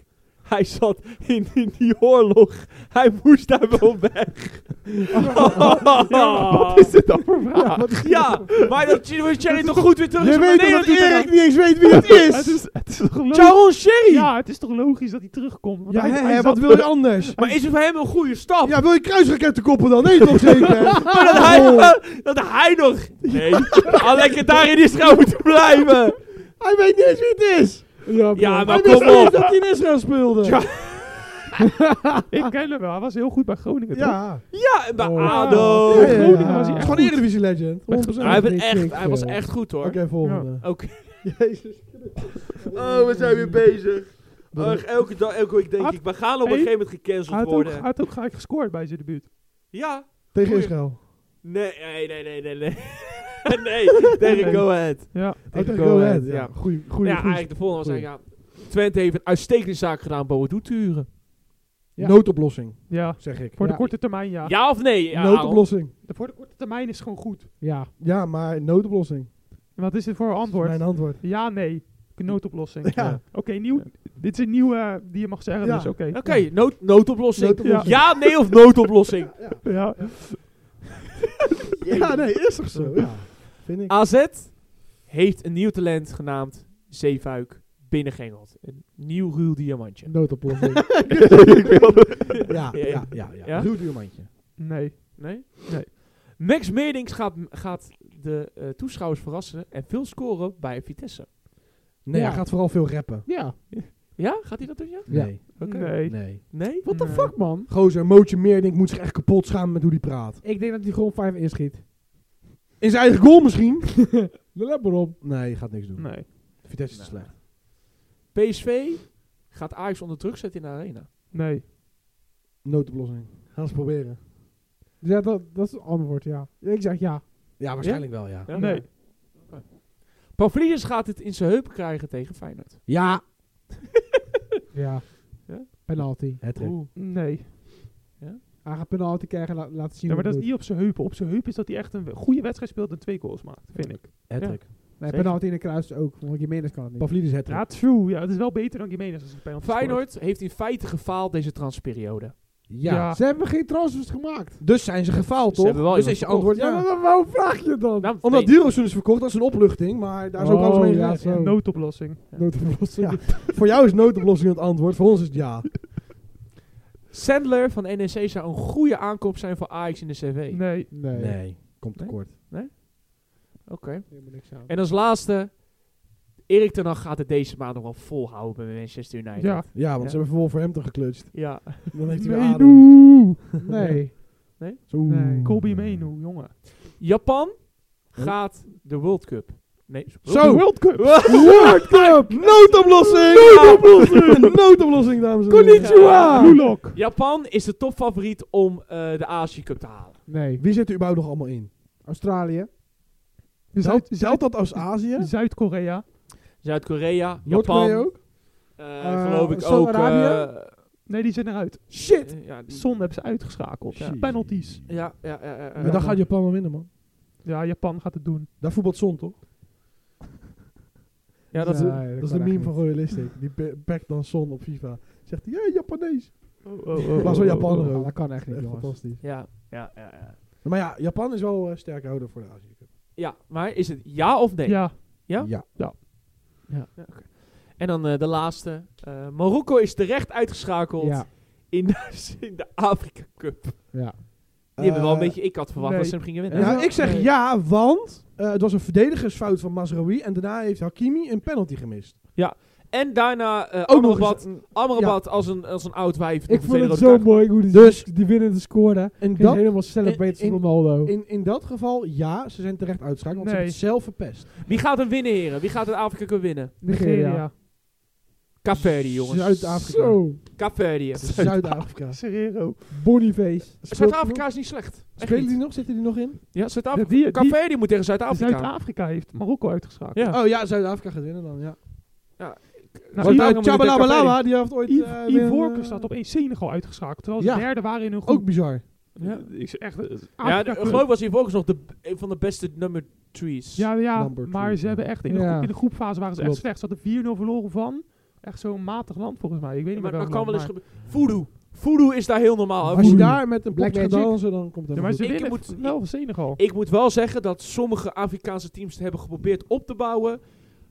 [SPEAKER 1] Hij zat in, in die oorlog. Hij moest daar wel weg. *laughs*
[SPEAKER 2] Oh.
[SPEAKER 3] *laughs* Wat is dit dan voor vraag?
[SPEAKER 4] wat is-
[SPEAKER 1] Ja, maar dat Cherry toch goed weer terug is
[SPEAKER 2] Je
[SPEAKER 1] naar
[SPEAKER 2] weet toch
[SPEAKER 1] Nederland
[SPEAKER 2] dat Erik
[SPEAKER 1] Erik?
[SPEAKER 2] niet eens weet wie het
[SPEAKER 3] Het
[SPEAKER 2] is?
[SPEAKER 3] is, het is toch logisch?
[SPEAKER 1] Charles Sherry!
[SPEAKER 3] Ja, het is toch logisch dat hij terugkomt? Want
[SPEAKER 2] Ja,
[SPEAKER 3] hij-
[SPEAKER 2] hè,
[SPEAKER 3] hij
[SPEAKER 2] hè,
[SPEAKER 3] zat-
[SPEAKER 2] wat wil je anders?
[SPEAKER 1] Maar is het voor hem een goede stap?
[SPEAKER 2] Ja, Oh. wil je kruisraketten koppen dan? Nee toch zeker?
[SPEAKER 1] Maar *laughs* dat hij, dat hij nog...
[SPEAKER 2] *laughs*
[SPEAKER 1] Nee, al lekker daar in Israël moeten blijven.
[SPEAKER 2] Hij weet niet eens wie het is!
[SPEAKER 4] Ja,
[SPEAKER 1] Ja,
[SPEAKER 4] bro.
[SPEAKER 1] maar
[SPEAKER 2] hij wist
[SPEAKER 1] Nou, kom
[SPEAKER 2] niet
[SPEAKER 1] op.
[SPEAKER 2] eens dat hij in Israël speelde!
[SPEAKER 1] Ja.
[SPEAKER 3] *laughs* Ik ken hem wel. Hij was heel goed bij Groningen. toch?
[SPEAKER 2] Ja.
[SPEAKER 1] Ja, bij
[SPEAKER 4] Oh.
[SPEAKER 1] ADO.
[SPEAKER 2] Ja, ja, ja.
[SPEAKER 3] Groningen was hij
[SPEAKER 2] Het is
[SPEAKER 3] echt
[SPEAKER 2] gewoon
[SPEAKER 3] goed.
[SPEAKER 2] Eredivisie legend. 100%.
[SPEAKER 1] Hij,
[SPEAKER 2] Oké,
[SPEAKER 1] heeft
[SPEAKER 4] weet
[SPEAKER 1] echt,
[SPEAKER 4] ik
[SPEAKER 1] hij was
[SPEAKER 4] veel.
[SPEAKER 1] echt goed hoor.
[SPEAKER 2] volgende.
[SPEAKER 1] Oké.
[SPEAKER 2] Jezus.
[SPEAKER 1] Oh, we zijn weer bezig. Ach, elke, dag, elke week denk
[SPEAKER 3] Had-
[SPEAKER 1] ik, we gaan op een
[SPEAKER 3] Hey,
[SPEAKER 1] gegeven moment
[SPEAKER 3] Hij
[SPEAKER 1] gecanceld
[SPEAKER 3] had ook, hij
[SPEAKER 1] worden.
[SPEAKER 3] had ook gelijk gescoord bij zijn debuut.
[SPEAKER 1] Ja.
[SPEAKER 2] Tegen
[SPEAKER 1] Goeie.
[SPEAKER 2] Israël.
[SPEAKER 1] Nee, nee, nee, nee, nee. *laughs* Nee,
[SPEAKER 2] *laughs*
[SPEAKER 1] nee tegen
[SPEAKER 3] Nee.
[SPEAKER 1] Go Ahead.
[SPEAKER 3] Ja.
[SPEAKER 2] Oh,
[SPEAKER 1] Tegen
[SPEAKER 2] tegen
[SPEAKER 1] Go
[SPEAKER 2] Go
[SPEAKER 1] Ahead,
[SPEAKER 2] Ahead.
[SPEAKER 1] ja.
[SPEAKER 2] Ja, goeie,
[SPEAKER 1] Ja,
[SPEAKER 2] goeie, goeie.
[SPEAKER 1] eigenlijk de volgende was eigenlijk, ja, Twente heeft een uitstekende zaak gedaan boven Doeturen.
[SPEAKER 4] Ja.
[SPEAKER 2] Noodoplossing,
[SPEAKER 3] Ja.
[SPEAKER 2] zeg ik.
[SPEAKER 3] Voor de
[SPEAKER 4] Ja.
[SPEAKER 3] korte termijn, ja.
[SPEAKER 1] Ja of nee? Ja, Aaron?
[SPEAKER 2] Noodoplossing.
[SPEAKER 3] De- Voor de korte termijn is gewoon goed.
[SPEAKER 4] Ja.
[SPEAKER 2] Ja, maar noodoplossing.
[SPEAKER 3] En Wat is dit voor een antwoord?
[SPEAKER 2] Mijn antwoord.
[SPEAKER 3] Ja, nee. Een Noodoplossing.
[SPEAKER 2] Ja.
[SPEAKER 3] Oké, nieuw. Dit is een nieuwe eh, die je mag zeggen,
[SPEAKER 2] Ja.
[SPEAKER 3] dus oké.
[SPEAKER 1] Oké, nood, noodoplossing.
[SPEAKER 2] Noodoplossing.
[SPEAKER 1] Ja, nee of noodoplossing?
[SPEAKER 2] *laughs*
[SPEAKER 3] Ja.
[SPEAKER 2] Ja, nee, is toch zo? Ja, vind ik.
[SPEAKER 1] AZ heeft een nieuw talent genaamd Zeefuik binnengengeld. Een nieuw ruw diamantje.
[SPEAKER 2] *laughs*
[SPEAKER 4] Noodoplossing.
[SPEAKER 1] *laughs*
[SPEAKER 2] Ja,
[SPEAKER 1] Ah. Ja.
[SPEAKER 2] ja, ja. ja.
[SPEAKER 1] Ja?
[SPEAKER 2] Ruud Duurmandje.
[SPEAKER 3] Nee.
[SPEAKER 1] Nee?
[SPEAKER 3] Nee.
[SPEAKER 1] Max Medings gaat, gaat de eh, toeschouwers verrassen en veel scoren bij Vitesse.
[SPEAKER 2] Nee,
[SPEAKER 4] Ja.
[SPEAKER 2] hij gaat vooral veel rappen.
[SPEAKER 1] *laughs*
[SPEAKER 4] ja.
[SPEAKER 1] Ja? Gaat hij dat doen, ja?
[SPEAKER 4] Ja.
[SPEAKER 2] Nee,
[SPEAKER 1] Oké.
[SPEAKER 3] Nee.
[SPEAKER 2] nee.
[SPEAKER 1] Nee?
[SPEAKER 4] What the
[SPEAKER 3] Nee.
[SPEAKER 4] fuck, man?
[SPEAKER 2] Gozer, Mootje Meerdink moet zich echt kapot schamen met hoe die praat.
[SPEAKER 4] Ik denk dat hij gewoon 5 inschiet.
[SPEAKER 2] In zijn eigen goal misschien?
[SPEAKER 4] Let maar op.
[SPEAKER 2] Nee, je gaat niks doen.
[SPEAKER 3] Nee.
[SPEAKER 2] Vitesse is
[SPEAKER 1] Nee.
[SPEAKER 2] te slecht.
[SPEAKER 1] PSV gaat Ajax onder druk zetten in de arena.
[SPEAKER 3] Nee.
[SPEAKER 2] Noodoplossing. Gaan ze proberen.
[SPEAKER 4] Dus ja, dat, dat is het antwoord, ja. Ik zeg ja.
[SPEAKER 2] Ja, waarschijnlijk wel, ja.
[SPEAKER 1] Ja?
[SPEAKER 3] Nee.
[SPEAKER 1] Oké. Pavlidis gaat het in zijn heup krijgen tegen Feyenoord.
[SPEAKER 2] Ja.
[SPEAKER 4] Ja.
[SPEAKER 1] Ja?
[SPEAKER 4] Penalty.
[SPEAKER 2] Het
[SPEAKER 1] Oeh.
[SPEAKER 3] Nee.
[SPEAKER 4] Hij gaat penalty krijgen la laten zien.
[SPEAKER 3] Ja, maar
[SPEAKER 4] hoe
[SPEAKER 3] dat is
[SPEAKER 4] het
[SPEAKER 3] niet op zijn heupen. Op zijn heupen is dat hij echt een we- goede wedstrijd speelt en twee goals maakt, vind ik.
[SPEAKER 2] Hattrick.
[SPEAKER 4] moet. Nee,
[SPEAKER 1] Zeker.
[SPEAKER 4] penalty in de kruis ook. Want Jimenez kan het niet.
[SPEAKER 2] Pavlidis hat
[SPEAKER 3] Ja, true. Ja, het is wel beter dan Jiménez als hij penalty scoort.
[SPEAKER 1] Feyenoord heeft in feite gefaald deze transperiode.
[SPEAKER 2] Ja.
[SPEAKER 3] Ja.
[SPEAKER 4] Ze hebben geen transfers gemaakt.
[SPEAKER 2] Dus zijn ze gefaald,
[SPEAKER 1] Ze
[SPEAKER 2] toch?
[SPEAKER 1] hebben wel
[SPEAKER 2] dus
[SPEAKER 1] iemand
[SPEAKER 2] is je
[SPEAKER 1] verkocht.
[SPEAKER 2] antwoord ja.
[SPEAKER 4] Ja, maar waarom vraag je dan?
[SPEAKER 1] Nou,
[SPEAKER 2] Omdat
[SPEAKER 1] nee.
[SPEAKER 2] Dilrosun is verkocht, dat is een opluchting, maar daar is ook
[SPEAKER 4] Oh,
[SPEAKER 2] alles mee
[SPEAKER 4] ja,
[SPEAKER 2] gezegd.
[SPEAKER 4] zo.
[SPEAKER 3] Noodoplossing.
[SPEAKER 4] Noodoplossing.
[SPEAKER 2] Ja. Voor jou is noodoplossing het antwoord, voor ons is het ja.
[SPEAKER 1] Sandler van NEC zou een goede aankoop zijn voor Ajax in de CV.
[SPEAKER 3] Nee.
[SPEAKER 4] Nee.
[SPEAKER 2] komt
[SPEAKER 1] Nee?
[SPEAKER 2] tekort.
[SPEAKER 1] Oké.
[SPEAKER 4] Helemaal niks aan.
[SPEAKER 1] En als laatste, Erik ten Hag gaat het deze maand nog wel volhouden bij Manchester United.
[SPEAKER 3] Ja.
[SPEAKER 2] Ja, want
[SPEAKER 1] Ja.
[SPEAKER 2] ze hebben voor hem geklutst.
[SPEAKER 1] Ja.
[SPEAKER 2] Dan heeft hij weer adem.
[SPEAKER 3] Menu.
[SPEAKER 4] Nee.
[SPEAKER 2] Zo.
[SPEAKER 4] Nee.
[SPEAKER 3] Colby Menu, jongen.
[SPEAKER 1] Japan gaat de World Cup. Nee,
[SPEAKER 2] Zo.
[SPEAKER 3] De World Cup.
[SPEAKER 2] *laughs* World Cup! Noodoplossing! Noodoplossing! *laughs* Noodoplossing, dames en heren.
[SPEAKER 4] Konnichiwa!
[SPEAKER 3] Roelok.
[SPEAKER 1] Japan is de topfavoriet om eh, de Azië Cup te halen.
[SPEAKER 4] Nee.
[SPEAKER 2] Wie zit er überhaupt nog allemaal in?
[SPEAKER 4] Australië.
[SPEAKER 2] Telt,
[SPEAKER 3] Zuid-
[SPEAKER 2] telt dat als Azië?
[SPEAKER 3] Zuid-Korea.
[SPEAKER 1] Zuid-Korea, Japan,
[SPEAKER 2] Noord-Korea ook?
[SPEAKER 1] eh,
[SPEAKER 4] Eh,
[SPEAKER 1] geloof ik ook.
[SPEAKER 4] Saudi-Arabië?
[SPEAKER 1] eh,
[SPEAKER 3] Nee, die zijn eruit.
[SPEAKER 4] Shit!
[SPEAKER 1] eh, ja, die-
[SPEAKER 3] Son hebben ze uitgeschakeld.
[SPEAKER 2] Ja.
[SPEAKER 3] Penalties.
[SPEAKER 1] Ja, ja, ja. ja, ja.
[SPEAKER 2] Maar dan gaat Japan wel winnen, man.
[SPEAKER 3] Ja, Japan gaat het doen.
[SPEAKER 2] Daar voetbalt Son, toch?
[SPEAKER 1] Ja, dat is-
[SPEAKER 4] Nee,
[SPEAKER 2] Dat
[SPEAKER 4] kan
[SPEAKER 2] is de
[SPEAKER 4] echt
[SPEAKER 2] meme
[SPEAKER 4] niet.
[SPEAKER 2] van Royalistic. Die be- backt dan Son op FIFA. Zegt hij, ja, Japanees.
[SPEAKER 3] Oh, oh, oh,
[SPEAKER 2] Maar zo
[SPEAKER 3] oh,
[SPEAKER 2] Japan
[SPEAKER 3] oh, oh.
[SPEAKER 4] Ja, dat kan echt niet,
[SPEAKER 2] Echt
[SPEAKER 4] jongens.
[SPEAKER 2] fantastisch.
[SPEAKER 1] ja, ja, ja, ja.
[SPEAKER 2] Maar ja, Japan is wel eh, sterk houder voor de Azië Cup.
[SPEAKER 1] Ja, maar is het ja of nee?
[SPEAKER 3] Ja.
[SPEAKER 1] Ja?
[SPEAKER 2] Ja.
[SPEAKER 1] Ja, oké. En dan eh, de laatste. Eh, Marokko is terecht uitgeschakeld *laughs*
[SPEAKER 4] Ja.
[SPEAKER 1] in, de, in de Afrika Cup. Die
[SPEAKER 4] Ja.
[SPEAKER 1] hebben wel een
[SPEAKER 2] Eh,
[SPEAKER 1] beetje... Ik had verwacht
[SPEAKER 3] nee.
[SPEAKER 1] dat ze hem gingen winnen.
[SPEAKER 2] Nou,
[SPEAKER 4] Ja.
[SPEAKER 2] ik zeg
[SPEAKER 4] Nee.
[SPEAKER 2] ja, want eh, het was een verdedigersfout van Masraoui. En daarna heeft Hakimi een penalty gemist.
[SPEAKER 1] En daarna eh
[SPEAKER 2] Ook nog
[SPEAKER 1] Amrabat,
[SPEAKER 2] eens-
[SPEAKER 1] Amrabat als, een, als een oud wijf.
[SPEAKER 4] Ik
[SPEAKER 1] doet
[SPEAKER 4] vond
[SPEAKER 1] meteen
[SPEAKER 4] het
[SPEAKER 1] een
[SPEAKER 4] zo
[SPEAKER 1] rode
[SPEAKER 4] mooi hoe die,
[SPEAKER 2] Dus-
[SPEAKER 4] dus, die winnende scoorde.
[SPEAKER 2] En
[SPEAKER 4] Ging
[SPEAKER 2] dat,
[SPEAKER 4] helemaal celebrate
[SPEAKER 2] in-
[SPEAKER 4] van Ronaldo.
[SPEAKER 2] in, in dat geval, ja, ze zijn terecht uitschakeld. Want ze
[SPEAKER 3] Nee.
[SPEAKER 2] hebben het zelf verpest.
[SPEAKER 1] kaart. Wie gaat hem winnen, heren? Wie gaat het Afrika Cup winnen?
[SPEAKER 4] Nigeria.
[SPEAKER 1] Caverdi, jongens.
[SPEAKER 2] Zuid-Afrika.
[SPEAKER 4] Zo.
[SPEAKER 1] Caverdi.
[SPEAKER 2] Zuid-afrika.
[SPEAKER 3] Serrero.
[SPEAKER 4] Boniface.
[SPEAKER 1] Zuid-Afrika is niet slecht. Echt
[SPEAKER 2] Spelen
[SPEAKER 1] niet.
[SPEAKER 2] die nog? Zitten die nog in?
[SPEAKER 1] Ja,
[SPEAKER 3] Ja,
[SPEAKER 1] Zuid-Afrika.
[SPEAKER 3] die- die-
[SPEAKER 1] Caverdi moet tegen Zuid-Afrika.
[SPEAKER 3] Zuid-Afrika heeft Marokko uitgeschakeld.
[SPEAKER 1] ja.
[SPEAKER 2] Oh ja, Zuid-Afrika gaat winnen dan, ja.
[SPEAKER 3] Nou,
[SPEAKER 1] Wat daar-
[SPEAKER 3] Ivo-
[SPEAKER 2] Nou,
[SPEAKER 1] daarom moet je
[SPEAKER 2] Tjabalabalaba, die heeft ooit...
[SPEAKER 3] Ivo-
[SPEAKER 2] eh, weer een,
[SPEAKER 3] Ivoorkust
[SPEAKER 2] eh,
[SPEAKER 3] staat opeens Senegal uitgeschakeld. Terwijl ze
[SPEAKER 2] Ja.
[SPEAKER 3] derde waren in hun groep.
[SPEAKER 2] Ook bizar.
[SPEAKER 1] Ja.
[SPEAKER 3] Ik zeg echt, eh,
[SPEAKER 1] Ja,
[SPEAKER 3] Afrika
[SPEAKER 1] de,
[SPEAKER 3] Cup.
[SPEAKER 1] geloof was hier volgens nog de, een van de beste nummer threes.
[SPEAKER 3] ja, ja
[SPEAKER 2] Number
[SPEAKER 3] maar
[SPEAKER 2] three.
[SPEAKER 3] ze hebben echt in de,
[SPEAKER 4] Ja.
[SPEAKER 3] groep- in de groepfase waren ze echt
[SPEAKER 2] Klopt.
[SPEAKER 3] slecht. Ze hadden 4-0 verloren van echt zo'n matig land volgens mij. Ik weet niet
[SPEAKER 1] maar
[SPEAKER 3] meer
[SPEAKER 1] dat
[SPEAKER 3] welk
[SPEAKER 1] kan wel eens
[SPEAKER 3] land, maar-
[SPEAKER 1] gebeuren. Voodoo. Voodoo is daar heel normaal. hè.
[SPEAKER 2] Als je
[SPEAKER 4] Oeh.
[SPEAKER 2] daar met een
[SPEAKER 4] Black
[SPEAKER 2] blok gaat
[SPEAKER 4] Magic.
[SPEAKER 2] dansen, dan komt het
[SPEAKER 3] Ja, maar ze
[SPEAKER 1] Ik
[SPEAKER 3] winnen
[SPEAKER 1] moet-
[SPEAKER 3] moet, wel van Senegal.
[SPEAKER 1] Ik moet wel zeggen dat sommige Afrikaanse teams het hebben geprobeerd op te bouwen.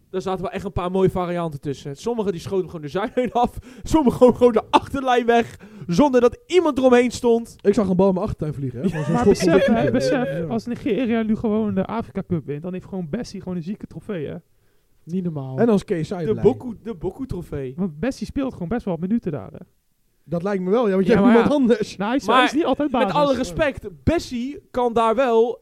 [SPEAKER 1] Daar zaten wel echt een paar mooie varianten tussen. Sommige die schoten gewoon de zijlijn af. Sommige gewoon, gewoon de achterlijn weg. Zonder dat iemand eromheen stond.
[SPEAKER 2] Ik zag een bal in mijn achtertuin vliegen. Hè, van zo'n
[SPEAKER 3] Maar
[SPEAKER 2] schot van Black
[SPEAKER 3] besef, hè,
[SPEAKER 2] Magic.
[SPEAKER 3] besef,
[SPEAKER 2] Ja.
[SPEAKER 3] als Nigeria nu gewoon de Afrika Cup wint, dan heeft gewoon Bessie gewoon een zieke trofee, hè.
[SPEAKER 4] Niet normaal.
[SPEAKER 2] En als KSI
[SPEAKER 1] De
[SPEAKER 2] blij.
[SPEAKER 1] Boku, de Boku trofee.
[SPEAKER 3] Want Bessie speelt gewoon best wel wat minuten daar, hè.
[SPEAKER 2] Dat lijkt me wel, ja, want je
[SPEAKER 1] Ja,
[SPEAKER 2] hebt
[SPEAKER 1] maar
[SPEAKER 2] niemand anders.
[SPEAKER 3] Nou, hij is,
[SPEAKER 1] Maar
[SPEAKER 3] hij is niet altijd basis.
[SPEAKER 1] Met alle respect, Bessie kan daar wel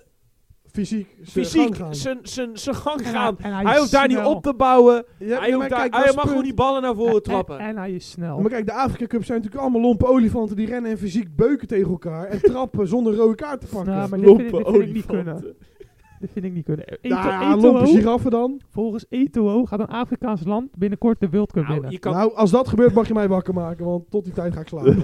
[SPEAKER 2] Fysiek. zijn gang
[SPEAKER 1] fysiek
[SPEAKER 2] gaan.
[SPEAKER 1] zijn- zijn zijn gang
[SPEAKER 3] En
[SPEAKER 1] gaan.
[SPEAKER 3] en
[SPEAKER 1] Hij hoeft daar
[SPEAKER 3] is
[SPEAKER 1] niet
[SPEAKER 3] snel.
[SPEAKER 1] op te bouwen.
[SPEAKER 2] Ja,
[SPEAKER 1] Hij,
[SPEAKER 2] maar
[SPEAKER 1] hoeft daar,
[SPEAKER 2] kijk, dat
[SPEAKER 1] hij
[SPEAKER 2] is
[SPEAKER 1] mag
[SPEAKER 2] punt. Eh,
[SPEAKER 1] gewoon die ballen naar voren trappen.
[SPEAKER 3] En, en hij is snel.
[SPEAKER 2] Maar kijk, de Afrika Cup zijn natuurlijk allemaal lompe olifanten die rennen en fysiek beuken tegen elkaar en trappen zonder rode kaart te pakken.
[SPEAKER 3] Nou, maar dit vind, ik, dit
[SPEAKER 1] Lompe
[SPEAKER 3] vind ik niet kunnen.
[SPEAKER 1] olifanten.
[SPEAKER 3] Dit vind ik niet kunnen. Eto,
[SPEAKER 2] Nou ja,
[SPEAKER 3] Eto'o-
[SPEAKER 2] lompe giraffen dan.
[SPEAKER 3] volgens Eto'o gaat een Afrikaans land binnenkort de World Cup
[SPEAKER 1] Nou,
[SPEAKER 3] winnen.
[SPEAKER 1] je kan,
[SPEAKER 2] Nou, als dat gebeurt mag je mij wakker maken, want tot die tijd ga ik slapen.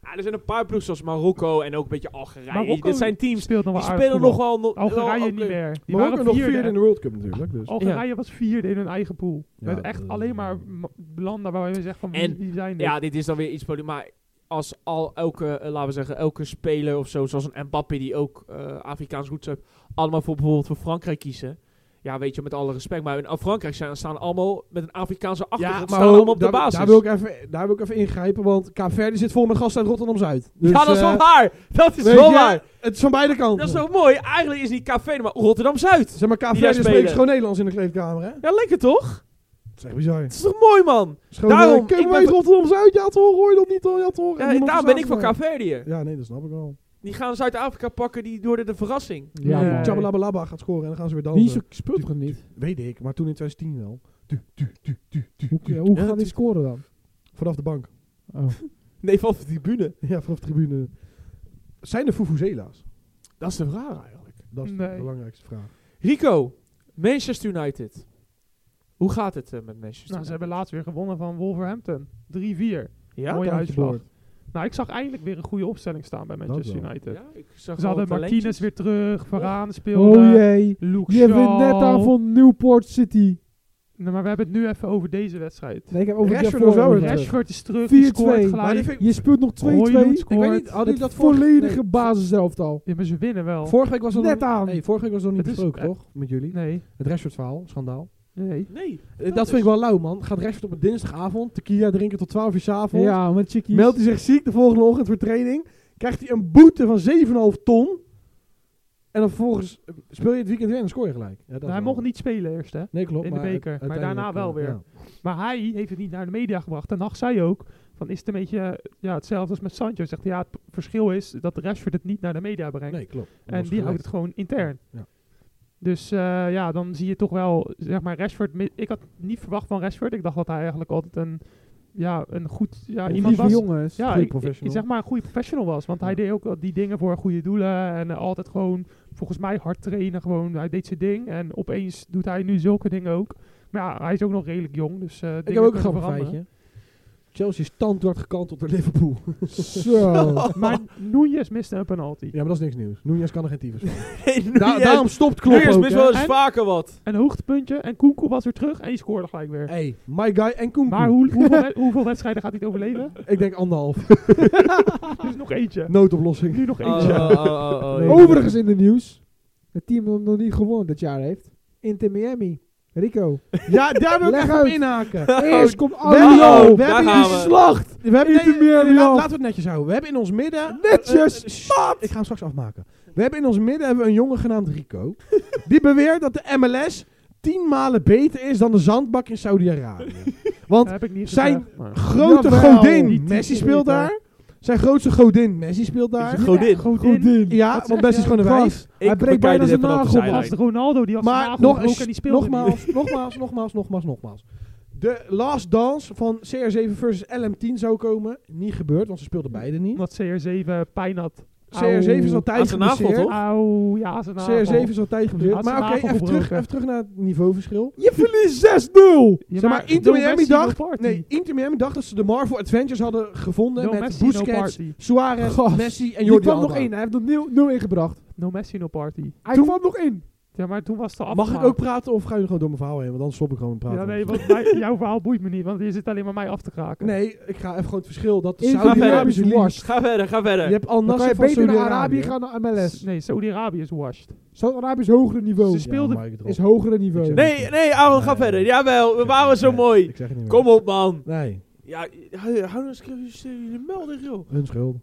[SPEAKER 1] ah, er zijn een paar ploegen zoals Marokko en ook een beetje Algerije.
[SPEAKER 3] Marokko
[SPEAKER 1] Dit zijn teams
[SPEAKER 3] speelt nog
[SPEAKER 1] die
[SPEAKER 3] wel aardig
[SPEAKER 1] spelen
[SPEAKER 3] voetbal.
[SPEAKER 1] nog wel... nog- wel
[SPEAKER 3] Algerije
[SPEAKER 1] oké.
[SPEAKER 3] niet meer. Die
[SPEAKER 2] maar ook
[SPEAKER 3] waren
[SPEAKER 2] nog
[SPEAKER 3] vierde.
[SPEAKER 2] vierde in de World Cup natuurlijk. Dus.
[SPEAKER 3] Algerije was vierde in hun eigen pool.
[SPEAKER 2] Ja,
[SPEAKER 3] Met echt
[SPEAKER 2] dat-
[SPEAKER 3] alleen maar m- landen waar we zeggen van
[SPEAKER 1] En-
[SPEAKER 3] wie, wie zijn dit.
[SPEAKER 1] Ja, dit is dan weer iets poli- Maar als al elke, eh, laten we zeggen, elke speler of zo, zoals een Mbappé die ook eh, Afrikaans roots heeft, allemaal voor bijvoorbeeld voor Frankrijk kiezen. Ja, weet je, met alle respect. Maar in Frankrijk zijn, staan allemaal met een Afrikaanse achtergrond, staan
[SPEAKER 2] ook,
[SPEAKER 1] allemaal op de
[SPEAKER 2] daar-
[SPEAKER 1] basis.
[SPEAKER 2] Daar wil, ik even, daar wil ik even ingrijpen, want Kaapverdi zit vol met gasten uit Rotterdam-Zuid. Dus,
[SPEAKER 1] ja, dat is
[SPEAKER 2] eh,
[SPEAKER 1] wel waar. Dat is
[SPEAKER 2] weet
[SPEAKER 1] wel
[SPEAKER 2] je,
[SPEAKER 1] waar.
[SPEAKER 2] Het is van beide kanten.
[SPEAKER 1] Dat is toch mooi? Eigenlijk is niet Café, maar Rotterdam-Zuid.
[SPEAKER 2] Zeg maar,
[SPEAKER 1] daar
[SPEAKER 2] Kaapverdi
[SPEAKER 1] spelen.
[SPEAKER 2] spreekt gewoon Nederlands in de kleedkamer, hè?
[SPEAKER 1] Ja, lekker toch?
[SPEAKER 2] Dat is echt bizar.
[SPEAKER 1] Dat is toch mooi, man? Daarom,
[SPEAKER 2] Daarom,
[SPEAKER 1] ik
[SPEAKER 2] kijk
[SPEAKER 1] ben-
[SPEAKER 2] maar Rotterdam-Zuid, ja toch, hoor je dat niet al, ja toch. En
[SPEAKER 1] Ja, daar
[SPEAKER 2] niemand verstaat
[SPEAKER 1] ben ik voor
[SPEAKER 2] mij.
[SPEAKER 1] Café.
[SPEAKER 2] Ja, nee, dat snap ik wel.
[SPEAKER 1] Die gaan Zuid-Afrika pakken, die door de verrassing.
[SPEAKER 4] ja,
[SPEAKER 3] Nee.
[SPEAKER 4] man.
[SPEAKER 2] Tjabalabalaba gaat scoren en dan gaan ze weer dansen.
[SPEAKER 4] Wie zo- speelt toch niet?
[SPEAKER 2] Weet ik, maar toen in 2010 wel.
[SPEAKER 4] Hoe, hoe
[SPEAKER 1] Ja,
[SPEAKER 4] gaan die
[SPEAKER 1] natuurlijk.
[SPEAKER 4] scoren dan?
[SPEAKER 2] Vanaf de bank.
[SPEAKER 4] Oh.
[SPEAKER 1] Nee, van de tribune.
[SPEAKER 2] Ja, vanaf de tribune. *laughs* Zijn er Fufuzela's?
[SPEAKER 1] Dat is de vraag eigenlijk.
[SPEAKER 2] Dat is de
[SPEAKER 3] Nee.
[SPEAKER 2] belangrijkste vraag.
[SPEAKER 1] Rico, Manchester United. Hoe gaat het eh, met Manchester
[SPEAKER 3] Nou, ze
[SPEAKER 1] United?
[SPEAKER 3] hebben laatst weer gewonnen van Wolverhampton. 3-4.
[SPEAKER 1] Ja?
[SPEAKER 3] Mooie
[SPEAKER 2] Kaartje
[SPEAKER 3] uitslag.
[SPEAKER 2] boord.
[SPEAKER 3] Nou, ik zag eindelijk weer een goede opstelling staan bij Manchester
[SPEAKER 2] wel.
[SPEAKER 3] United.
[SPEAKER 1] Ja, ik zag
[SPEAKER 3] Ze
[SPEAKER 1] wel
[SPEAKER 3] hadden
[SPEAKER 1] talentjes.
[SPEAKER 3] Martinez weer terug, Varaan speelde,
[SPEAKER 4] oh jee.
[SPEAKER 3] Luke
[SPEAKER 4] Je bent
[SPEAKER 3] Shaw.
[SPEAKER 4] net aan van Newport City.
[SPEAKER 3] Nee, maar we hebben het nu even over deze wedstrijd.
[SPEAKER 4] Nee, ik heb over
[SPEAKER 2] Rashford
[SPEAKER 4] daarvoor
[SPEAKER 2] was wel
[SPEAKER 4] over
[SPEAKER 2] weer
[SPEAKER 4] gehad.
[SPEAKER 3] Rashford is terug, die
[SPEAKER 4] 4-2.
[SPEAKER 3] scoort
[SPEAKER 2] Maar die
[SPEAKER 3] gelijk.
[SPEAKER 2] vind ik-
[SPEAKER 4] Je speelt nog 2-2.
[SPEAKER 3] Hoylund
[SPEAKER 4] Ik
[SPEAKER 3] scoort.
[SPEAKER 2] ik weet niet, hadden
[SPEAKER 4] Het
[SPEAKER 2] jullie dat vorige-
[SPEAKER 4] volledige
[SPEAKER 2] nee.
[SPEAKER 4] basiselftal.
[SPEAKER 3] Ja, maar ze winnen wel.
[SPEAKER 2] Vorige week was dat
[SPEAKER 4] Net
[SPEAKER 2] nog-
[SPEAKER 4] aan.
[SPEAKER 2] Nee, vorige week was dat nog niet
[SPEAKER 3] Het is-
[SPEAKER 2] besproken,
[SPEAKER 3] eh,
[SPEAKER 2] toch? Met jullie.
[SPEAKER 3] Nee, Nou, dus-
[SPEAKER 2] Het Rashford verhaal, schandaal.
[SPEAKER 3] nee.
[SPEAKER 1] Nee.
[SPEAKER 2] Eh, Dat, vind ik wel lauw, man. Gaat Rashford op een dinsdagavond, tequila drinken tot 12 uur 's avonds.
[SPEAKER 4] Ja, met chickies.
[SPEAKER 2] Meldt hij zich ziek de volgende ochtend voor training. Krijgt hij een boete van 7,5 ton. En dan vervolgens eh, speel je het weekend weer en dan scoor je gelijk. Ja, dat
[SPEAKER 3] Nou, hij
[SPEAKER 2] wel.
[SPEAKER 3] mocht niet spelen eerst, hè.
[SPEAKER 2] Nee, klopt.
[SPEAKER 3] in de
[SPEAKER 2] maar
[SPEAKER 3] beker,
[SPEAKER 2] uite-
[SPEAKER 3] maar daarna
[SPEAKER 2] uiteindelijk,
[SPEAKER 3] wel Maar hij heeft het niet naar de media gebracht. En Nacht zei ook, van is het een beetje eh, ja, hetzelfde als met Sancho. Zegt hij, ja, het verschil is dat Rashford het niet naar de media
[SPEAKER 2] ja.
[SPEAKER 3] brengt.
[SPEAKER 2] Nee, klopt. Dat was
[SPEAKER 3] en die
[SPEAKER 2] gelukt.
[SPEAKER 3] houdt het gewoon intern.
[SPEAKER 2] Ja.
[SPEAKER 3] Dus eh, ja, dan zie je toch wel, zeg maar, Rashford... mi- Ik had niet verwacht van Rashford. Ik dacht dat hij eigenlijk altijd een, ja, een goed... Ja,
[SPEAKER 4] Lieve
[SPEAKER 3] iemand was,
[SPEAKER 4] jongens.
[SPEAKER 3] ja,
[SPEAKER 2] Goeie
[SPEAKER 3] ik- ik-
[SPEAKER 2] professional.
[SPEAKER 3] zeg maar een goede professional was. Want hij
[SPEAKER 2] Ja.
[SPEAKER 3] deed ook wel die dingen voor goede doelen. En eh, altijd gewoon, volgens mij, hard trainen. Gewoon, hij deed zijn ding. En opeens doet hij nu zulke dingen ook. Maar ja, hij is ook nog redelijk jong. Dus, eh,
[SPEAKER 2] Ik
[SPEAKER 3] dingen
[SPEAKER 2] heb ook een
[SPEAKER 3] kunnen
[SPEAKER 2] grappig
[SPEAKER 3] veranderen.
[SPEAKER 2] feitje. Chelsea is tandwart gekanteld door Liverpool.
[SPEAKER 4] *laughs* Zo.
[SPEAKER 3] Maar
[SPEAKER 2] *laughs*
[SPEAKER 3] Nunez miste een penalty.
[SPEAKER 2] Ja, maar dat is niks nieuws. Nunez kan er geen
[SPEAKER 1] *laughs*
[SPEAKER 2] tyfus van.
[SPEAKER 1] *laughs* Nee, nu
[SPEAKER 2] Da-
[SPEAKER 1] is-
[SPEAKER 2] daarom stopt
[SPEAKER 1] nu
[SPEAKER 2] Klopp
[SPEAKER 1] is
[SPEAKER 2] ook,
[SPEAKER 1] best
[SPEAKER 2] hè.
[SPEAKER 1] wel eens
[SPEAKER 3] En-
[SPEAKER 1] vaker wat.
[SPEAKER 3] Een hoogtepuntje. En Koenko was weer terug. En die scoorde gelijk weer.
[SPEAKER 2] Hey, my guy en Koen.
[SPEAKER 3] Maar hoe, hoeveel, wed- hoeveel wedstrijden gaat hij het overleven?
[SPEAKER 2] Ik denk anderhalf. *laughs*
[SPEAKER 3] Dus nog eentje.
[SPEAKER 2] Noodoplossing. *laughs*
[SPEAKER 3] Nu nog
[SPEAKER 1] Oh,
[SPEAKER 3] eentje.
[SPEAKER 1] oh, oh, oh, oh,
[SPEAKER 2] Nee.
[SPEAKER 1] ja.
[SPEAKER 4] Overigens in de nieuws. Het team dat nog niet gewonnen dit jaar heeft. Inter Miami. Rico.
[SPEAKER 2] *laughs* Ja, daar wil ik
[SPEAKER 4] Leg
[SPEAKER 2] echt op
[SPEAKER 4] uit.
[SPEAKER 2] inhaken.
[SPEAKER 4] Eerst komt
[SPEAKER 1] Oh,
[SPEAKER 4] Arno.
[SPEAKER 1] daar gaan we.
[SPEAKER 2] slacht. We hebben
[SPEAKER 4] Inter Miami
[SPEAKER 2] la-
[SPEAKER 4] af.
[SPEAKER 2] Laten we het netjes houden. We hebben in ons midden...
[SPEAKER 4] Netjes.
[SPEAKER 2] Eh, eh, shh, ik ga *laughs* hem straks afmaken. We hebben in ons midden hebben we een jongen genaamd Rico. die beweert dat de MLS tien malen beter is dan de zandbak in Saudi-Arabië. Want
[SPEAKER 3] Dat heb ik niet
[SPEAKER 2] zijn
[SPEAKER 3] gezegd, maar-
[SPEAKER 2] grote
[SPEAKER 4] Jawel, die
[SPEAKER 2] godin
[SPEAKER 4] tien
[SPEAKER 2] Messi
[SPEAKER 4] keer
[SPEAKER 2] speelt
[SPEAKER 4] beter.
[SPEAKER 2] daar. Zijn grootste godin Messi speelt daar.
[SPEAKER 1] Godin.
[SPEAKER 4] Godin.
[SPEAKER 2] Ja, want Messi is gewoon een wijf.
[SPEAKER 4] Hij breekt
[SPEAKER 1] bekijk
[SPEAKER 4] bijna
[SPEAKER 1] dit
[SPEAKER 4] zijn
[SPEAKER 1] even vanaf de
[SPEAKER 4] nagel
[SPEAKER 1] zijlijn.
[SPEAKER 3] Als Ronaldo die had zijn
[SPEAKER 2] Maar
[SPEAKER 3] nagel
[SPEAKER 2] nog
[SPEAKER 3] gebroken en die
[SPEAKER 2] eens,
[SPEAKER 3] speelde niet.
[SPEAKER 2] nogmaals, nogmaals, nogmaals, nogmaals, nogmaals. De last dance van CR7 versus LM10 zou komen. Niet gebeurd, want ze speelden beide niet.
[SPEAKER 3] Omdat CR7 pijn had.
[SPEAKER 2] CR7 is
[SPEAKER 1] Aan
[SPEAKER 2] altijd
[SPEAKER 1] zijn nagel,
[SPEAKER 2] geblesseerd.
[SPEAKER 1] toch?
[SPEAKER 3] Auw, ja, zijn nagel.
[SPEAKER 2] CR7 is altijd geblesseerd.
[SPEAKER 3] Had zijn
[SPEAKER 2] Maar oké,
[SPEAKER 3] nagel
[SPEAKER 2] even, terug,
[SPEAKER 3] gebroken.
[SPEAKER 2] even terug naar het niveauverschil.
[SPEAKER 4] Je verliest 6-0.
[SPEAKER 3] Ja,
[SPEAKER 2] zeg maar, Inter
[SPEAKER 3] no
[SPEAKER 2] Miami,
[SPEAKER 3] Messi, no
[SPEAKER 2] dacht,
[SPEAKER 3] party.
[SPEAKER 2] nee, Inter Miami dacht dat ze de Marvel Adventures hadden gevonden
[SPEAKER 3] No
[SPEAKER 2] met
[SPEAKER 3] Messi, no
[SPEAKER 2] Busquets,
[SPEAKER 3] party.
[SPEAKER 2] Suarez,
[SPEAKER 4] Gast,
[SPEAKER 2] Messi en
[SPEAKER 4] En er
[SPEAKER 2] Jordi
[SPEAKER 4] kwam
[SPEAKER 2] Alba.
[SPEAKER 4] nog één. Hij heeft nog nul, nul ingebracht.
[SPEAKER 3] No Messi, no party.
[SPEAKER 4] Hij
[SPEAKER 2] Toen-
[SPEAKER 4] kwam nog in.
[SPEAKER 3] Ja, maar toen was het al
[SPEAKER 2] Mag ik
[SPEAKER 3] afgemaakt.
[SPEAKER 2] ook praten of ga je gewoon door mijn verhaal heen? Want anders stop ik gewoon met praten.
[SPEAKER 3] Ja, nee, want mijn- jouw verhaal boeit me niet, want je zit alleen maar mij af te kraken.
[SPEAKER 2] Nee, ik ga even gewoon het verschil. Dat de
[SPEAKER 4] Inter
[SPEAKER 1] Miami
[SPEAKER 2] Saudi-Arabische
[SPEAKER 4] is
[SPEAKER 2] league.
[SPEAKER 4] washed.
[SPEAKER 1] Ga verder, ga
[SPEAKER 2] Je
[SPEAKER 1] verder.
[SPEAKER 2] hebt al
[SPEAKER 4] Dan kan
[SPEAKER 2] Nasser
[SPEAKER 4] je
[SPEAKER 2] van
[SPEAKER 4] beter naar
[SPEAKER 2] Saudi-Arabië.
[SPEAKER 4] Arabië gaan dan MLS.
[SPEAKER 3] Nee, Saudi-Arabië is washed.
[SPEAKER 4] Saudi-Arabië is hoger niveau.
[SPEAKER 3] Ze speelden-
[SPEAKER 2] Ja, maak ik het
[SPEAKER 4] Is
[SPEAKER 2] erop.
[SPEAKER 4] hogere niveau.
[SPEAKER 2] Nee.
[SPEAKER 1] Nee, nee, Aaron, ga
[SPEAKER 2] Nee.
[SPEAKER 1] verder. Jawel, we waren zo
[SPEAKER 2] Nee,
[SPEAKER 1] mooi.
[SPEAKER 2] Ik zeg het niet meer.
[SPEAKER 1] Kom op, man.
[SPEAKER 2] Nee,
[SPEAKER 1] Ja, hou hou nou eens een keer je melding, joh.
[SPEAKER 2] hun schuld.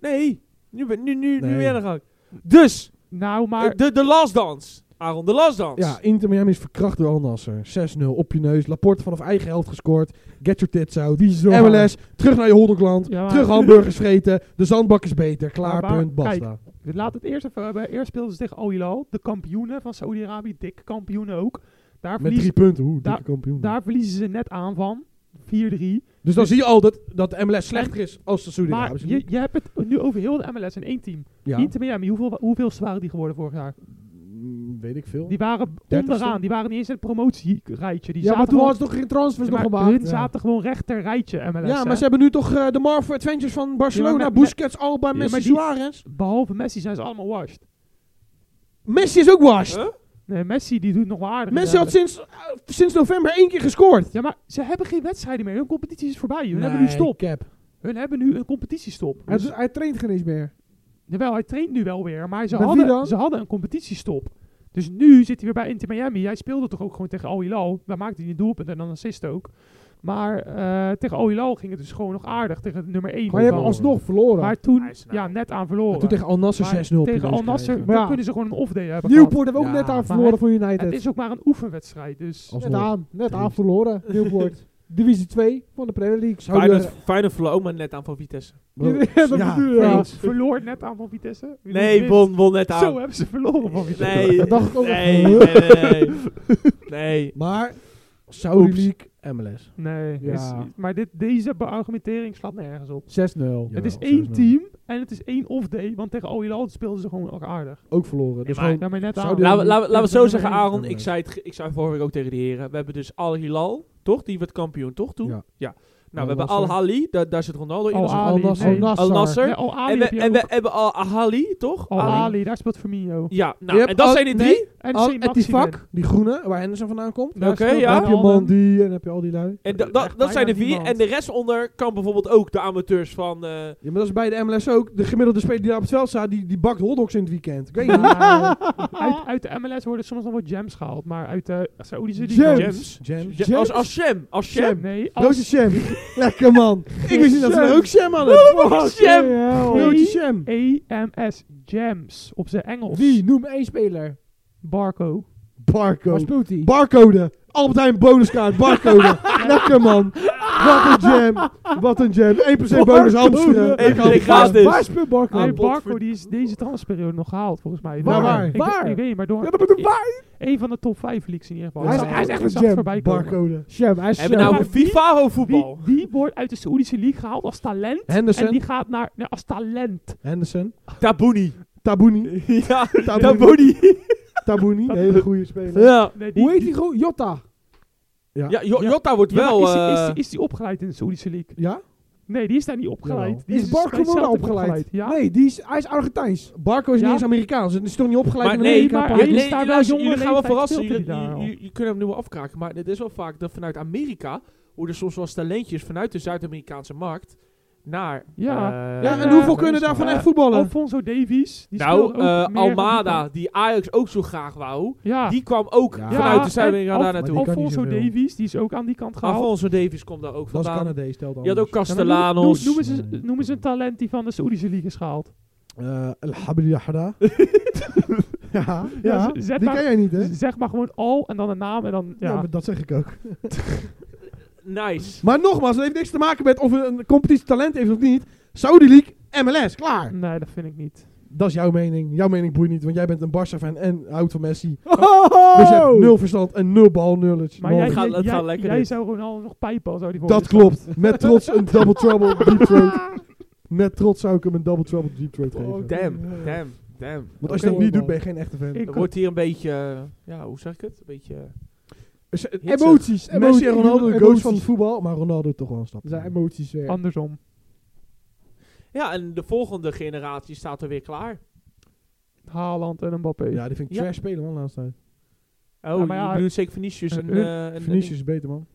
[SPEAKER 1] Nee, nu ben nu, nu,
[SPEAKER 2] Nee.
[SPEAKER 1] nu weer aan de gang. Dus,
[SPEAKER 3] Nou, maar...
[SPEAKER 1] eh, de, de last dance. Aaron, de last dance.
[SPEAKER 2] Ja, Inter Miami is verkracht door Al Nasser. 6-0 op je neus. Laporte vanaf eigen helft gescoord. Get your tits out.
[SPEAKER 4] Bizar.
[SPEAKER 2] MLS, terug naar je Holderkland.
[SPEAKER 3] Ja, maar-
[SPEAKER 2] terug hamburgers vreten. De zandbak is beter. Klaar,
[SPEAKER 3] Maar waar-
[SPEAKER 2] punt, basta.
[SPEAKER 3] Laat het eerst even hebben. Eerst speelden ze tegen Al Hilal, de kampioenen van Saudi-Arabië, dikke kampioenen ook. Daar
[SPEAKER 2] Met
[SPEAKER 3] verliezen,
[SPEAKER 2] drie punten. Hoe, dikke
[SPEAKER 3] daar-
[SPEAKER 2] kampioen.
[SPEAKER 3] daar verliezen ze net aan van. 4-3.
[SPEAKER 2] dus dan zie je al dat, dat de MLS slechter is als de
[SPEAKER 3] Maar
[SPEAKER 2] Saudi-Arabische
[SPEAKER 3] je, je hebt het nu over heel de MLS in één team.
[SPEAKER 2] Ja.
[SPEAKER 3] Inter Miami, hoeveel, hoeveel waren die geworden vorig jaar?
[SPEAKER 2] Mm, Weet ik veel.
[SPEAKER 3] Die waren
[SPEAKER 2] Dertigste?
[SPEAKER 3] onderaan. Die waren niet eens in het promotierijtje. Die
[SPEAKER 4] Ja, maar
[SPEAKER 3] zaten
[SPEAKER 4] toen
[SPEAKER 3] gewoon,
[SPEAKER 4] hadden ze toch geen transfers nog
[SPEAKER 3] maar
[SPEAKER 4] gemaakt.
[SPEAKER 3] hun zaten gewoon rechter rijtje MLS.
[SPEAKER 2] ja,
[SPEAKER 3] hè.
[SPEAKER 2] maar ze hebben nu toch eh, de Marvel Adventures van Barcelona,
[SPEAKER 3] Ja, maar met-
[SPEAKER 2] Busquets, Alba,
[SPEAKER 1] Ja,
[SPEAKER 2] Messi,
[SPEAKER 3] maar die-
[SPEAKER 2] Suarez.
[SPEAKER 3] Behalve Messi zijn ze allemaal washed.
[SPEAKER 2] Messi is ook washed.
[SPEAKER 1] Huh?
[SPEAKER 3] Nee, Messi die doet nog wel aardig.
[SPEAKER 2] Messi had
[SPEAKER 3] inderdaad.
[SPEAKER 2] sinds, eh, sinds november één keer gescoord.
[SPEAKER 3] Ja, maar ze hebben geen wedstrijden meer. Hun competitie is voorbij. Hun hebben nu stop.
[SPEAKER 2] Cap.
[SPEAKER 3] Hun hebben nu een competitiestop.
[SPEAKER 4] Hij,
[SPEAKER 3] Dus-
[SPEAKER 4] hij traint geen eens meer.
[SPEAKER 3] Jawel, hij traint nu wel weer. Maar ze,
[SPEAKER 4] Met wie dan?
[SPEAKER 3] hadden, ze hadden een competitiestop. Dus nu zit hij weer bij Inter Miami. Hij speelde toch ook gewoon tegen Al Hilal. Daar maakte hij een doelpunt en een assist ook. Maar eh, tegen Al Hilal ging het dus gewoon nog aardig. Tegen het nummer 1.
[SPEAKER 4] Maar je hebt hem alsnog verloren.
[SPEAKER 3] maar toen
[SPEAKER 1] Hij is nou-
[SPEAKER 3] ja, net aan verloren.
[SPEAKER 2] Maar toen tegen Al Nasser 6-0
[SPEAKER 3] Maar
[SPEAKER 2] op je
[SPEAKER 3] tegen
[SPEAKER 2] neus
[SPEAKER 3] Al Nasser
[SPEAKER 2] krijgen.
[SPEAKER 3] dan
[SPEAKER 4] Ja.
[SPEAKER 3] kunnen ze gewoon een off-day hebben
[SPEAKER 4] Nieuwpoort hebben we
[SPEAKER 2] Ja,
[SPEAKER 4] ook net aan
[SPEAKER 2] maar
[SPEAKER 4] verloren
[SPEAKER 3] het-
[SPEAKER 4] voor
[SPEAKER 3] gehad. Het
[SPEAKER 4] United.
[SPEAKER 3] is ook maar een oefenwedstrijd. Dus
[SPEAKER 2] Alsnog.
[SPEAKER 4] Net aan. Net aan
[SPEAKER 2] Triest.
[SPEAKER 4] verloren. Nieuwpoort. *laughs* Divisie 2 van de Premier League.
[SPEAKER 2] Zou
[SPEAKER 1] Feyenoord,
[SPEAKER 2] je-
[SPEAKER 1] Feyenoord verloor ook maar net aan van Vitesse.
[SPEAKER 3] *laughs*
[SPEAKER 4] Ja, dat
[SPEAKER 2] Ja,
[SPEAKER 4] bedoel je, ja.
[SPEAKER 3] Verloor- verloor net aan van Vitesse. Wie
[SPEAKER 1] Nee,
[SPEAKER 3] wint?
[SPEAKER 1] won, won net aan.
[SPEAKER 3] Zo hebben ze verloren van Vitesse.
[SPEAKER 1] nee,
[SPEAKER 4] Dat dacht ik ook.
[SPEAKER 1] nee, nee, nee, nee. Nee.
[SPEAKER 2] Maar Saudi League MLS.
[SPEAKER 3] Nee,
[SPEAKER 4] Ja.
[SPEAKER 3] is- maar dit, deze beargumentering slaat nergens op.
[SPEAKER 4] 6-0.
[SPEAKER 3] het is
[SPEAKER 2] Jawel,
[SPEAKER 3] één
[SPEAKER 2] 6-0.
[SPEAKER 3] team en het is één off-day, want tegen Al Hilal speelden ze gewoon ook aardig.
[SPEAKER 2] Ook verloren. Dus
[SPEAKER 1] Ja, maar-
[SPEAKER 2] gewoon,
[SPEAKER 3] Ja, maar net aan.
[SPEAKER 2] Zouden-
[SPEAKER 1] Laten we- laten we- laten we het zo
[SPEAKER 2] nummer
[SPEAKER 1] zeggen,
[SPEAKER 2] één.
[SPEAKER 1] Aaron.
[SPEAKER 2] Nummer
[SPEAKER 1] Ik
[SPEAKER 2] één.
[SPEAKER 1] zei, het, ge- ik zei vorige week ook tegen de heren. We hebben dus Al Hilal, toch? Die werd kampioen, toch? Toen?
[SPEAKER 2] Ja.
[SPEAKER 1] Ja.
[SPEAKER 2] Al
[SPEAKER 1] Nou, we hebben
[SPEAKER 2] Nassr.
[SPEAKER 1] Al Hali. Daar, daar zit Ronaldo in.
[SPEAKER 3] Al
[SPEAKER 1] als een-
[SPEAKER 3] Ali,
[SPEAKER 2] Al-Nassr.
[SPEAKER 3] nee.
[SPEAKER 4] Al-Nassr.
[SPEAKER 1] Al Nasser.
[SPEAKER 3] Nee, Al Ali
[SPEAKER 1] En we,
[SPEAKER 3] heb je
[SPEAKER 1] en
[SPEAKER 3] ook.
[SPEAKER 1] we hebben Al Hali, toch?
[SPEAKER 3] Al
[SPEAKER 1] Ali.
[SPEAKER 3] Ali, daar speelt Firmino.
[SPEAKER 1] Ja,
[SPEAKER 2] Je
[SPEAKER 1] nou,
[SPEAKER 2] hebt
[SPEAKER 1] en dat
[SPEAKER 2] Al-
[SPEAKER 1] zijn de
[SPEAKER 2] nee,
[SPEAKER 1] drie.
[SPEAKER 3] En
[SPEAKER 2] Al
[SPEAKER 3] Saint Maximin.
[SPEAKER 2] Etifak, die groene, waar Henderson vandaan komt.
[SPEAKER 3] Daar
[SPEAKER 1] Oké,
[SPEAKER 3] speelt
[SPEAKER 1] ja.
[SPEAKER 2] Dan heb je
[SPEAKER 3] Wijnaldum.
[SPEAKER 2] Mandy en dan heb je al die lui.
[SPEAKER 1] En
[SPEAKER 3] Ja,
[SPEAKER 1] da- da-
[SPEAKER 3] echt
[SPEAKER 1] dat zijn
[SPEAKER 3] bijna
[SPEAKER 1] er vier.
[SPEAKER 3] niemand.
[SPEAKER 1] En de rest onder kan bijvoorbeeld ook de amateurs van... eh,
[SPEAKER 2] Ja, maar dat is bij de MLS ook. De gemiddelde speler die daar op het veld staat, die, die bakt hotdogs in het weekend. Ik weet *laughs* niet.
[SPEAKER 3] Ja, uit, uit de MLS worden soms nog wat gems gehaald, maar uit de Saoedische die
[SPEAKER 4] Gems.
[SPEAKER 1] James.
[SPEAKER 2] Jam.
[SPEAKER 1] Ja,
[SPEAKER 4] James?
[SPEAKER 1] als, als Sham. Als *laughs* Sham.
[SPEAKER 3] Nee, als,
[SPEAKER 2] Roosje Sham. *laughs*
[SPEAKER 4] Lekker man.
[SPEAKER 2] Ik wist niet dat ze daar ook Sham hadden.
[SPEAKER 3] Oh,
[SPEAKER 1] Sham.
[SPEAKER 2] Roosje Sham.
[SPEAKER 3] EMS Gems op zijn Engels.
[SPEAKER 4] Wie? Noem één speler.
[SPEAKER 3] Barco.
[SPEAKER 4] Waar
[SPEAKER 2] Barcode.
[SPEAKER 4] speelt hij?
[SPEAKER 2] Barcode. Albert Heijn bonuskaart. Barcode. Lekker man. Wat een jam. Wat een jam. 1% bonus
[SPEAKER 4] Barcode.
[SPEAKER 2] Amsterdam.
[SPEAKER 1] Even
[SPEAKER 2] Ik had-
[SPEAKER 1] gratis.
[SPEAKER 4] Waar speelt Barco?
[SPEAKER 3] Nee,
[SPEAKER 1] Ah, Botford-
[SPEAKER 3] Barco die is deze transferperiode nog gehaald, volgens mij.
[SPEAKER 2] Waar?
[SPEAKER 3] Door- Ik,
[SPEAKER 4] Waar?
[SPEAKER 3] ik weet niet, maar door
[SPEAKER 4] Ja, dat bedoelt waar.
[SPEAKER 3] een van de top 5 leaks in ieder geval.
[SPEAKER 4] Hij
[SPEAKER 3] Ik
[SPEAKER 4] is-
[SPEAKER 3] zag-
[SPEAKER 4] hij is echt
[SPEAKER 3] ik
[SPEAKER 4] een
[SPEAKER 3] zag
[SPEAKER 4] gem,
[SPEAKER 3] voorbij komen.
[SPEAKER 2] Barcode.
[SPEAKER 4] Sham, hij is
[SPEAKER 1] Hebben we
[SPEAKER 4] Sham.
[SPEAKER 1] nou een FIFA of voetbal?
[SPEAKER 3] Die, die wordt uit de Saoedische League gehaald als talent. En
[SPEAKER 2] Henderson.
[SPEAKER 3] die gaat naar, nee, als talent.
[SPEAKER 2] Henderson.
[SPEAKER 1] Tabouni.
[SPEAKER 2] Tabouni.
[SPEAKER 1] ja,
[SPEAKER 2] Tabouni.
[SPEAKER 1] Tabouni.
[SPEAKER 2] Tabouni. Een hele goede speler.
[SPEAKER 1] ja.
[SPEAKER 3] Nee, die,
[SPEAKER 4] Hoe heet
[SPEAKER 3] die-
[SPEAKER 4] die gewoon? Jota.
[SPEAKER 1] Ja, Jo-
[SPEAKER 3] Ja.
[SPEAKER 1] Jota wordt
[SPEAKER 3] Ja, maar
[SPEAKER 1] wel...
[SPEAKER 3] is, die, is,
[SPEAKER 1] eh
[SPEAKER 3] die, is die opgeleid in de Saoedische League?
[SPEAKER 2] Ja?
[SPEAKER 3] Nee, die is daar niet opgeleid.
[SPEAKER 2] Jawel.
[SPEAKER 3] Die
[SPEAKER 4] Is
[SPEAKER 3] dus
[SPEAKER 4] Barco
[SPEAKER 3] bij
[SPEAKER 4] Mora
[SPEAKER 3] Celtic
[SPEAKER 4] opgeleid?
[SPEAKER 3] Ja.
[SPEAKER 4] Nee, die is, hij is Argentijns.
[SPEAKER 2] Barco is
[SPEAKER 3] Ja.
[SPEAKER 2] niet eens Amerikaans. Het is toch niet opgeleid
[SPEAKER 1] maar
[SPEAKER 2] met
[SPEAKER 1] nee,
[SPEAKER 2] Amerika?
[SPEAKER 1] maar
[SPEAKER 3] maar
[SPEAKER 1] nee,
[SPEAKER 3] hij is daar wel
[SPEAKER 1] luister,
[SPEAKER 3] jonge
[SPEAKER 1] jullie gaan wel
[SPEAKER 3] leeftijd,
[SPEAKER 1] verrassen.
[SPEAKER 3] speelt
[SPEAKER 1] Jullie,
[SPEAKER 3] hij daar
[SPEAKER 1] jullie, jullie kunnen hem nu wel afkraken. Maar het is wel vaak dat vanuit Amerika worden soms wel eens talentjes vanuit de Zuid-Amerikaanse markt naar...
[SPEAKER 3] Ja.
[SPEAKER 1] eh,
[SPEAKER 2] ja, en
[SPEAKER 3] Ja,
[SPEAKER 2] hoeveel
[SPEAKER 3] dat
[SPEAKER 2] kunnen
[SPEAKER 3] is
[SPEAKER 2] daarvan
[SPEAKER 1] waar.
[SPEAKER 2] echt voetballen?
[SPEAKER 3] Alfonso Davies. Die
[SPEAKER 1] nou,
[SPEAKER 3] speelt ook
[SPEAKER 1] eh,
[SPEAKER 3] meer-
[SPEAKER 1] Almada, die Ajax ook zo graag wou,
[SPEAKER 3] Ja.
[SPEAKER 1] die kwam ook
[SPEAKER 2] Ja.
[SPEAKER 1] vanuit de
[SPEAKER 3] en
[SPEAKER 1] Zuid-Amerika
[SPEAKER 3] Al-
[SPEAKER 1] daar
[SPEAKER 2] maar
[SPEAKER 1] naartoe.
[SPEAKER 2] die kan niet
[SPEAKER 3] Alfonso
[SPEAKER 2] zoveel.
[SPEAKER 3] Davies, die is ook aan die kant gehaald.
[SPEAKER 1] Alfonso Davies komt daar ook
[SPEAKER 2] Dat is
[SPEAKER 1] vandaan.
[SPEAKER 2] Canadees, stelt
[SPEAKER 1] Je had ook
[SPEAKER 3] Ja, maar noem-
[SPEAKER 1] Castellanos.
[SPEAKER 3] Noem, noem, eens, een- noem eens een talent die van de Saoedische League is gehaald.
[SPEAKER 2] El Habili Yahra. Eh, *laughs* Ja,
[SPEAKER 3] Ja,
[SPEAKER 2] ja.
[SPEAKER 3] z- zet
[SPEAKER 2] die
[SPEAKER 3] maar-
[SPEAKER 2] ken jij niet, hè?
[SPEAKER 3] Dus Zeg maar gewoon al en dan een naam en dan...
[SPEAKER 2] Ja,
[SPEAKER 3] Ja,
[SPEAKER 2] maar dat zeg ik ook.
[SPEAKER 1] Nice.
[SPEAKER 2] Maar nogmaals, het heeft niks te maken met of een competitie talent heeft of niet. Saudi League, MLS, klaar.
[SPEAKER 3] nee, dat vind ik niet.
[SPEAKER 2] Dat is jouw mening. Jouw mening boeit niet, want jij bent een Barca-fan en houdt van Messi.
[SPEAKER 4] Oh!
[SPEAKER 2] Dus je hebt nul verstand en nul bal knowledge.
[SPEAKER 3] Maar
[SPEAKER 2] Man,
[SPEAKER 3] jij,
[SPEAKER 1] het gaat-
[SPEAKER 3] jij-
[SPEAKER 1] het gaat
[SPEAKER 3] jij-
[SPEAKER 1] lekker
[SPEAKER 3] jij
[SPEAKER 1] dit.
[SPEAKER 3] zou Ronaldo nog pijpen als hij die
[SPEAKER 2] dat klopt. Met trots een double trouble deep throat. Met trots zou ik hem een double trouble deep throat geven.
[SPEAKER 1] Oh, damn, damn, damn.
[SPEAKER 2] Want als je
[SPEAKER 4] Oké.
[SPEAKER 2] dat niet doet, ben je geen echte fan.
[SPEAKER 3] Ik
[SPEAKER 1] Er wordt hier een beetje, eh, ja, hoe zeg ik het? Een beetje... eh,
[SPEAKER 2] Dus, eh,
[SPEAKER 1] Hitsen.
[SPEAKER 2] Emoties.
[SPEAKER 4] Emoties.
[SPEAKER 2] Messi en Ronaldo, de goats
[SPEAKER 4] Emoties.
[SPEAKER 2] van het voetbal. Maar Ronaldo toch wel een stap.
[SPEAKER 4] Er zijn emoties weer.
[SPEAKER 3] andersom.
[SPEAKER 1] Ja, en de volgende generatie staat er weer klaar.
[SPEAKER 3] Haaland en Mbappé.
[SPEAKER 2] Ja, die vind ik
[SPEAKER 1] Ja.
[SPEAKER 2] trash spelen, man, laatst tijd.
[SPEAKER 1] Oh,
[SPEAKER 3] Ja, maar ja,
[SPEAKER 1] je bedoelt zeker Vinicius en...
[SPEAKER 3] eh, eh,
[SPEAKER 1] eh, en-
[SPEAKER 2] Vinicius is beter, man.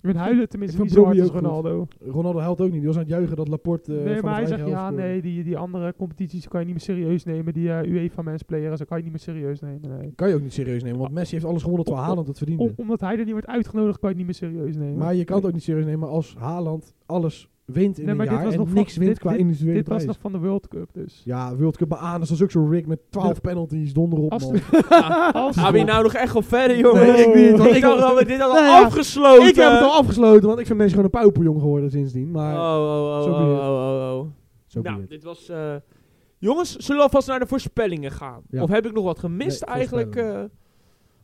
[SPEAKER 3] Hun huilen tenminste
[SPEAKER 2] Ik
[SPEAKER 3] niet
[SPEAKER 2] vond
[SPEAKER 3] zo hard als
[SPEAKER 2] Brobbey ook
[SPEAKER 3] Ronaldo.
[SPEAKER 2] Ronaldo helpt ook niet. Die was aan het juichen dat Laporte eh,
[SPEAKER 3] nee,
[SPEAKER 2] van
[SPEAKER 3] maar hij
[SPEAKER 2] het
[SPEAKER 3] zegt,
[SPEAKER 2] eigen
[SPEAKER 3] ja,
[SPEAKER 2] helft scoorde.
[SPEAKER 3] nee, die, die andere competities kan je niet meer serieus nemen. Die eh, UEFA mensplayers, dat kan je niet meer serieus nemen. Nee.
[SPEAKER 2] Kan je ook niet serieus nemen, want Messi heeft alles gewonnen terwijl Haaland het verdiende.
[SPEAKER 3] Om- omdat hij er niet wordt uitgenodigd, kan je het niet meer serieus nemen.
[SPEAKER 2] Maar je kan het ook niet serieus nemen als Haaland alles wint in
[SPEAKER 3] Nee, maar
[SPEAKER 2] een
[SPEAKER 3] dit
[SPEAKER 2] jaar
[SPEAKER 3] was
[SPEAKER 2] en
[SPEAKER 3] nog van-
[SPEAKER 2] niks wint
[SPEAKER 3] dit-
[SPEAKER 2] qua individuele
[SPEAKER 3] Dit was
[SPEAKER 2] prijs.
[SPEAKER 3] nog van de World Cup, dus.
[SPEAKER 2] Ja, World Cup Anus, dat is ook zo'n rig met 12 penalties, donder op
[SPEAKER 3] Als-
[SPEAKER 2] man.
[SPEAKER 1] Ja.
[SPEAKER 3] *laughs* Als-
[SPEAKER 1] Gaan we hier nou nog echt op verder, jongen?
[SPEAKER 2] Nee, ik niet, want
[SPEAKER 1] ik
[SPEAKER 2] ik-
[SPEAKER 1] dacht dat we dit al
[SPEAKER 2] Nou ja,
[SPEAKER 1] afgesloten.
[SPEAKER 2] ik heb het al afgesloten, want ik vind mensen gewoon een pauperjong geworden sindsdien. Maar
[SPEAKER 1] Oh, oh, oh,
[SPEAKER 2] Zo
[SPEAKER 1] oh,
[SPEAKER 2] be it.
[SPEAKER 1] oh, oh, oh.
[SPEAKER 2] zo be
[SPEAKER 1] Nou,
[SPEAKER 2] it.
[SPEAKER 1] dit was... eh, jongens, zullen we alvast naar de voorspellingen gaan?
[SPEAKER 2] Ja.
[SPEAKER 1] Of heb ik nog wat gemist
[SPEAKER 2] Nee,
[SPEAKER 1] eigenlijk eh,
[SPEAKER 2] voorspellingen.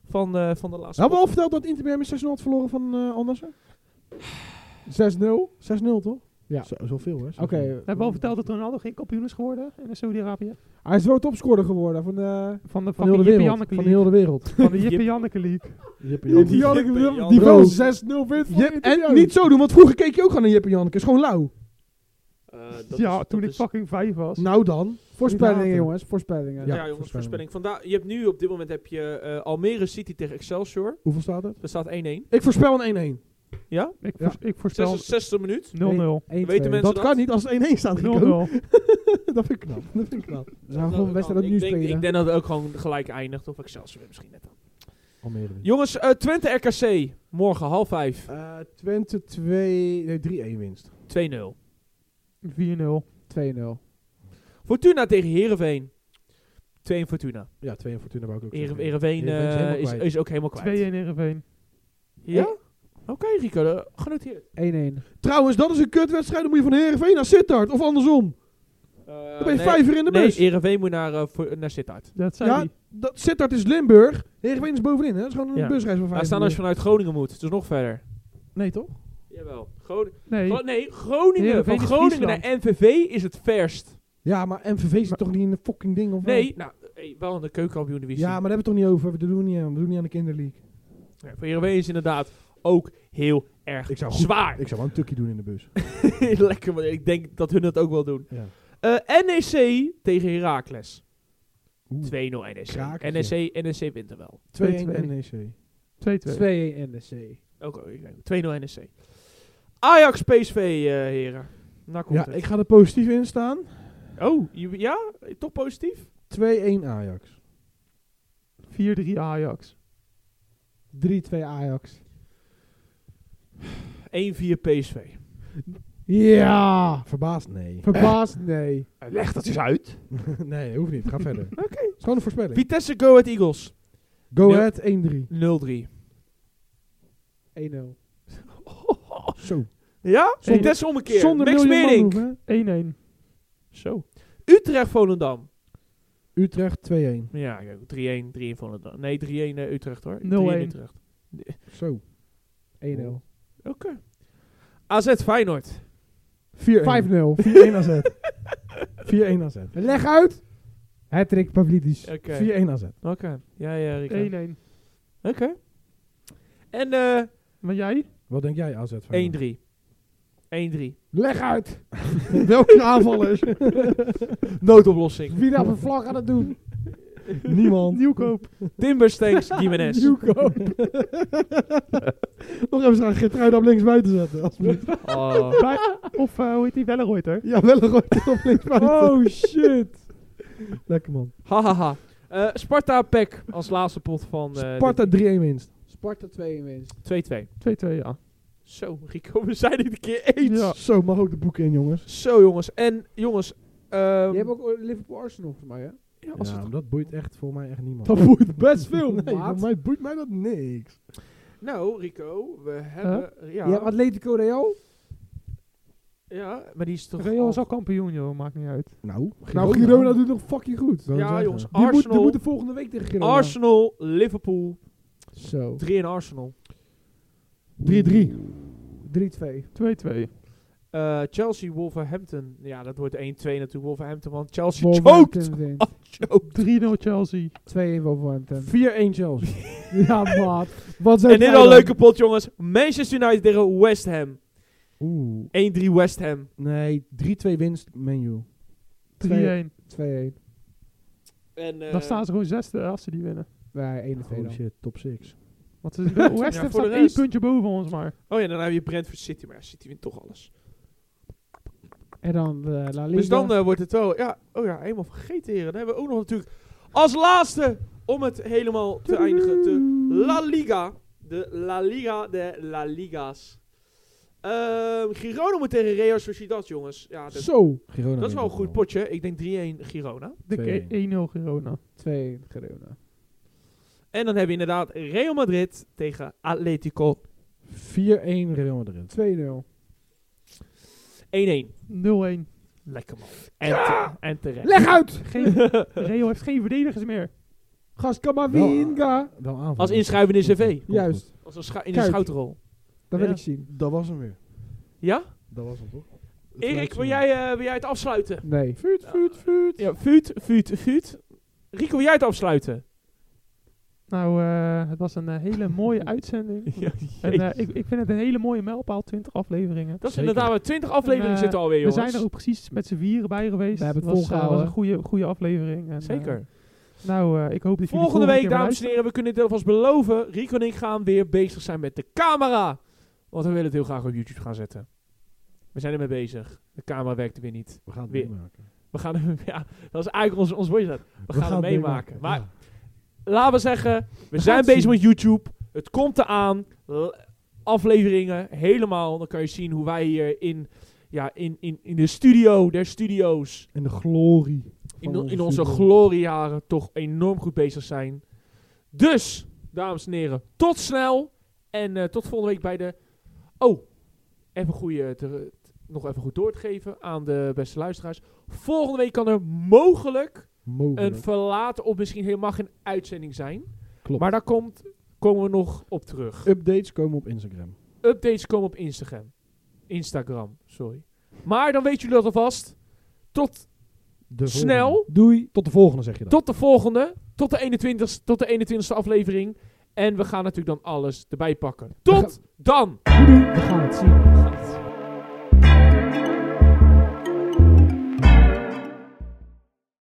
[SPEAKER 1] van, eh, van de laatste...
[SPEAKER 2] Hebben we al verteld dat Inter Miami 6-0 had verloren van eh
[SPEAKER 3] *sighs*
[SPEAKER 2] Andersen?
[SPEAKER 4] 6-0.
[SPEAKER 2] 6-0 toch?
[SPEAKER 4] Ja.
[SPEAKER 2] Zo, zoveel hè? Zoveel.
[SPEAKER 4] Oké.
[SPEAKER 3] Hebben we al verteld dat Ronaldo geen kampioen is geworden in Saudi-Arabië?
[SPEAKER 4] Hij is wel topscorer geworden van de...
[SPEAKER 3] Van de,
[SPEAKER 2] Van
[SPEAKER 3] van
[SPEAKER 2] heel
[SPEAKER 3] de
[SPEAKER 2] de
[SPEAKER 3] Jippe
[SPEAKER 2] wereld.
[SPEAKER 3] Janneke
[SPEAKER 2] Van
[SPEAKER 3] League.
[SPEAKER 2] heel de
[SPEAKER 1] *laughs*
[SPEAKER 2] wereld.
[SPEAKER 3] Van de Jippe Janneke League.
[SPEAKER 2] Jippe
[SPEAKER 4] Die,
[SPEAKER 2] Janneke.
[SPEAKER 4] die, Janneke,
[SPEAKER 1] Jippe
[SPEAKER 4] die,
[SPEAKER 1] Janneke.
[SPEAKER 4] die wel
[SPEAKER 2] Bro.
[SPEAKER 4] 6-0 wint van
[SPEAKER 2] Jip-
[SPEAKER 4] Inter
[SPEAKER 2] en
[SPEAKER 4] Miami.
[SPEAKER 2] niet zo doen, want vroeger keek je ook gewoon naar Jippe Janneke. Is gewoon lauw.
[SPEAKER 1] Eh, dat is-
[SPEAKER 3] Ja,
[SPEAKER 1] dat
[SPEAKER 3] toen ik
[SPEAKER 1] is-
[SPEAKER 3] fucking vijf was.
[SPEAKER 2] Nou dan.
[SPEAKER 4] Voorspellingen
[SPEAKER 2] Later.
[SPEAKER 4] jongens, voorspellingen.
[SPEAKER 1] Ja,
[SPEAKER 2] Ja,
[SPEAKER 1] jongens,
[SPEAKER 2] voorspelling.
[SPEAKER 1] voorspelling. Vandaar, je hebt nu op dit moment heb je eh, Almere City tegen Excelsior.
[SPEAKER 2] Hoeveel staat het?
[SPEAKER 1] Dat staat 1-1.
[SPEAKER 2] Ik voorspel een 1-1.
[SPEAKER 1] Ja?
[SPEAKER 3] Ik,
[SPEAKER 2] Ja.
[SPEAKER 3] voors- ik voorspel
[SPEAKER 1] 66 minuut.
[SPEAKER 3] 0-0. 0-0.
[SPEAKER 1] Weten
[SPEAKER 4] 1-2.
[SPEAKER 1] mensen-
[SPEAKER 2] Dat
[SPEAKER 1] dat?
[SPEAKER 2] kan niet als het 1-1 staat. Rico. *laughs* dat vind ik knap. Dat vind ik knap.
[SPEAKER 4] We gaan gewoon wedstrijd
[SPEAKER 1] ik,
[SPEAKER 4] opnieuw
[SPEAKER 1] denk, ik
[SPEAKER 4] spelen.
[SPEAKER 1] denk dat het ook gewoon gelijk eindigt. Of Excelsior misschien net dan.
[SPEAKER 2] Almere.
[SPEAKER 1] Jongens, eh, Twente RKC. Morgen half vijf. 2-0.
[SPEAKER 2] Eh, Twente 2, nee 3-1 winst.
[SPEAKER 3] 4-0.
[SPEAKER 4] 2-0.
[SPEAKER 1] Fortuna tegen Heerenveen. 2 in Fortuna.
[SPEAKER 2] Ja, 2 en Fortuna wou ik ook
[SPEAKER 1] Heeren,
[SPEAKER 2] zeggen.
[SPEAKER 1] Heerenveen eh,
[SPEAKER 2] Heerenveen is helemaal
[SPEAKER 1] is,
[SPEAKER 2] kwijt.
[SPEAKER 1] is ook helemaal
[SPEAKER 3] 2-1
[SPEAKER 1] kwijt.
[SPEAKER 3] Heerenveen.
[SPEAKER 1] Ja? Oké, Rico. eh, genoteerd.
[SPEAKER 4] 1-1.
[SPEAKER 2] Trouwens, dat is een kutwedstrijd. Dan moet je van Heerenveen naar Sittard. Of andersom. Dan ben je vijf uur in de
[SPEAKER 1] Eh, Nee,
[SPEAKER 2] bus.
[SPEAKER 1] Heerenveen moet naar, eh, voor- naar Sittard.
[SPEAKER 3] Dat zei
[SPEAKER 2] Ja,
[SPEAKER 3] hij.
[SPEAKER 2] dat, Sittard is Limburg. Heerenveen is bovenin. Hè? Dat is gewoon een
[SPEAKER 1] Ja.
[SPEAKER 2] busreis van
[SPEAKER 1] Daar
[SPEAKER 2] vijf
[SPEAKER 1] staan als je
[SPEAKER 2] uur.
[SPEAKER 1] vanuit Groningen moet. Dus nog verder.
[SPEAKER 2] Nee, toch?
[SPEAKER 1] Jawel. Groningen.
[SPEAKER 3] Nee.
[SPEAKER 1] Gro- nee, Groningen.
[SPEAKER 3] Heerenveen
[SPEAKER 1] Van
[SPEAKER 3] is
[SPEAKER 1] Groningen
[SPEAKER 3] Friesland.
[SPEAKER 1] naar NVV is het verst.
[SPEAKER 2] Ja, maar MVV zit
[SPEAKER 3] Maar-
[SPEAKER 2] toch niet in de fucking ding? Of
[SPEAKER 1] Nee, nou, hey, wel in de keukenkampioen-divisie.
[SPEAKER 2] Ja, maar daar hebben we het toch niet over. We doen niet aan, we doen niet aan de kinderleague.
[SPEAKER 1] Ja, voor Heerenveen is inderdaad ook heel erg
[SPEAKER 2] Ik zou goed-
[SPEAKER 1] zwaar.
[SPEAKER 2] Ik zou wel een tukje doen in de bus.
[SPEAKER 1] *laughs* Lekker, maar ik denk dat hun dat ook wel doen.
[SPEAKER 2] *laughs* Ja.
[SPEAKER 1] Eh, NEC tegen Heracles. 2-0
[SPEAKER 2] Oeh.
[SPEAKER 1] NEC.
[SPEAKER 2] Krakertje.
[SPEAKER 1] NEC, NEC E wint er wel.
[SPEAKER 2] 2-1 NEC.
[SPEAKER 3] 2-2.
[SPEAKER 4] 2-1 NEC.
[SPEAKER 1] Ook, ook, ik denk 2-0 NEC. E Ajax PSV, eh, heren. Nou komt
[SPEAKER 2] Ja,
[SPEAKER 1] het.
[SPEAKER 2] ik ga er positief in staan. 2-1
[SPEAKER 1] Oh, je- ja? Toch positief?
[SPEAKER 2] Ajax.
[SPEAKER 3] 4-3 Ajax.
[SPEAKER 4] 3-2 Ajax.
[SPEAKER 1] 1-4 PSV.
[SPEAKER 4] Ja!
[SPEAKER 2] Verbaasd? Nee.
[SPEAKER 4] Verbaasd? Nee.
[SPEAKER 3] Leg dat eens uit.
[SPEAKER 2] *laughs* nee, hoeft niet. Ga
[SPEAKER 1] *laughs*
[SPEAKER 2] verder. Oké. Het is gewoon een voorspelling.
[SPEAKER 1] Vitesse Go Ahead Eagles.
[SPEAKER 2] Go
[SPEAKER 1] Ja.
[SPEAKER 2] ahead 1-3.
[SPEAKER 1] 0-3.
[SPEAKER 4] 1-0.
[SPEAKER 2] Zo.
[SPEAKER 1] Ja?
[SPEAKER 3] Zonder-
[SPEAKER 1] Vitesse ommekeer. Zonder Max
[SPEAKER 2] miljoen man
[SPEAKER 1] Meerdink.
[SPEAKER 2] hoeven,
[SPEAKER 3] 1-1.
[SPEAKER 1] Zo. Utrecht Volendam.
[SPEAKER 2] hè? Utrecht 2-1.
[SPEAKER 1] Ja, ik ook. 3-1, 3-1 Volendam. Nee, 3-1 eh, Utrecht hoor. 3-1
[SPEAKER 3] 0-1.
[SPEAKER 1] Utrecht.
[SPEAKER 2] Zo.
[SPEAKER 4] 1-0.
[SPEAKER 1] AZ Feyenoord. *laughs*
[SPEAKER 2] 4-1.
[SPEAKER 4] 5-0.
[SPEAKER 2] 4-1 AZ. 4-1 AZ.
[SPEAKER 4] Leg uit! Hattrick Pavlidis.
[SPEAKER 1] Oké.
[SPEAKER 2] 4-1 AZ.
[SPEAKER 1] Oké. Ja, ja, Rico.
[SPEAKER 3] 1-1.
[SPEAKER 1] Oké. En eh 1-3. 1-3.
[SPEAKER 3] Maar jij?
[SPEAKER 2] Wat denk jij AZ?
[SPEAKER 4] Leg uit! *laughs*
[SPEAKER 2] Welke aanvallers?
[SPEAKER 1] *laughs* Noodoplossing.
[SPEAKER 4] Wie daar een vlag aan het doen?
[SPEAKER 2] Niemand.
[SPEAKER 3] *laughs* Nieuwkoop.
[SPEAKER 1] Timberstanks Jiménez.
[SPEAKER 2] *laughs* Nieuwkoop. Nog even staan Geertruiden op links buiten zetten. alsjeblieft.
[SPEAKER 1] Oh.
[SPEAKER 3] Bij- of eh, hoe heet die? Wellenreuter.
[SPEAKER 2] Ja, wel een rode op links buiten.
[SPEAKER 4] Oh shit!
[SPEAKER 2] Lekker man.
[SPEAKER 1] Hahaha. Eh Sparta Pek als laatste pot van eh,
[SPEAKER 2] Sparta 3-1 winst.
[SPEAKER 4] Sparta 2 in winst.
[SPEAKER 1] de- 2-2.
[SPEAKER 3] 2-2, ja.
[SPEAKER 1] Zo, Rico, we zijn het een keer eens.
[SPEAKER 3] Ja.
[SPEAKER 2] Zo, mag ook de boeken in jongens.
[SPEAKER 1] Zo, jongens. En jongens. ehm,
[SPEAKER 4] Je hebt ook Liverpool eh, Arsenal voor mij, hè?
[SPEAKER 1] Ja, als
[SPEAKER 5] Ja,
[SPEAKER 1] het-
[SPEAKER 5] maar dat boeit echt voor mij echt niemand.
[SPEAKER 2] Dat boeit *laughs* best veel,
[SPEAKER 5] nee,
[SPEAKER 2] maat.
[SPEAKER 5] voor mij boeit mij dat niks.
[SPEAKER 1] Nou, Rico, we hebben... Ja,
[SPEAKER 4] Je hebt Atletico Real.
[SPEAKER 1] ja, maar die is toch...
[SPEAKER 3] Real is
[SPEAKER 1] al-
[SPEAKER 3] al kampioen, joh. Maakt niet uit.
[SPEAKER 5] Nou,
[SPEAKER 2] Nou, Girona doet nog fucking goed.
[SPEAKER 5] zou ik
[SPEAKER 1] Ja,
[SPEAKER 5] zeggen.
[SPEAKER 1] jongens,
[SPEAKER 2] Die moet, die
[SPEAKER 1] Arsenal,
[SPEAKER 2] moeten volgende week tegen Girona.
[SPEAKER 1] Arsenal, Liverpool,
[SPEAKER 2] Zo.
[SPEAKER 1] 3 in Arsenal.
[SPEAKER 5] 3-3.
[SPEAKER 4] 3-2.
[SPEAKER 3] 2-2.
[SPEAKER 1] Eh, Chelsea, Wolverhampton. Ja, dat wordt 1-2 natuurlijk, Wolverhampton, want Chelsea choked.
[SPEAKER 4] Wolverhampton wint.
[SPEAKER 3] 3-0 Chelsea.
[SPEAKER 4] 2-1 Wolverhampton. *laughs*
[SPEAKER 2] 4-1 Chelsea.
[SPEAKER 4] ja, maat. Wat zijn
[SPEAKER 1] En dit
[SPEAKER 4] jij
[SPEAKER 1] al een
[SPEAKER 4] dan?
[SPEAKER 1] leuke pot, jongens. Manchester United tegen West
[SPEAKER 5] *laughs*
[SPEAKER 1] Ham.
[SPEAKER 5] Oeh.
[SPEAKER 1] 1-3 West Ham.
[SPEAKER 5] Nee, 3-2 winst menu.
[SPEAKER 3] 3-1.
[SPEAKER 4] 2-1.
[SPEAKER 1] En, eh,
[SPEAKER 3] Dan staan ze gewoon zesde als ze die winnen.
[SPEAKER 4] Nee, 1 of 2
[SPEAKER 5] Oh
[SPEAKER 4] dan.
[SPEAKER 5] shit, top 6.
[SPEAKER 3] Want *laughs* ze West
[SPEAKER 1] voor de
[SPEAKER 3] Ham staat één
[SPEAKER 1] rest.
[SPEAKER 3] puntje boven ons maar.
[SPEAKER 1] Oh ja, dan heb je Brentford City. Maar ja, City wint toch alles.
[SPEAKER 4] En dan eh, La Liga.
[SPEAKER 1] Dus dan eh, wordt het wel... Ja, oh ja, helemaal vergeten, heren. Dan hebben we ook nog natuurlijk als laatste... Om het helemaal te eindigen. De La Liga. De La Liga de La Liga's. Ehm Girona moet tegen Real Sociedad, jongens. Ja, dat,
[SPEAKER 2] Zo.
[SPEAKER 5] Girona
[SPEAKER 1] dat is wel een
[SPEAKER 5] wint
[SPEAKER 1] goed
[SPEAKER 5] wel.
[SPEAKER 1] potje. Ik denk 3-1 Girona.
[SPEAKER 3] De
[SPEAKER 5] 2-1.
[SPEAKER 3] 1-0 Girona.
[SPEAKER 4] 2-1 Girona.
[SPEAKER 1] En dan heb je inderdaad Real Madrid tegen Atletico
[SPEAKER 5] 4-1 Real Madrid.
[SPEAKER 4] 2-0.
[SPEAKER 1] 1-1.
[SPEAKER 3] 0-1.
[SPEAKER 1] Lekker man. En, te- en terecht.
[SPEAKER 4] Leg uit!
[SPEAKER 3] *laughs* Geen, Real heeft geen verdedigers meer.
[SPEAKER 4] Gast Kamavinga.
[SPEAKER 5] Wel aanval.
[SPEAKER 1] Als inschuiven in de CV.
[SPEAKER 5] Komt
[SPEAKER 4] Juist.
[SPEAKER 5] goed.
[SPEAKER 1] Als een scha- in de
[SPEAKER 4] Kuit.
[SPEAKER 1] schouderrol.
[SPEAKER 4] Dat
[SPEAKER 1] Ja.
[SPEAKER 4] wil ik zien.
[SPEAKER 5] Dat was hem weer.
[SPEAKER 1] Ja?
[SPEAKER 5] Dat was hem toch? Het lijkt
[SPEAKER 1] Erik,
[SPEAKER 5] zo.
[SPEAKER 1] wil jij, eh, wil jij het afsluiten?
[SPEAKER 4] Nee.
[SPEAKER 1] Vuut, vuut, vuut. Ja, vuut, vuut, vuut. Rico, wil jij het afsluiten?
[SPEAKER 3] Nou, eh, het was een eh, hele *laughs* mooie uitzending.
[SPEAKER 1] Ja,
[SPEAKER 3] En, eh, ik, ik vind het een hele mooie mijlpaal, 20 afleveringen.
[SPEAKER 1] Dat is
[SPEAKER 5] Zeker.
[SPEAKER 1] inderdaad waar 20 afleveringen
[SPEAKER 3] En, eh,
[SPEAKER 1] zitten alweer,
[SPEAKER 3] We
[SPEAKER 1] jongens.
[SPEAKER 3] zijn er ook precies met z'n vieren bij geweest.
[SPEAKER 4] We hebben het
[SPEAKER 3] was, eh,
[SPEAKER 4] volgehouden.
[SPEAKER 3] was een goede, goede aflevering. En, eh,
[SPEAKER 1] Zeker.
[SPEAKER 3] nou, eh, ik hoop dat jullie
[SPEAKER 1] Volgende week,
[SPEAKER 3] keer
[SPEAKER 1] dames en
[SPEAKER 3] weer
[SPEAKER 1] heren, we kunnen dit alvast beloven. Rico en ik gaan weer bezig zijn met de camera. Want we willen het heel graag op YouTube gaan zetten. We zijn ermee bezig. De camera werkt weer niet.
[SPEAKER 5] We gaan het
[SPEAKER 1] Weer.
[SPEAKER 5] meemaken.
[SPEAKER 1] We gaan, *laughs* ja, dat is eigenlijk ons, ons woordje. We, gaan het meemaken. Maar
[SPEAKER 5] Ja.
[SPEAKER 1] laten we zeggen, we, zijn
[SPEAKER 4] het
[SPEAKER 1] bezig
[SPEAKER 4] zien.
[SPEAKER 1] met YouTube. Het komt eraan. L- Afleveringen helemaal. Dan kan je zien hoe wij hier in, ja, in, in, in de studio der studio's,
[SPEAKER 5] En de glorie.
[SPEAKER 1] in,
[SPEAKER 5] van
[SPEAKER 1] on- in onze
[SPEAKER 5] studio.
[SPEAKER 1] gloriejaren, toch enorm goed bezig zijn. Dus, dames en heren, tot snel. En eh, tot volgende week bij de. Oh, even goeie te- nog even goed door te geven aan de beste luisteraars. Volgende week kan er mogelijk
[SPEAKER 5] Mogelijk.
[SPEAKER 1] een verlaten of misschien helemaal geen uitzending zijn.
[SPEAKER 5] Klopt.
[SPEAKER 1] Maar daar komt, komen we nog op terug.
[SPEAKER 5] Updates komen op Instagram.
[SPEAKER 1] Updates komen op Instagram. Instagram, sorry. Maar dan weten jullie dat alvast. Tot
[SPEAKER 5] De
[SPEAKER 1] snel.
[SPEAKER 5] Doei. Tot de volgende zeg je dan.
[SPEAKER 1] Tot de volgende. Tot de 21ste, tot de 21ste aflevering. En we gaan natuurlijk dan alles erbij pakken. Tot dan!
[SPEAKER 4] We gaan het zien.
[SPEAKER 1] Gaat.